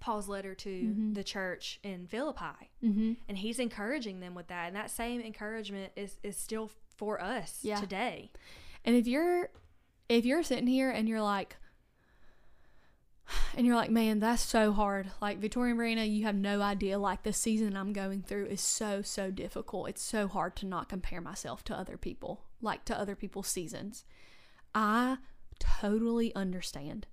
[SPEAKER 1] Paul's letter to
[SPEAKER 2] Mhm.
[SPEAKER 1] the church in Philippi.
[SPEAKER 2] Mm-hmm.
[SPEAKER 1] And he's encouraging them with that. And that same encouragement is, is still for us
[SPEAKER 2] Yeah.
[SPEAKER 1] today.
[SPEAKER 2] And if you're if you're sitting here and you're like and you're like, man, that's so hard. Like Victoria Marina, you have no idea. Like the season I'm going through is so, so difficult. It's so hard to not compare myself to other people, like to other people's seasons. I totally understand.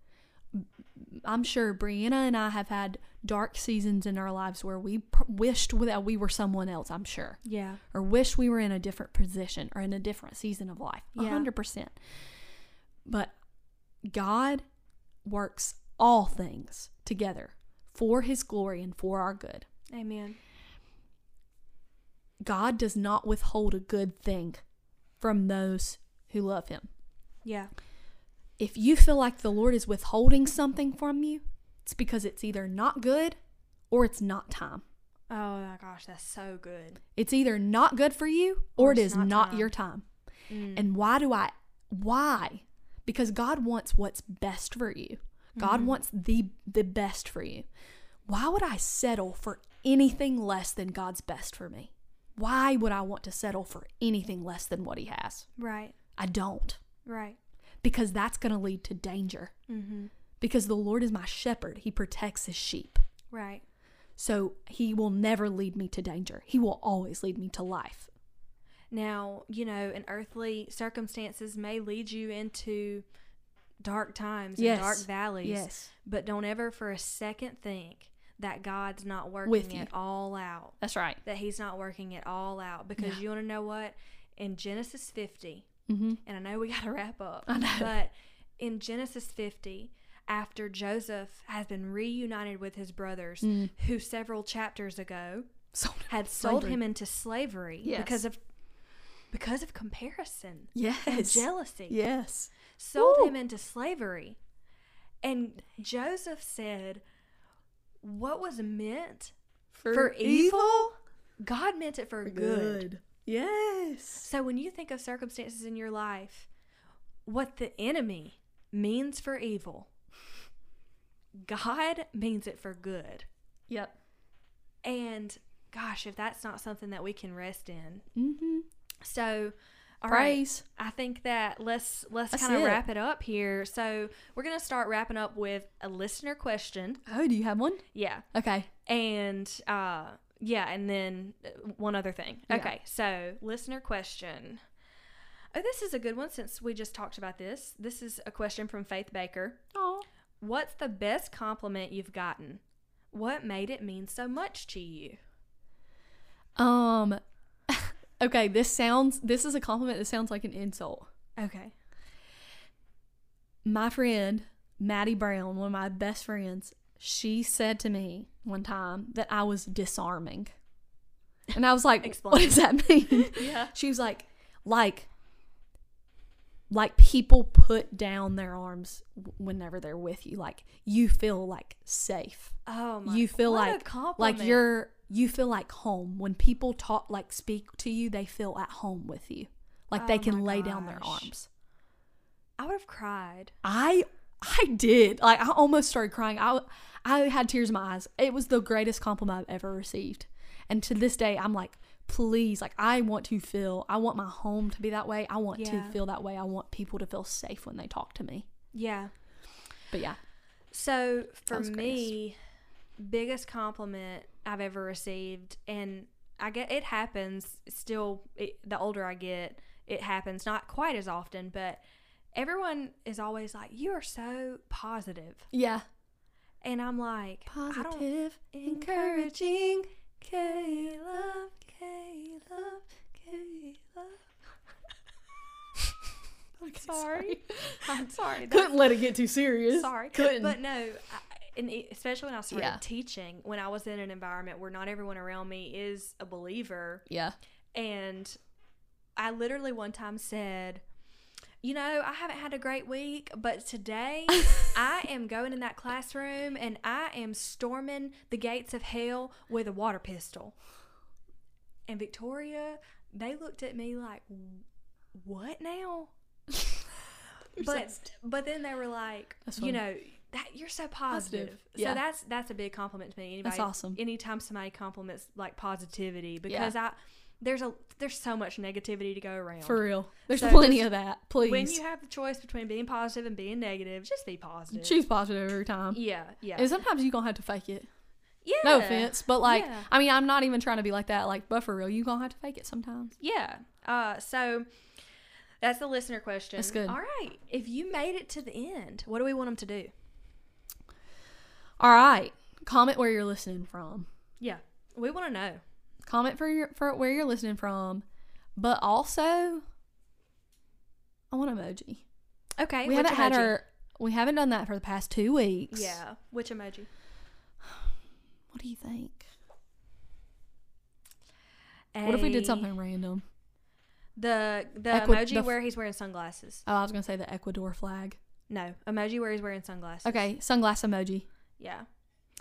[SPEAKER 2] I'm sure Brianna and I have had dark seasons in our lives where we pr- wished that we were someone else, I'm sure
[SPEAKER 1] Yeah.
[SPEAKER 2] or wish we were in a different position or in a different season of life. a
[SPEAKER 1] Yeah.
[SPEAKER 2] 100%. But God works all things together for his glory and for our good.
[SPEAKER 1] Amen.
[SPEAKER 2] God does not withhold a good thing from those who love him.
[SPEAKER 1] Yeah.
[SPEAKER 2] If you feel like the Lord is withholding something from you, it's because it's either not good or it's not time.
[SPEAKER 1] Oh my gosh, that's so good.
[SPEAKER 2] It's either not good for you or,
[SPEAKER 1] Or
[SPEAKER 2] it
[SPEAKER 1] it's
[SPEAKER 2] is
[SPEAKER 1] not
[SPEAKER 2] not
[SPEAKER 1] time.
[SPEAKER 2] your time.
[SPEAKER 1] Mm.
[SPEAKER 2] And why do I? Why? Because God wants what's best for you. God
[SPEAKER 1] Mm-hmm.
[SPEAKER 2] wants the the best for you. Why would I settle for anything less than God's best for me? Why would I want to settle for anything less than what he has?
[SPEAKER 1] Right.
[SPEAKER 2] I don't.
[SPEAKER 1] Right.
[SPEAKER 2] Because that's going to lead to danger.
[SPEAKER 1] Mm-hmm.
[SPEAKER 2] Because the Lord is my shepherd, he protects his sheep.
[SPEAKER 1] Right.
[SPEAKER 2] So he will never lead me to danger. He will always lead me to life.
[SPEAKER 1] Now, you know, and earthly circumstances may lead you into dark times
[SPEAKER 2] Yes.
[SPEAKER 1] and dark valleys.
[SPEAKER 2] Yes.
[SPEAKER 1] But don't ever for a second think that God's not working
[SPEAKER 2] With you.
[SPEAKER 1] it all out.
[SPEAKER 2] That's right.
[SPEAKER 1] That he's not working it all out. Because
[SPEAKER 2] Yeah.
[SPEAKER 1] you want to know what? In Genesis 50,
[SPEAKER 2] Mhm.
[SPEAKER 1] and I know we [laughs] got to wrap up.
[SPEAKER 2] I know.
[SPEAKER 1] But in Genesis 50, after Joseph has been reunited with his brothers,
[SPEAKER 2] Mm.
[SPEAKER 1] who several chapters ago
[SPEAKER 2] So [laughs]
[SPEAKER 1] had sold
[SPEAKER 2] Slavery.
[SPEAKER 1] him into slavery
[SPEAKER 2] Yes.
[SPEAKER 1] because of because of comparison and
[SPEAKER 2] yes.
[SPEAKER 1] jealousy
[SPEAKER 2] Yes.
[SPEAKER 1] sold
[SPEAKER 2] Woo.
[SPEAKER 1] him into slavery and joseph said what was meant for, evil, god meant it for good.
[SPEAKER 2] Yes.
[SPEAKER 1] so when you think of circumstances in your life what the enemy means for evil god means it for good
[SPEAKER 2] Yep.
[SPEAKER 1] and gosh if that's not something that we can rest in
[SPEAKER 2] Mm-hmm.
[SPEAKER 1] So, all right,
[SPEAKER 2] Praise.
[SPEAKER 1] I think that let's let's
[SPEAKER 2] That's
[SPEAKER 1] kind of
[SPEAKER 2] it.
[SPEAKER 1] wrap it up here. So we're gonna start wrapping up with a listener question.
[SPEAKER 2] Oh, do you have one?
[SPEAKER 1] Yeah,
[SPEAKER 2] Okay.
[SPEAKER 1] and uh, yeah, and then uh, one other thing.
[SPEAKER 2] Yeah.
[SPEAKER 1] Okay, so listener question. Oh, this is a good one since we just talked about this. This is a question from Faith Baker.
[SPEAKER 2] Oh.
[SPEAKER 1] What's the best compliment you've gotten? What made it mean so much to you?
[SPEAKER 2] Um. [laughs] okay. This sounds. This is a compliment that sounds like an insult.
[SPEAKER 1] Okay.
[SPEAKER 2] My friend Maddie Brown, one of my best friends, she said to me one time that I was disarming, and I was like, "What
[SPEAKER 1] Explain.
[SPEAKER 2] does that mean?"
[SPEAKER 1] Yeah.
[SPEAKER 2] She was like, like, like people put down their arms w- whenever they're with you. Like you feel like safe.
[SPEAKER 1] Oh my.
[SPEAKER 2] you feel
[SPEAKER 1] what a
[SPEAKER 2] like like
[SPEAKER 1] compliment.
[SPEAKER 2] you're you feel like home when people talk like speak to you. They feel at home with you. Like they
[SPEAKER 1] Oh
[SPEAKER 2] can
[SPEAKER 1] my
[SPEAKER 2] lay down their
[SPEAKER 1] gosh.
[SPEAKER 2] arms.
[SPEAKER 1] I would have cried.
[SPEAKER 2] I I did. Like I almost started crying. I I had tears in my eyes. It was the greatest compliment I've ever received. And to this day I'm like, please, like I want to feel I want my home to be that way. I want to
[SPEAKER 1] Yeah.
[SPEAKER 2] feel that way. I want people to feel safe when they talk to me.
[SPEAKER 1] Yeah.
[SPEAKER 2] But yeah.
[SPEAKER 1] So for
[SPEAKER 2] was
[SPEAKER 1] me, biggest compliment I've ever received, and I get it happens still. It, the older I get, it happens not quite as often, but everyone is always like, "You are so positive,"
[SPEAKER 2] Yeah.
[SPEAKER 1] and I'm like, "I don't."
[SPEAKER 2] Positive,
[SPEAKER 1] Encouraging, Caleb, Caleb, Caleb.
[SPEAKER 2] [laughs]
[SPEAKER 1] Sorry. I'm sorry. That
[SPEAKER 2] Couldn't let it get too serious.
[SPEAKER 1] sorry
[SPEAKER 2] Couldn't.
[SPEAKER 1] but no I, and e- especially when i started
[SPEAKER 2] Yeah.
[SPEAKER 1] teaching when i was in an environment where not everyone around me is a believer
[SPEAKER 2] yeah.
[SPEAKER 1] and i literally one time said you know i haven't had a great week but today
[SPEAKER 2] [laughs]
[SPEAKER 1] i am going in that classroom and i am storming the gates of hell with a water pistol and victoria they looked at me like what
[SPEAKER 2] [laughs]
[SPEAKER 1] now but but then they were like,
[SPEAKER 2] That's
[SPEAKER 1] you
[SPEAKER 2] funny.
[SPEAKER 1] know, that you're so positive.
[SPEAKER 2] Positive, yeah.
[SPEAKER 1] So that's that's a big compliment to me. Anybody,
[SPEAKER 2] That's awesome.
[SPEAKER 1] Anytime somebody compliments like positivity, because I there's a there's so much negativity to go around.
[SPEAKER 2] for real. There's
[SPEAKER 1] So
[SPEAKER 2] plenty
[SPEAKER 1] just-
[SPEAKER 2] of that. Please.
[SPEAKER 1] when you have the choice between being positive and being negative, just be positive.
[SPEAKER 2] Choose positive every time.
[SPEAKER 1] Yeah, yeah,
[SPEAKER 2] And sometimes you're going to have to fake it.
[SPEAKER 1] yeah.
[SPEAKER 2] No offense, but like,
[SPEAKER 1] Yeah.
[SPEAKER 2] I mean, I'm not even trying to be like that. Like, but for real, you gonna have to fake it sometimes.
[SPEAKER 1] Yeah. Uh, so that's the listener question.
[SPEAKER 2] That's good.
[SPEAKER 1] All right. If you made it to the end, what do we want them to do?
[SPEAKER 2] All right, comment where you're listening from.
[SPEAKER 1] Yeah, we want to know.
[SPEAKER 2] Comment for your for where you're listening from, but also, I want emoji.
[SPEAKER 1] Okay.
[SPEAKER 2] We
[SPEAKER 1] which
[SPEAKER 2] haven't had
[SPEAKER 1] emoji?
[SPEAKER 2] our we haven't done that for the past two weeks.
[SPEAKER 1] Yeah. Which emoji?
[SPEAKER 2] What do you think? What if we did
[SPEAKER 1] A-
[SPEAKER 2] something random?
[SPEAKER 1] The the
[SPEAKER 2] Equi-
[SPEAKER 1] emoji
[SPEAKER 2] the f-
[SPEAKER 1] where he's wearing sunglasses.
[SPEAKER 2] Oh, I was gonna say the Ecuador flag.
[SPEAKER 1] No, emoji where he's wearing sunglasses.
[SPEAKER 2] Okay, sunglass emoji.
[SPEAKER 1] Yeah.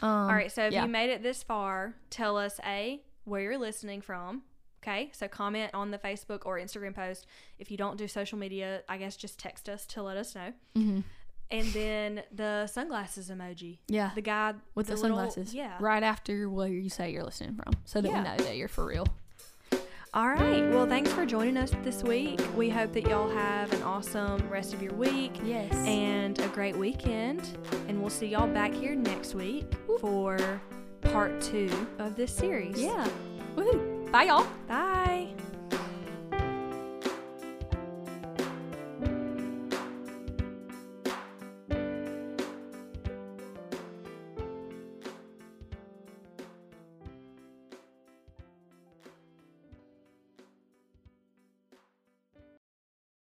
[SPEAKER 2] Um,
[SPEAKER 1] All right. So if
[SPEAKER 2] yeah.
[SPEAKER 1] you made it this far, tell us a where you're listening from. Okay. So comment on the Facebook or Instagram post. If you don't do social media, I guess just text us to let us know.
[SPEAKER 2] Mhm.
[SPEAKER 1] And then the sunglasses emoji.
[SPEAKER 2] yeah,
[SPEAKER 1] The guy
[SPEAKER 2] with the,
[SPEAKER 1] little-
[SPEAKER 2] sunglasses.
[SPEAKER 1] yeah.
[SPEAKER 2] right after where you say you're listening from, so that
[SPEAKER 1] Yeah.
[SPEAKER 2] we know that you're for real.
[SPEAKER 1] All right. Well, thanks for joining us this week. We hope that y'all have an awesome rest of your week.
[SPEAKER 2] Yes.
[SPEAKER 1] and a great weekend. And we'll see y'all back here next week for part two of this series.
[SPEAKER 2] yeah. Woohoo. Bye, y'all.
[SPEAKER 1] Bye.